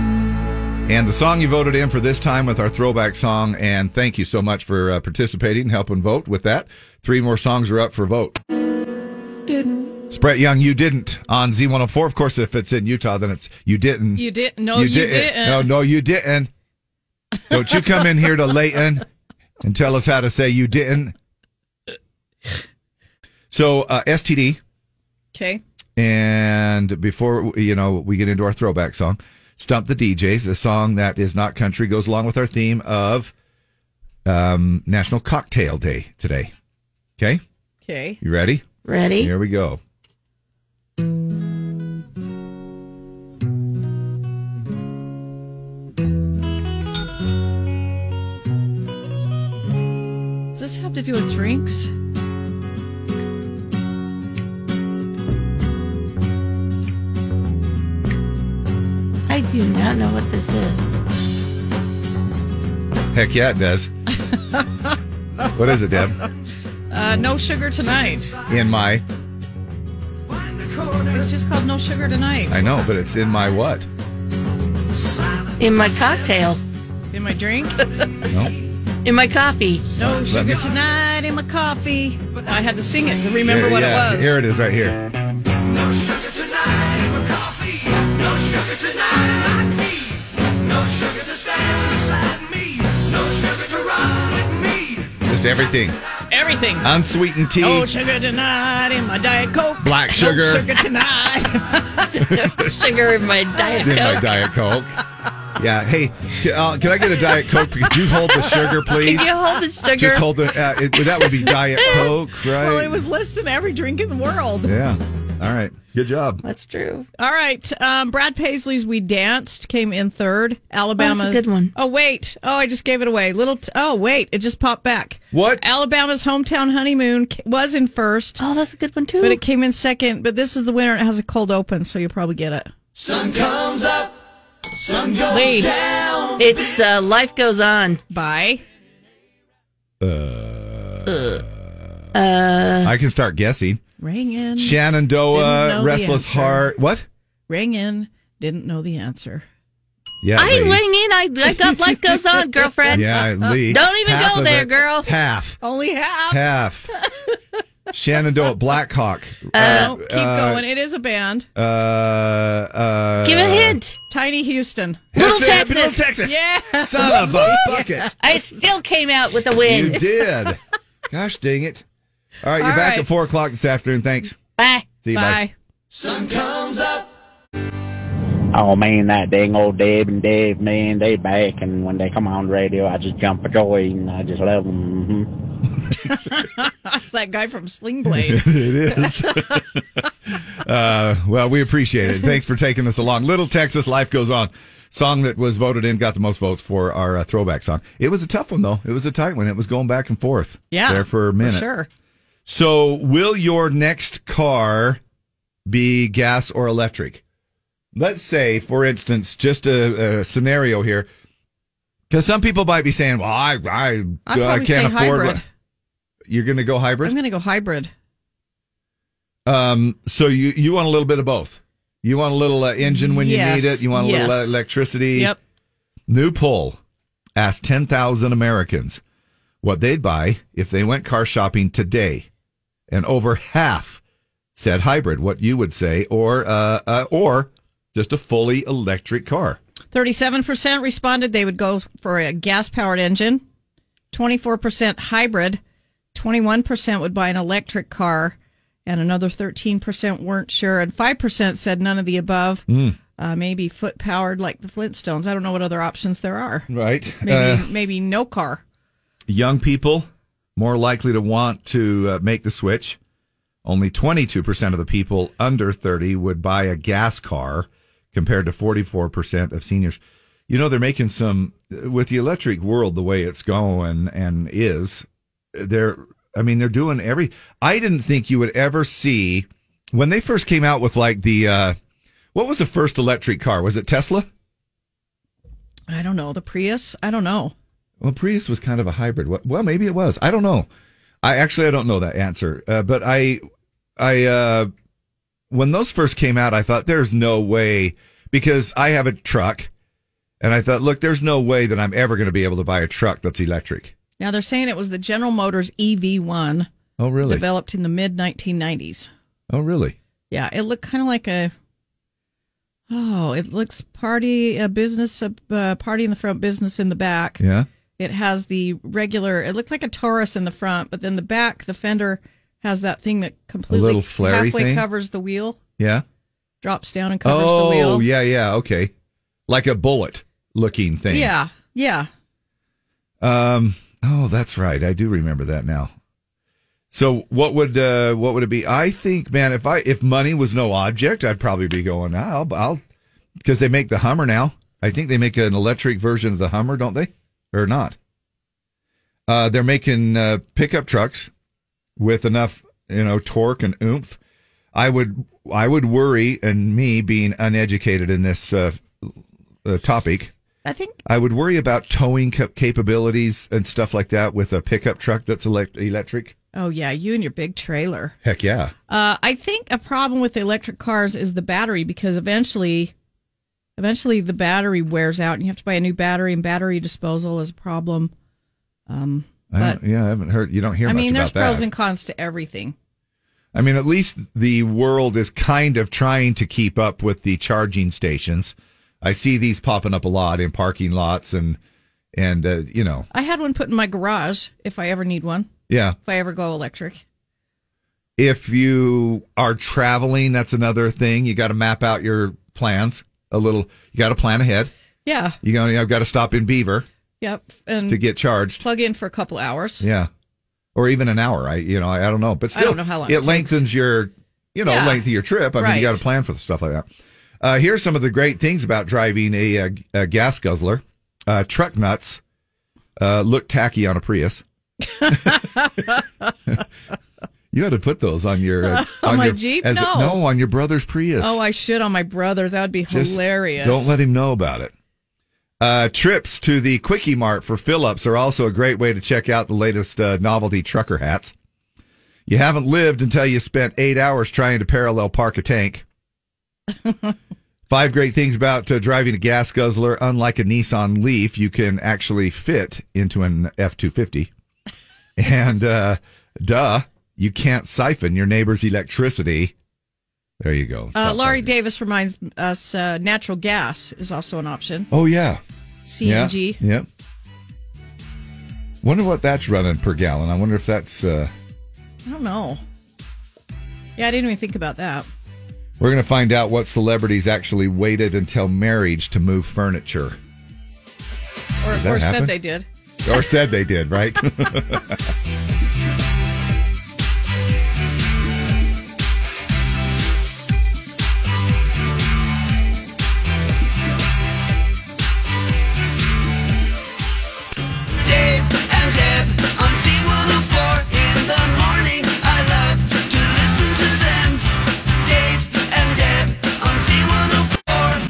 Speaker 1: And the song you voted in for this time with our throwback song. And thank you so much for uh, participating and helping vote with that. Three more songs are up for vote.
Speaker 3: Didn't.
Speaker 1: It's Brett Young, you didn't on Z104. Of course, if it's in Utah, then it's you didn't.
Speaker 3: You didn't. No, you didn't.
Speaker 1: No, no, you didn't. Don't you come in here to Layton and tell us how to say you didn't. So, uh, STD.
Speaker 3: Okay.
Speaker 1: And before you know, we get into our throwback song, "Stump the DJs," a song that is not country, goes along with our theme of um, National Cocktail Day today. Okay,
Speaker 3: Okay.
Speaker 1: you ready?
Speaker 2: Ready.
Speaker 1: Here we go.
Speaker 3: Does this have to do with drinks?
Speaker 2: I do not know what this is.
Speaker 1: Heck yeah, it does. What is it, Deb?
Speaker 3: Uh, no sugar tonight.
Speaker 1: In my,
Speaker 3: It's just called No Sugar Tonight.
Speaker 1: I know, but it's in my what?
Speaker 2: In my cocktail.
Speaker 3: In my drink?
Speaker 1: No,
Speaker 2: In my coffee.
Speaker 3: No
Speaker 1: Let me-
Speaker 3: sugar tonight in my coffee. I had to sing it to remember
Speaker 1: Yeah,
Speaker 3: what
Speaker 1: yeah,
Speaker 3: it was.
Speaker 1: Here it is, right
Speaker 13: No
Speaker 1: here.
Speaker 13: sugar tonight in my coffee. No sugar tonight in my tea. No sugar to stand beside me. No sugar to run with me.
Speaker 1: Just everything.
Speaker 3: Everything.
Speaker 1: Unsweetened tea.
Speaker 3: No sugar tonight in my Diet Coke.
Speaker 1: Black sugar.
Speaker 3: No sugar tonight. no sugar in my Diet
Speaker 1: in my diet coke. Yeah. Hey, can, uh, can I get a diet coke? Could you hold the sugar, please?
Speaker 3: Can you hold the sugar?
Speaker 1: Just hold the. Uh, it, that would be diet coke, right?
Speaker 3: Well, it was listed in every drink in the world.
Speaker 1: Yeah. All right. Good job.
Speaker 2: That's true.
Speaker 3: All right. Um, Brad Paisley's We Danced came in third. Alabama.
Speaker 2: good one.
Speaker 3: Oh, wait. Oh, I just gave it away. Little. T- oh, wait. It just popped back.
Speaker 1: What?
Speaker 3: Alabama's Hometown Honeymoon ca- was in first.
Speaker 2: Oh, that's a good one, too.
Speaker 3: But it came in second. But this is the winner. and It has a cold open, so you'll probably get it.
Speaker 13: Sun comes up. Sun goes
Speaker 3: Lead.
Speaker 13: down.
Speaker 2: It's uh, Life Goes On.
Speaker 3: Bye.
Speaker 2: Uh,
Speaker 1: I can start guessing.
Speaker 3: Ringing. Didn't know
Speaker 1: Shenandoah,
Speaker 3: the
Speaker 1: Restless
Speaker 3: answer.
Speaker 1: Heart. What?
Speaker 3: Ringing. Didn't know the answer.
Speaker 1: Yeah.
Speaker 2: I ain't
Speaker 1: Lee.
Speaker 2: ringing. I, I got Life Goes On, girlfriend.
Speaker 1: Yeah, Lee.
Speaker 2: Don't even
Speaker 1: Half
Speaker 2: go
Speaker 1: of
Speaker 2: there,
Speaker 1: it.
Speaker 2: girl.
Speaker 1: Half.
Speaker 3: Only half.
Speaker 1: Half. Shenandoah, Blackhawk.
Speaker 3: No, Uh, keep going. It is a band.
Speaker 1: Uh, uh,
Speaker 3: Tiny Houston.
Speaker 1: Little Texas. Little Texas.
Speaker 3: Yeah.
Speaker 1: Son of a bucket.
Speaker 2: I still came out with a
Speaker 1: You
Speaker 2: win.
Speaker 1: did. Gosh dang it. All right, you're
Speaker 2: All
Speaker 1: back
Speaker 2: right.
Speaker 1: at 4 o'clock this afternoon. Thanks.
Speaker 2: Bye.
Speaker 1: See you, bye.
Speaker 13: Sun comes up.
Speaker 8: Oh man, that dang old Deb and Dave, man, they back, and when they come on the radio, I just jump for joy, and I just love them. hmm
Speaker 3: That's that guy from Sling Blade.
Speaker 1: it is. uh, well, we appreciate it. Thanks for taking us along. Little Texas Life Goes On. Song that was voted in got the most votes for our uh, throwback song. It was a tough one, though. It was a tight one. It was going back and forth.
Speaker 3: Yeah.
Speaker 1: There for a minute.
Speaker 3: sure.
Speaker 1: So, will your next car be gas or electric? Let's say, for instance, just a, a scenario here, because some people might be saying, "Well, I I,
Speaker 3: I'd probably
Speaker 1: I
Speaker 3: say
Speaker 1: can't afford."
Speaker 3: hybrid.
Speaker 1: one." You're going to go hybrid.
Speaker 3: I'm going to go hybrid.
Speaker 1: Um, so you you want a little bit of both. You want a little uh, engine when
Speaker 3: Yes,
Speaker 1: you need it. You want a little uh,
Speaker 3: yes.
Speaker 1: electricity.
Speaker 3: Yep.
Speaker 1: New poll asked ten thousand Americans what they'd buy if they went car shopping today, and over half said hybrid. What you would say, or uh, uh or just a fully electric car.
Speaker 3: 37% responded they would go for a gas powered engine. 24% hybrid. 21% would buy an electric car. And another 13% weren't sure. And 5% said none of the above.
Speaker 1: Mm.
Speaker 3: Uh, maybe foot powered like the Flintstones. I don't know what other options there are.
Speaker 1: Right.
Speaker 3: Maybe,
Speaker 1: Uh,
Speaker 3: maybe no car.
Speaker 1: young people more likely to want to uh, make the switch. Only 22% of the people under 30 would buy a gas car compared to 44% of seniors. You know, they're making some, uh, with the electric world the way it's going and is, they're, I mean, they're doing every, I didn't think you would ever see when they first came out with like the, uh, what was the first electric car? Was it Tesla?
Speaker 3: I don't know. The Prius? I don't know.
Speaker 1: Well, Prius was kind of a hybrid. Well- Well, maybe it was. I don't know. I actually I don't know that answer. Uh, but I, I uh, when those first came out, I thought there's no way because I have a truck, And I thought, look, there's no way that I'm ever going to be able to buy a truck that's electric.
Speaker 3: Now they're saying it was the General Motors EV1
Speaker 1: Oh, really?
Speaker 3: developed in the mid 1990s.
Speaker 1: oh, really?
Speaker 3: Yeah, it looked kind of like a. Oh, it looks party a business a uh, party in the front, business in the back.
Speaker 1: Yeah.
Speaker 3: It has the regular. It looked like a Taurus in the front, but then the back, the fender has that thing that completely
Speaker 1: little flary
Speaker 3: halfway
Speaker 1: thing?
Speaker 3: covers the wheel,
Speaker 1: Yeah.
Speaker 3: drops down and covers
Speaker 1: oh,
Speaker 3: the wheel.
Speaker 1: yeah, yeah. Okay. Like a bullet looking thing.
Speaker 3: Yeah, yeah.
Speaker 1: Um. Oh, that's right. I do remember that now. So what would uh, what would it be? I think, man, if I if money was no object, I'd probably be going. I'll I'll because they make the Hummer now. I think they make an electric version of the Hummer, don't they? Or not? Uh, they're making uh, pickup trucks with enough you know torque and oomph. I would I would worry, and me being uneducated in this uh, uh, topic,
Speaker 3: I think
Speaker 1: I would worry about towing cap- capabilities and stuff like that with a pickup truck that's elect- electric.
Speaker 3: Oh yeah, you and your big trailer.
Speaker 1: Heck yeah.
Speaker 3: Uh, I think a problem with the electric cars is the battery because eventually, eventually the battery wears out and you have to buy a new battery. And battery disposal is a problem. Um,
Speaker 1: I
Speaker 3: but
Speaker 1: don't, yeah, I haven't heard. You don't hear
Speaker 3: I
Speaker 1: much
Speaker 3: mean, there's
Speaker 1: about that.
Speaker 3: pros and cons to everything.
Speaker 1: I mean, at least the world is kind of trying to keep up with the charging stations. I see these popping up a lot in parking lots and and uh, you know,
Speaker 3: I had one put in my garage if I ever need one.
Speaker 1: yeah.
Speaker 3: If I ever go electric.
Speaker 1: If you are traveling, that's another thing. You got to map out your plans a little. You got to plan ahead.
Speaker 3: Yeah.
Speaker 1: You got I've got to stop in Beaver
Speaker 3: Yep. And
Speaker 1: to get charged.
Speaker 3: plug in for a couple hours.
Speaker 1: Yeah. Or even an hour. I you know, I, I don't know. But
Speaker 3: I
Speaker 1: still
Speaker 3: don't know how long
Speaker 1: it,
Speaker 3: it takes.
Speaker 1: lengthens your you know,
Speaker 3: Yeah.
Speaker 1: length of your trip. I mean you
Speaker 3: Right.
Speaker 1: gotta plan for stuff like that. Uh here's some of the great things about driving a, uh g- a gas guzzler. Uh truck nuts uh look tacky on a Prius. you had to put those on your uh,
Speaker 3: On
Speaker 1: on
Speaker 3: my
Speaker 1: your,
Speaker 3: Jeep?
Speaker 1: as-
Speaker 3: No.
Speaker 1: no, on your brother's Prius.
Speaker 3: Oh, I should on my brother. That would be
Speaker 1: Just
Speaker 3: hilarious.
Speaker 1: Don't let him know about it. Uh, trips to the Quickie Mart for Phillips are also a great way to check out the latest uh, novelty trucker hats. You haven't lived until you spent eight hours trying to parallel park a tank. Five great things about uh, driving a gas guzzler. Unlike a Nissan Leaf, you can actually fit into an F 250. And uh, duh, you can't siphon your neighbor's electricity. There you go.
Speaker 3: Uh, Laurie Davis reminds us uh, natural gas is also an option.
Speaker 1: Oh yeah,
Speaker 3: CNG.
Speaker 1: Yeah. Yep. Wonder what that's running per gallon. I wonder if that's. Uh,
Speaker 3: I don't know. Yeah, I didn't even think about that.
Speaker 1: we're gonna find out what celebrities actually waited until marriage to move furniture,
Speaker 3: Or,
Speaker 1: Did that
Speaker 3: or
Speaker 1: happen?
Speaker 3: said they did.
Speaker 1: or said they did, right?
Speaker 13: Dave and Deb on C104 in the morning. I love to listen to them. Dave and Deb on oh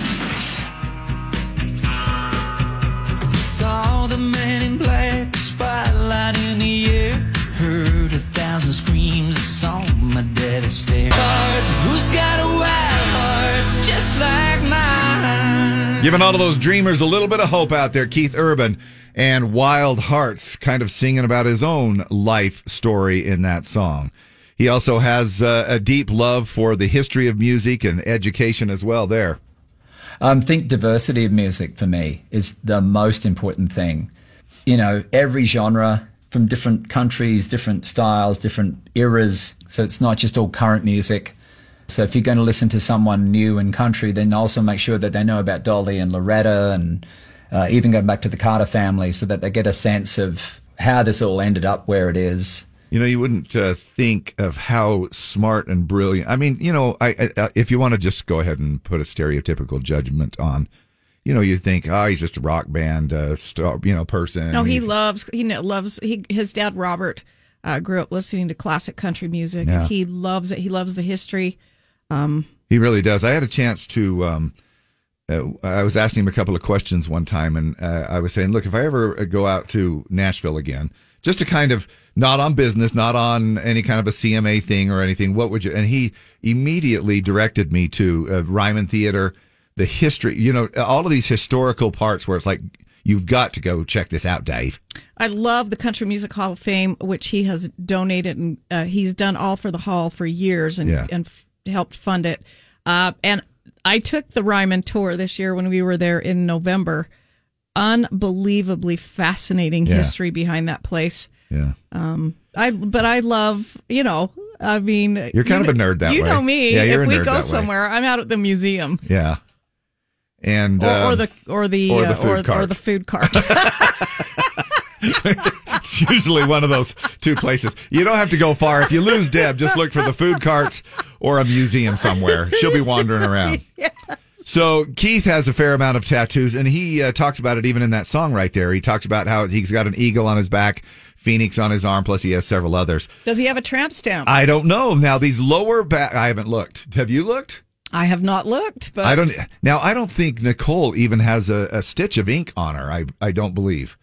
Speaker 13: C104. Saw the man in black spotlight in the air. Heard a thousand screams. I saw my daddy stare. Heart, who's got a wild heart just like mine?
Speaker 1: Giving all of those dreamers a little bit of hope out there, Keith Urban and Wild Hearts, kind of singing about his own life story in that song. He also has uh, a deep love for the history of music and education as well. There.
Speaker 7: Um, think diversity of music for me is the most important thing. You know, every genre from different countries, different styles, different eras. So it's not just all current music. So if you're going to listen to someone new in country, then also make sure that they know about Dolly and Loretta and uh, even going back to the Carter family so that they get a sense of how this all ended up where it is.
Speaker 1: You know, you wouldn't uh, think of how smart and brilliant. I mean, you know, I, I if you want to just go ahead and put a stereotypical judgment on, you know, you think, oh, he's just a rock band, uh, star, you know, person.
Speaker 3: no, he loves he kn- loves he his dad Robert uh, grew up listening to classic country music
Speaker 1: Yeah.
Speaker 3: and he loves it. He loves the history. Um,
Speaker 1: He really does. I had a chance to. Um, uh, I was asking him a couple of questions one time, and uh, I was saying, "Look, if I ever uh, go out to Nashville again, just to kind of not on business, not on any kind of a CMA thing or anything, what would you?" And he immediately directed me to uh, Ryman Theater, the history, you know, all of these historical parts where it's like, you've got to go check this out, Dave.
Speaker 3: I love the Country Music Hall of Fame, which he has donated and uh, he's done all for the hall for years and
Speaker 1: Yeah.
Speaker 3: and f- helped fund it. Uh, and I took the Ryman tour this year when we were there in November. Unbelievably fascinating
Speaker 1: Yeah.
Speaker 3: history behind that place.
Speaker 1: Yeah.
Speaker 3: Um, I but I love you know. I mean,
Speaker 1: You're kind
Speaker 3: you
Speaker 1: of a nerd that
Speaker 3: you
Speaker 1: way.
Speaker 3: know me.
Speaker 1: Yeah, you're a
Speaker 3: if we
Speaker 1: nerd
Speaker 3: go
Speaker 1: that way.
Speaker 3: somewhere, I'm out at the museum.
Speaker 1: Yeah. And
Speaker 3: Or,
Speaker 1: uh,
Speaker 3: or the or the
Speaker 1: or the
Speaker 3: uh,
Speaker 1: food
Speaker 3: or, or
Speaker 1: cart.
Speaker 3: the food cart.
Speaker 1: It's usually one of those two places. You don't have to go far. If you lose Deb, just look for the food carts or a museum somewhere. She'll be wandering around. So Keith has a fair amount of tattoos, and he uh, talks about it even in that song right there. He talks about how he's got an eagle on his back, phoenix on his arm, plus he has several others.
Speaker 3: Does he have a tramp stamp?
Speaker 1: I don't know. Now these lower back, I haven't looked. Have you looked?
Speaker 3: I have not looked, but
Speaker 1: I don't. e-, Now I don't think Nicole even has a, a stitch of ink on her. I I don't believe.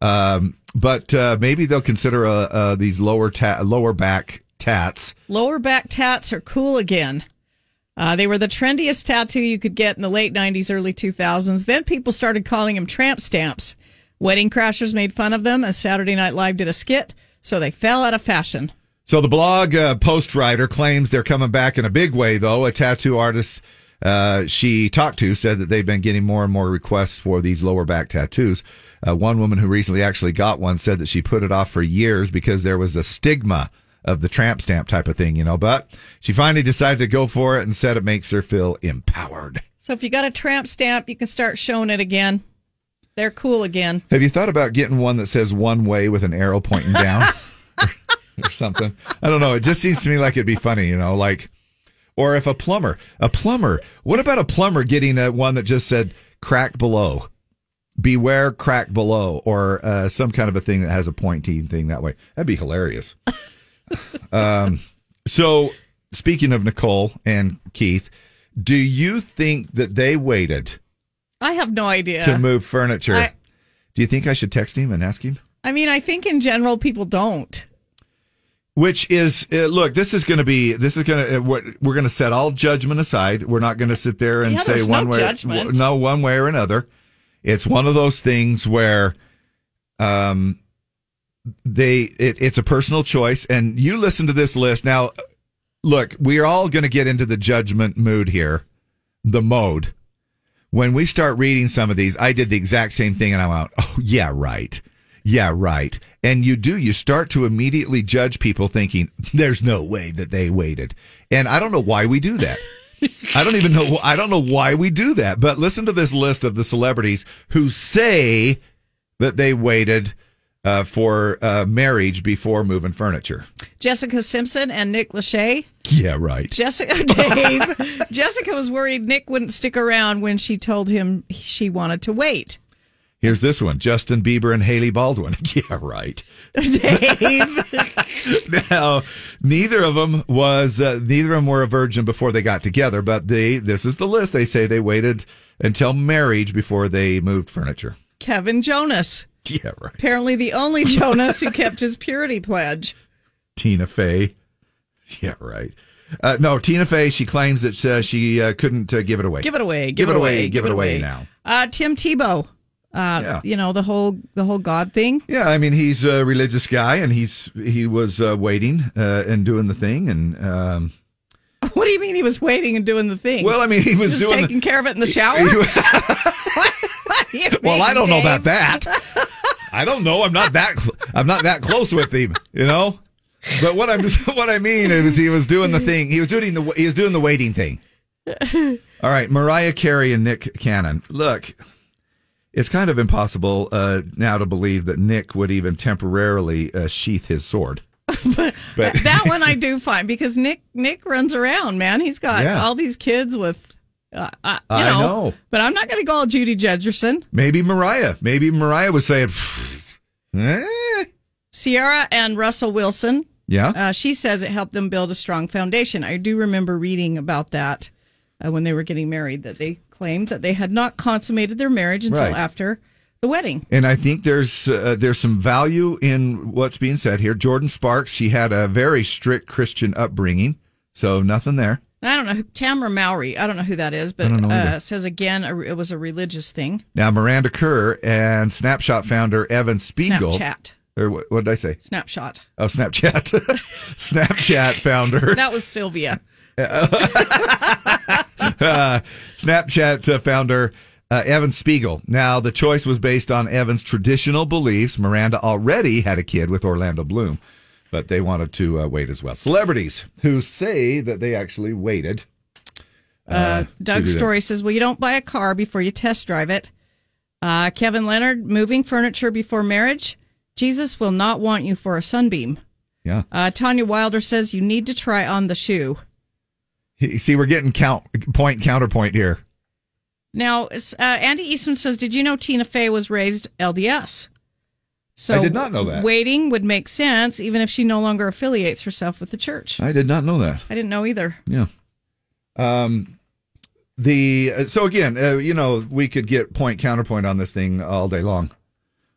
Speaker 1: Um, but uh, maybe they'll consider uh, uh, these lower ta- lower back tats.
Speaker 3: Lower back tats are cool again. Uh, they were the trendiest tattoo you could get in the late 90s, early 2000s. Then people started calling them tramp stamps. Wedding Crashers made fun of them, and Saturday Night Live did a skit, so they fell out of fashion.
Speaker 1: So the blog uh, post writer claims they're coming back in a big way, though. A tattoo artist uh, she talked to said that they've been getting more and more requests for these lower back tattoos. Uh, one woman who recently actually got one said that she put it off for years because there was a stigma of the tramp stamp type of thing, you know. But she finally decided to go for it and said it makes her feel empowered.
Speaker 3: So if you got a tramp stamp, you can start showing it again. They're cool again.
Speaker 1: Have you thought about getting one that says one way with an arrow pointing down or something? I don't know. It just seems to me like it'd be funny, you know, like, or if a plumber, a plumber, what about a plumber getting a, one that just said crack below? Beware crack below, or uh, some kind of a thing that has a pointing thing that way. That'd be hilarious. um, so, speaking of Nicole and Keith, do you think that they waited
Speaker 3: I have no idea.
Speaker 1: to move furniture.
Speaker 3: I-
Speaker 1: Do you think I should text him and ask him?
Speaker 3: I mean, I think in general people don't.
Speaker 1: Which is uh, look, this is going to be this is going to what we're going to set all judgment aside. We're not going to sit there and
Speaker 4: Yeah,
Speaker 1: say
Speaker 4: there's
Speaker 1: one
Speaker 4: no
Speaker 1: way
Speaker 4: judgment.
Speaker 1: no one way or another. It's one of those things where um they it, it's a personal choice and you listen to this list now look, we're all going to get into the judgment mood here, the mode. When we start reading some of these, I did the exact same thing and I went, oh, yeah, right. Yeah, right. And you do, you start to immediately judge people thinking, there's no way that they waited. And I don't know why we do that. I don't even know. I don't know why we do that. But listen to this list of the celebrities who say that they waited uh, for uh, marriage before moving furniture.
Speaker 3: Jessica Simpson and Nick Lachey.
Speaker 1: Yeah, right.
Speaker 3: Jessica Dave. Jessica was worried Nick wouldn't stick around when she told him she wanted to wait.
Speaker 1: Here's this one Justin Bieber and Haley Baldwin. Yeah, right.
Speaker 3: Dave.
Speaker 1: Now, neither of them was, uh, neither of them were a virgin before they got together, but they, this is the list. They say they waited until marriage before they moved furniture.
Speaker 3: Kevin Jonas.
Speaker 1: Yeah, right.
Speaker 3: Apparently the only Jonas who kept his purity pledge.
Speaker 1: Tina Fey. Yeah, right. Uh, no, Tina Fey, she claims that uh, she uh, couldn't uh, give it away.
Speaker 3: Give it away.
Speaker 1: Give, it away. Give it away, now.
Speaker 3: Uh, Tim Tebow. Uh, You know, the whole the whole God thing.
Speaker 1: Yeah, I mean he's a religious guy, and he's he was uh, waiting uh, and doing the thing, and um,
Speaker 3: What do you mean he was waiting and doing the thing?
Speaker 1: Well, I mean, he was
Speaker 3: Just
Speaker 1: doing the-
Speaker 3: taking care of it in the shower. What do you
Speaker 1: Well,
Speaker 3: mean,
Speaker 1: I don't know
Speaker 3: Dave?
Speaker 1: about that. I don't know. I'm not that. Cl- I'm not that close with him. You know. But what I'm what I mean is he was doing the thing. He was doing the he was doing the waiting thing. All right, Mariah Carey and Nick Cannon. Look, it's kind of impossible uh, now to believe that Nick would even temporarily uh, sheath his sword. but
Speaker 3: that one I do find because Nick Nick runs around, man. He's got
Speaker 1: Yeah.
Speaker 3: all these kids with, uh, uh, you know,
Speaker 1: I know.
Speaker 3: But I'm not going to go all Judy Judgerson.
Speaker 1: maybe Mariah, maybe Mariah was saying, "Eh,
Speaker 3: Sierra and Russell Wilson.
Speaker 1: Yeah.
Speaker 3: Uh, she says it helped them build a strong foundation. I do remember reading about that uh, when they were getting married, that they claimed that they had not consummated their marriage until
Speaker 1: Right.
Speaker 3: after the wedding.
Speaker 1: And I think there's uh, there's some value in what's being said here. Jordan Sparks, she had a very strict Christian upbringing, so nothing there.
Speaker 3: I don't know. who- Tamra Mowry. I don't know who that is, but
Speaker 1: I don't know either.
Speaker 3: uh, says again a, it was a religious thing.
Speaker 1: Now, Miranda Kerr and Snapshot founder Evan Spiegel.
Speaker 3: Snapchat.
Speaker 1: Or what, what did I say?
Speaker 3: Snapshot.
Speaker 1: Oh, Snapchat. Snapchat founder.
Speaker 3: That was Sylvia.
Speaker 1: uh, Snapchat uh, founder uh, Evan Spiegel. Now, the choice was based on Evan's traditional beliefs. Miranda already had a kid with Orlando Bloom, but they wanted to uh, wait as well. Celebrities who say that they actually waited.
Speaker 3: Uh,
Speaker 1: to
Speaker 3: Doug's
Speaker 1: do that.
Speaker 3: story says, "Well, you don't buy a car before you test drive it." Uh, Kevin Leonard, moving furniture before marriage. Jesus will not want you for a sunbeam.
Speaker 1: Yeah.
Speaker 3: Uh, Tanya Wilder says, "You need to try on the shoe."
Speaker 1: You See, we're getting count point counterpoint here.
Speaker 3: Now, it's, uh, Andy Eastman says, "Did you know Tina Fey was raised LDS?" So
Speaker 1: I did not know that.
Speaker 3: Waiting would make sense, even if she no longer affiliates herself with the church.
Speaker 1: I did not know that.
Speaker 3: I didn't know either.
Speaker 1: Yeah. Um, the uh, so again, uh, you know, we could get point counterpoint on this thing all day long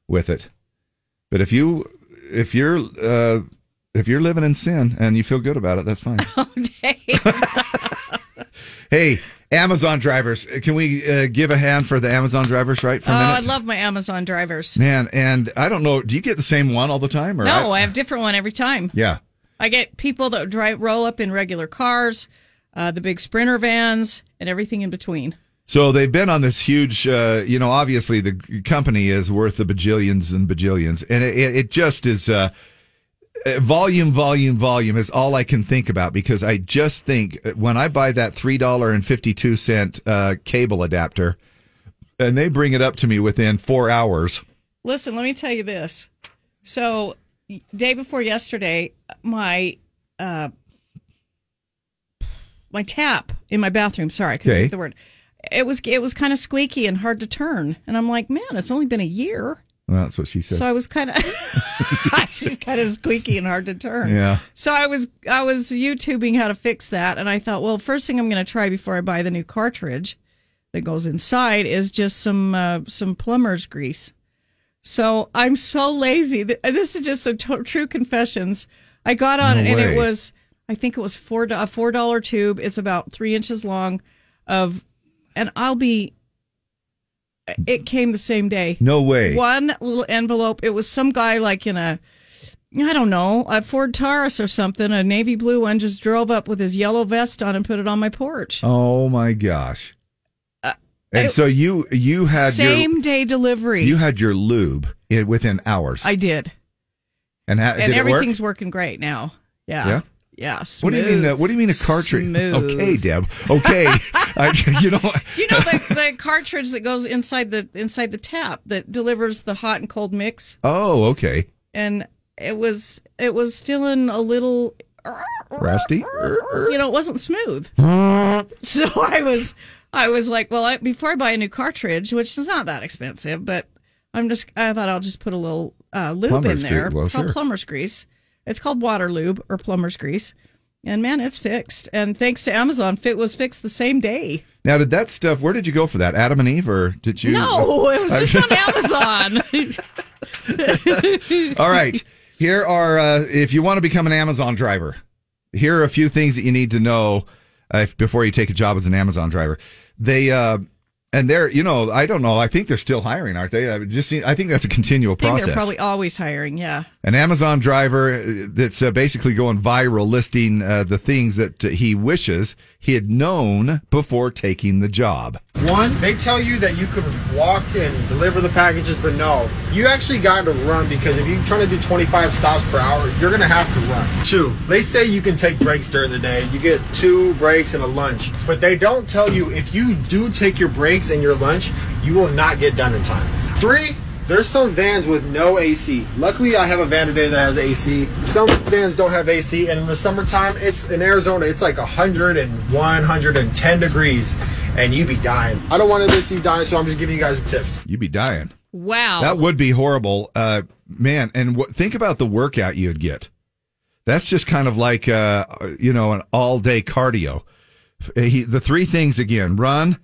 Speaker 1: with it, but if you if you're uh, if you're living in sin and you feel good about it, that's fine.
Speaker 3: Oh,
Speaker 1: hey, Amazon drivers, can we uh, give a hand for the Amazon drivers right for
Speaker 3: Oh,
Speaker 1: a minute?
Speaker 3: I love my Amazon drivers.
Speaker 1: Man, and I don't know. Do you get the same one all the time? Or
Speaker 3: No, I have different one every time.
Speaker 1: yeah.
Speaker 3: I get people that drive roll up in regular cars, uh, the big sprinter vans, and everything in between.
Speaker 1: So they've been on this huge, uh, you know, obviously the g- company is worth the bajillions and bajillions. And it, it it just is uh, uh, volume, volume, volume is all I can think about because I just think when I buy that $3.52 uh, cable adapter and they bring it up to me within four hours.
Speaker 3: Listen, let me tell you this. So, y- day before yesterday, my uh, my tap in my bathroom. Sorry, I couldn't
Speaker 1: Okay.
Speaker 3: think of the word. It was it was kind of squeaky and hard to turn, and I'm like, man, it's only been a year.
Speaker 1: Well, that's what she said.
Speaker 3: So I was kind of she's kind of squeaky and hard to turn.
Speaker 1: Yeah.
Speaker 3: So I was I was YouTubing how to fix that, and I thought, well, first thing I'm going to try before I buy the new cartridge that goes inside is just some uh, some plumber's grease. So I'm so lazy. Th- This is just a to- true confessions. I got on
Speaker 11: No
Speaker 3: it, and
Speaker 11: way.
Speaker 3: it was I think it was four do- a four dollar tube. It's about three inches long, of, and I'll be. It came the same day.
Speaker 1: No way.
Speaker 3: One little envelope. It was some guy like in a, I don't know, a Ford Taurus or something, a navy blue one, just drove up with his yellow vest on and put it on my porch.
Speaker 1: Oh my gosh. and
Speaker 3: it-
Speaker 1: so you you had
Speaker 3: Uh, Same
Speaker 1: your
Speaker 3: day delivery.
Speaker 1: you had your lube in, within hours.
Speaker 3: I did.
Speaker 1: and how,
Speaker 3: and
Speaker 1: did it work?
Speaker 3: everything's working great now. Yeah.
Speaker 1: Yeah?
Speaker 3: Yeah,
Speaker 1: What do you mean?
Speaker 3: smooth.
Speaker 1: Uh, what do you mean a cartridge?
Speaker 3: Smooth.
Speaker 1: Okay, Deb. Okay, I, you know.
Speaker 3: You know the, the cartridge that goes inside the inside the tap that delivers the hot and cold mix,
Speaker 1: Oh, okay.
Speaker 3: and it was it was feeling a little,
Speaker 1: Rusty.
Speaker 3: you know, it wasn't smooth. So I was I was like, well, I, before I buy a new cartridge, which is not that expensive, but I'm just I thought I'll just put a little uh, lube
Speaker 1: Plumber's
Speaker 3: in there,
Speaker 1: grease. Well,
Speaker 3: pl-
Speaker 1: sure.
Speaker 3: plumber's grease. It's called water lube or plumber's grease, and man, it's fixed. And thanks to Amazon, fit was fixed the same day.
Speaker 1: Now, did that stuff? Where did you go for that? Adam and Eve, or did you? Oh.
Speaker 3: No, it was just on Amazon.
Speaker 1: All right. Here are uh, if you want to become an Amazon driver. Here are a few things that you need to know uh, if, before you take a job as an Amazon driver. They uh, and they're you know I don't know I think they're still hiring, aren't they? I just see- I think that's a continual
Speaker 3: I think
Speaker 1: process.
Speaker 3: they're probably always hiring. Yeah.
Speaker 1: an Amazon driver uh, that's uh, basically going viral, listing uh, the things that uh, he wishes he had known before taking the job.
Speaker 21: One, they tell you that you could walk and deliver the packages, but no, you actually got to run because if you're trying to do 25 stops per hour, you're gonna have to run. Two, they say you can take breaks during the day. You get two breaks and a lunch, but they don't tell you if you do take your breaks and your lunch, you will not get done in time. Three, there's some vans with no AC. Luckily, I have a van today that has AC. Some vans don't have AC, and in the summertime, it's in Arizona, it's like 101, 110 degrees, and you be dying. I don't want to miss you dying, so I'm just giving you guys tips.
Speaker 1: You'd be dying.
Speaker 3: Wow.
Speaker 1: That would be horrible, uh, man. And wh- think about the workout you'd get. That's just kind of like uh, you know an all day cardio. F- He, the three things again: run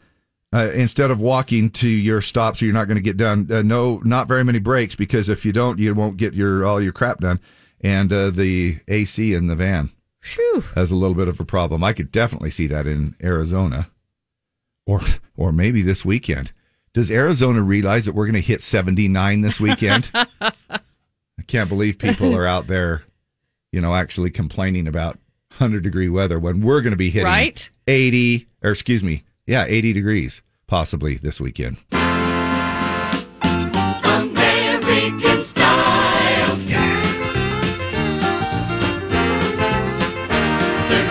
Speaker 1: uh, instead of walking to your stop, so you're not going to get done. Uh, no, not very many breaks because if you don't, you won't get your all your crap done. And uh, the AC in the van. That's a little bit of a problem. I could definitely see that in Arizona, or or maybe this weekend. Does Arizona realize that we're going to hit 79 this weekend? I can't believe people are out there, you know, actually complaining about 100 degree weather when we're going to be hitting
Speaker 3: Right?
Speaker 1: 80 or excuse me, yeah, 80 degrees possibly this weekend.
Speaker 22: American style. Yeah.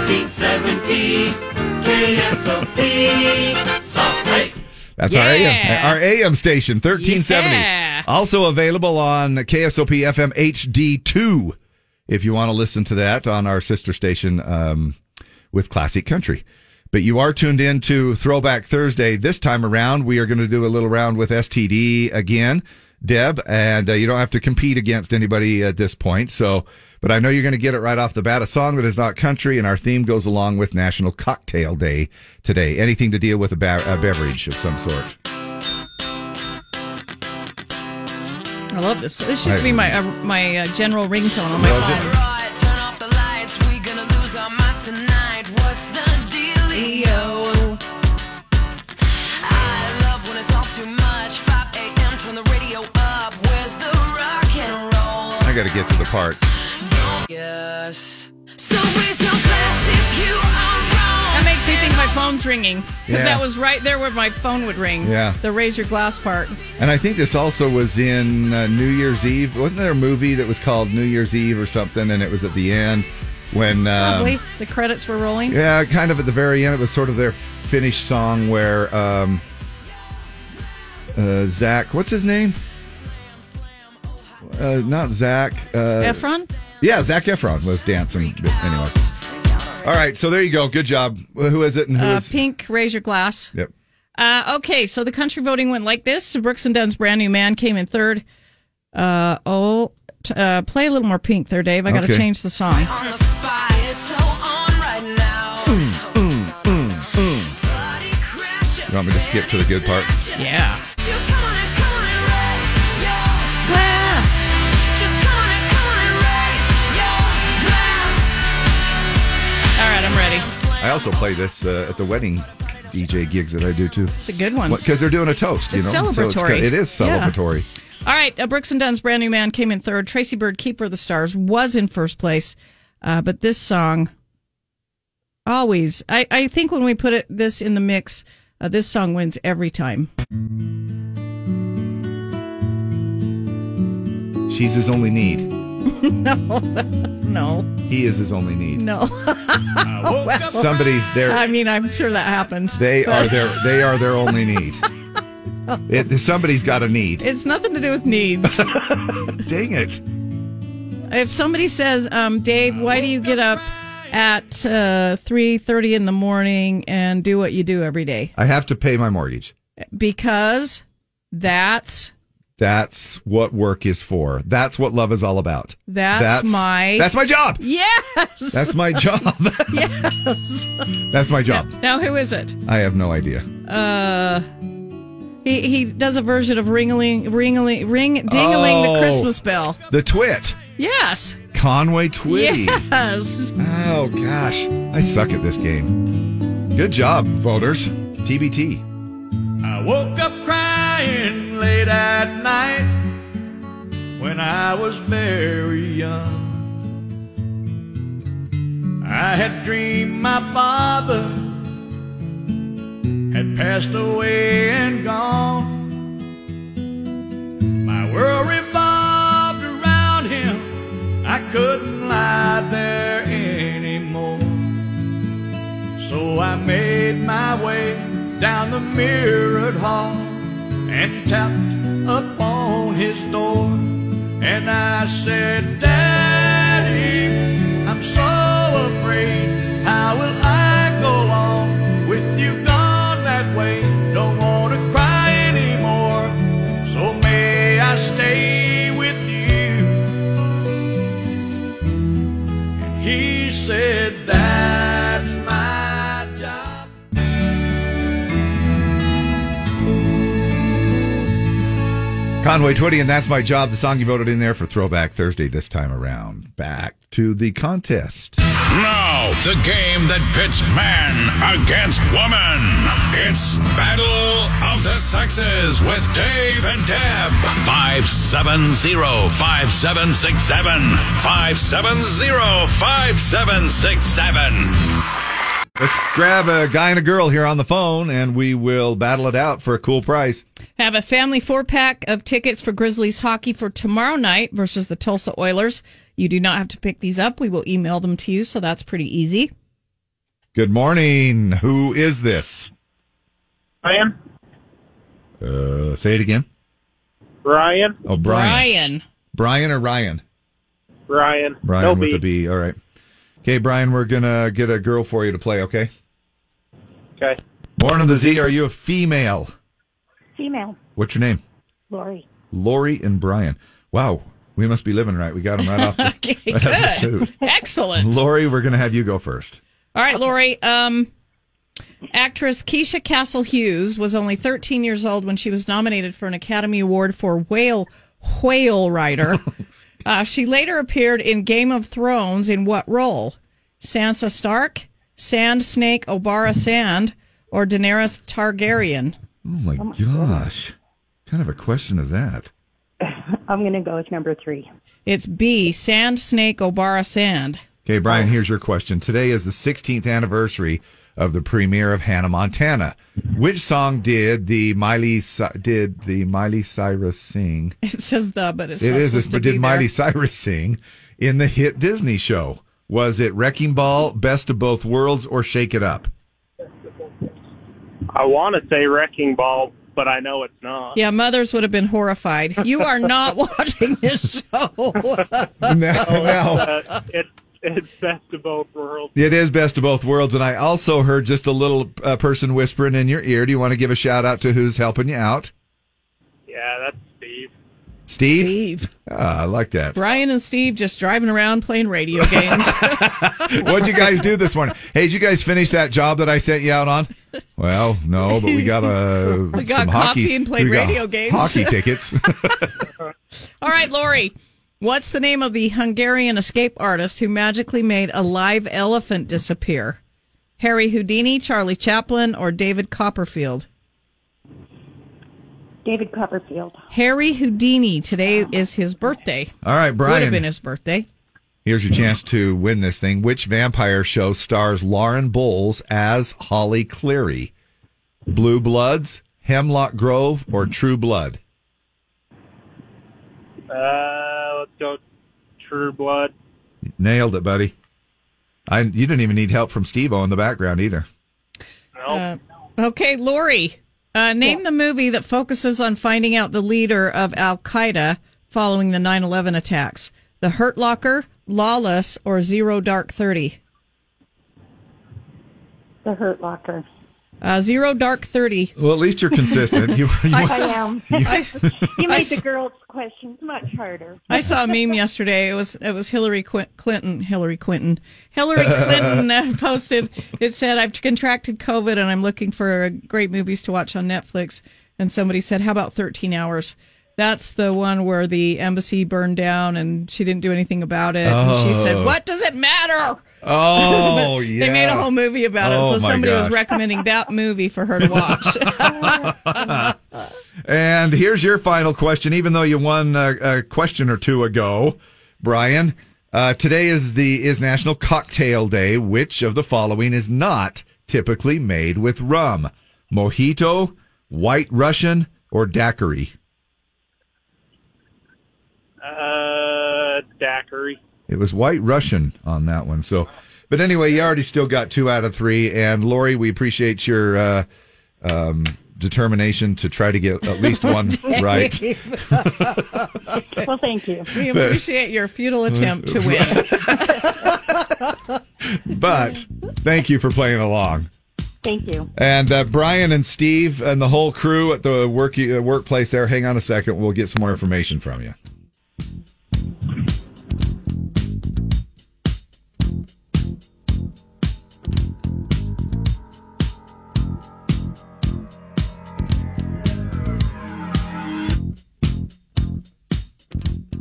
Speaker 22: 1370 KSOP Salt Lake.
Speaker 1: That's our AM,
Speaker 22: Yeah.
Speaker 1: our AM station, 1370.
Speaker 22: Yeah.
Speaker 1: Also available on KSOP FM HD2 if you want to listen to that on our sister station um, with Classic Country. But you are tuned in to Throwback Thursday. This time around, we are going to do a little round with STD again, Deb, and uh, you don't have to compete against anybody at this point. So, but I know you're going to get it right off the bat. A song that is not country, and our theme goes along with National Cocktail Day today. Anything to deal with a, ba- a beverage of some sort.
Speaker 3: I love this. This used
Speaker 1: I-
Speaker 3: to be my uh, my uh, general ringtone on my
Speaker 1: Was
Speaker 3: phone.
Speaker 22: Turn off the lights, we gonna lose our minds tonight. What's the dealio? I love when it's all too much. 5 a.m. Turn the radio up. Where's the rock and roll?
Speaker 1: I got to get to the part.
Speaker 22: Yes. So raise your glass if you are wrong.
Speaker 3: That makes me think my phone's ringing
Speaker 1: Yeah.
Speaker 3: because that was right there where my phone would ring.
Speaker 1: Yeah.
Speaker 3: The raise your glass part.
Speaker 1: And I think this also was in uh, New Year's Eve. Wasn't there a movie that was called New Year's Eve or something? And it was at the end when. um,
Speaker 3: Probably the credits were rolling.
Speaker 1: yeah, kind of at the very end. It was sort of their finish song where um, uh, Zach, what's his name? Uh, not Zach. Uh,
Speaker 3: Efron?
Speaker 1: Yeah, Zach Efron was dancing. But anyway. All right, so there you go. Good job. Well, Who is it and who
Speaker 3: Uh,
Speaker 1: is.
Speaker 3: pink, raise your glass.
Speaker 1: Yep.
Speaker 3: Uh, okay, so the country voting went like this. Brooks and Dunn's Brand New Man came in third. Uh, oh, t- uh, play a little more pink there, Dave. I got to
Speaker 22: Okay.
Speaker 3: change the song.
Speaker 22: On the spot, it's so on right now.
Speaker 1: You want me to skip to the good part?
Speaker 3: Yeah. All right, I'm ready.
Speaker 1: I also play this uh, at the wedding DJ gigs that I do too.
Speaker 3: It's a good one.
Speaker 1: Because they're doing a toast, you
Speaker 3: It's
Speaker 1: know? So it's,
Speaker 3: celebratory.
Speaker 1: good. it is
Speaker 3: Yeah.
Speaker 1: celebratory.
Speaker 3: All right, uh, Brooks and Dunn's Brand New Man came in third. Tracy Bird, Keeper of the Stars, was in first place. Uh, but this song, always, I, I think when we put it this in the mix, uh, this song wins every time.
Speaker 1: She's his only need.
Speaker 3: no, no,
Speaker 1: He is his only need.
Speaker 3: no. Well,
Speaker 1: Somebody's there.
Speaker 3: I mean, I'm sure that happens.
Speaker 1: They
Speaker 3: but
Speaker 1: are their they are their only need. It, somebody's got a need.
Speaker 3: It's nothing to do with needs.
Speaker 1: Dang it!
Speaker 3: if somebody says, um, "Dave, why do you get up at uh, three thirty in the morning and do what you do every day?"
Speaker 1: I have to pay my mortgage.
Speaker 3: Because that's
Speaker 1: That's what work is for. That's what love is all about.
Speaker 3: That's my-
Speaker 1: That's my job.
Speaker 3: yes.
Speaker 1: That's my job.
Speaker 3: yes.
Speaker 1: That's my job.
Speaker 3: Now who is it?
Speaker 1: I have no idea.
Speaker 3: Uh, he he does a version of ringling, ringling, ring, dingling the
Speaker 1: Oh.
Speaker 3: Christmas bell.
Speaker 1: The twit.
Speaker 3: Yes.
Speaker 1: Conway Twitty.
Speaker 3: Yes.
Speaker 1: Oh gosh, I suck at this game. Good job, voters. TBT.
Speaker 10: I woke up crying late at night when I was very young. I had dreamed my father had passed away and gone. My world revolved around him. I couldn't lie there anymore. So I made my way down the mirrored hall and tapped upon his door. And I said, Daddy, I'm so afraid. How will I go on with you gone that way? Don't want to cry anymore. So may I stay with you? And he said, That's my job.
Speaker 1: Conway Twitty, and that's my job. The song you voted in there for Throwback Thursday this time around. Back to the contest.
Speaker 4: Now, the game that pits man against woman. It's Battle of the Sexes with Dave and Deb. 570-5767. 570-5767.
Speaker 1: Let's grab a guy and a girl here on the phone, and we will battle it out for a cool prize.
Speaker 3: Have a family four pack of tickets for Grizzlies hockey for tomorrow night versus the Tulsa Oilers. You do not have to pick these up. We will email them to you, so that's pretty easy.
Speaker 1: Good morning. Who is this?
Speaker 17: Brian?
Speaker 1: Uh, say it again.
Speaker 17: Brian?
Speaker 1: Oh, Brian. Brian or Ryan?
Speaker 17: Brian.
Speaker 1: Brian
Speaker 17: No
Speaker 1: with
Speaker 17: B.
Speaker 1: a B. All right. Okay, Brian, we're going to get a girl for you to play, okay?
Speaker 17: Okay.
Speaker 1: Born of the Z, are you a female?
Speaker 11: Female.
Speaker 1: What's your name?
Speaker 11: Lori.
Speaker 1: Lori and Brian. Wow, we must be living right. We got them right off the,
Speaker 3: Okay,
Speaker 1: right off the
Speaker 3: good.
Speaker 1: shoot.
Speaker 3: Excellent.
Speaker 1: Lori, we're going to have you go first.
Speaker 3: All right, Lori. Um, actress Keisha Castle Hughes was only 13 years old when she was nominated for an Academy Award for Whale Whale Rider. uh, she later appeared in Game of Thrones in what role? Sansa Stark, Sand Snake Obara Sand, or Daenerys Targaryen?
Speaker 1: Oh my gosh. What kind of a question is that?
Speaker 11: I'm going to go with number three.
Speaker 3: It's B. Sand Snake Obara Sand.
Speaker 1: Okay, Brian, here's your question. Today is the 16th anniversary of the premiere of Hannah Montana. Which song did the Miley Cy- did the Miley Cyrus sing?
Speaker 3: It says the, but it's
Speaker 1: it
Speaker 3: not
Speaker 1: is,
Speaker 3: supposed to
Speaker 1: but
Speaker 3: be
Speaker 1: did
Speaker 3: there.
Speaker 1: Miley Cyrus sing in the hit Disney show? Was it Wrecking Ball, Best of Both Worlds, or Shake It Up?
Speaker 17: I want to say wrecking ball, but I know it's not.
Speaker 3: Yeah, mothers would have been horrified. You are not watching this show. no,
Speaker 1: no.
Speaker 17: Uh, it, it's best of both worlds.
Speaker 1: It is Best of Both Worlds, and I also heard just a little uh, person whispering in your ear. Do you want to give a shout out to who's helping you out?
Speaker 17: Yeah, that's Steve.
Speaker 1: Steve. Steve. Ah, I like that.
Speaker 3: Brian and Steve just driving around playing radio games.
Speaker 1: What'd you guys do this morning? Hey, did you guys finish that job that I sent you out on? Well, no, but we got a
Speaker 3: We got
Speaker 1: some
Speaker 3: coffee
Speaker 1: hockey
Speaker 3: and played
Speaker 1: we got
Speaker 3: radio games.
Speaker 1: hockey tickets.
Speaker 3: All right, Lori. What's the name of the Hungarian escape artist who magically made a live elephant disappear? Harry Houdini, Charlie Chaplin, or David Copperfield?
Speaker 11: David Copperfield.
Speaker 3: Harry Houdini. Today is his birthday.
Speaker 1: All right,
Speaker 3: Would have
Speaker 1: Brian.
Speaker 3: been his birthday.
Speaker 1: Here's your chance to win this thing. Which vampire show stars Lauren Bowles as Holly Cleary? Blue Bloods, Hemlock Grove, or True Blood?
Speaker 17: Uh, let's go True Blood.
Speaker 1: Nailed it, buddy. I you didn't even need help from Steve O in the background either.
Speaker 3: Uh, okay, Lori. Uh, name the movie that focuses on finding out the leader of Al Qaeda following the 9 11 attacks The Hurt Locker, Lawless, or Zero Dark 30?
Speaker 11: The Hurt Locker.
Speaker 3: Uh, Zero Dark 30.
Speaker 1: Well, at least you're consistent. You- you-
Speaker 11: I, am.
Speaker 3: I-
Speaker 11: you
Speaker 3: I
Speaker 11: made
Speaker 3: s-
Speaker 11: the girls' questions much harder.
Speaker 3: I saw a meme yesterday. It was it was Hillary Qu- Clinton. Hillary Clinton. Hillary Clinton uh, posted. It said, "I've contracted COVID and I'm looking for great movies to watch on Netflix." And somebody said, "How about 13 Hours?" That's the one where the embassy burned down and she didn't do anything about it. And she said,
Speaker 1: Oh.
Speaker 3: "What does it matter?"
Speaker 1: Oh,
Speaker 3: But
Speaker 1: yeah.
Speaker 3: They made a whole movie about
Speaker 1: Oh,
Speaker 3: it, so
Speaker 1: my
Speaker 3: somebody was
Speaker 1: gosh.
Speaker 3: recommending that movie for her to watch.
Speaker 1: and here's your final question. Even though you won a, a question or two ago, Brian, uh, today is the is National Cocktail Day. Which of the following is not typically made with rum? Mojito, White Russian, or daiquiri?
Speaker 17: Uh, Daiquiri.
Speaker 1: It was White Russian on that one. So, but anyway, you already still got two out of three. And Lori, we appreciate your uh, um, determination to try to get at least one right.
Speaker 11: well, thank you.
Speaker 3: we appreciate your futile attempt to win.
Speaker 1: But thank you for playing along.
Speaker 11: Thank you.
Speaker 1: And uh, Brian and Steve and the whole crew at the work uh, workplace there. Hang on a second. We'll get some more information from you.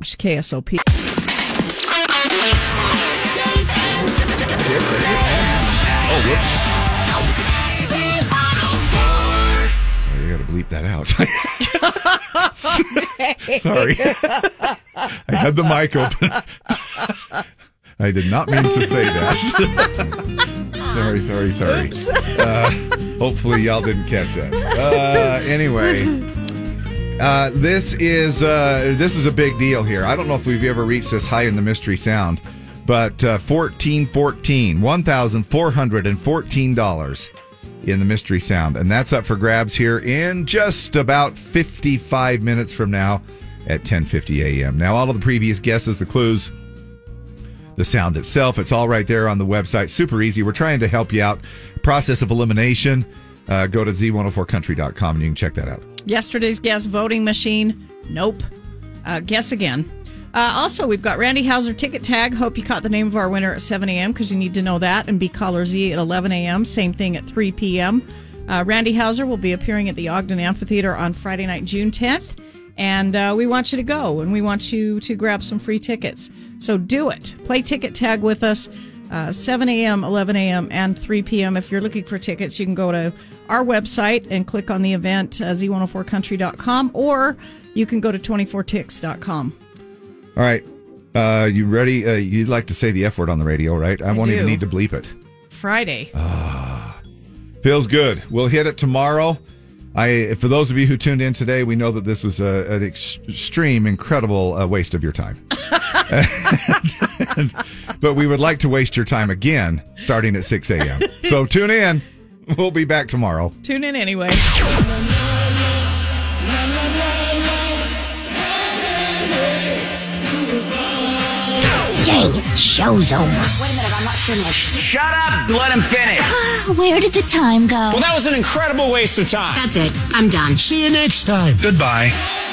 Speaker 3: slash KSOP.
Speaker 1: Oh, whoops. Oh, You got to bleep that out. Sorry. I had the mic open. I did not mean to say that. sorry, sorry, sorry. Uh, hopefully, y'all didn't catch that. Uh, anyway. Uh, this is uh, this is a big deal here. I don't know if we've ever reached this high in the mystery sound, but uh, fourteen fourteen one thousand four hundred and fourteen dollars in the mystery sound, and that's up for grabs here in just about fifty five minutes from now at ten fifty a.m. Now, all of the previous guesses, the clues, the sound itself. It's all right there on the website. Super easy. We're trying to help you out. Process of elimination. Uh, go to z104country.com and you can check that out.
Speaker 3: Yesterday's guess voting machine. Nope. Uh, guess again. Uh, also, we've got Randy Hauser ticket tag. Hope you caught the name of our winner at 7 a.m. because you need to know that. And be caller Z at 11 a.m. Same thing at 3 p.m. Uh, Randy Hauser will be appearing at the Ogden Amphitheater on Friday night, June 10th. And uh, we want you to go and we want you to grab some free tickets. So do it. Play ticket tag with us. Uh, 7 a.m., 11 a.m., and 3 p.m. If you're looking for tickets, you can go to our website and click on the event, uh, z104country.com, or you can go to 24tix.com.
Speaker 1: All right. Uh, you ready? Uh, you'd like to say the F word on the radio, right? I, won't even
Speaker 3: do.
Speaker 1: need to bleep it.
Speaker 3: Friday.
Speaker 1: Feels good. We'll hit it tomorrow. I, for those of you who tuned in today, we know that this was a, an ex- extreme, incredible uh, waste of your time. but we would like to waste your time again, starting at 6 a.m. So tune in. We'll be back tomorrow.
Speaker 3: Tune in anyway.
Speaker 13: Dang it, show's over. Wait a minute, I'm not finished. Shut up, let him finish.
Speaker 15: Where did the time go?
Speaker 13: Well, that was an incredible waste of time. That's it, I'm done. See you next time. Goodbye.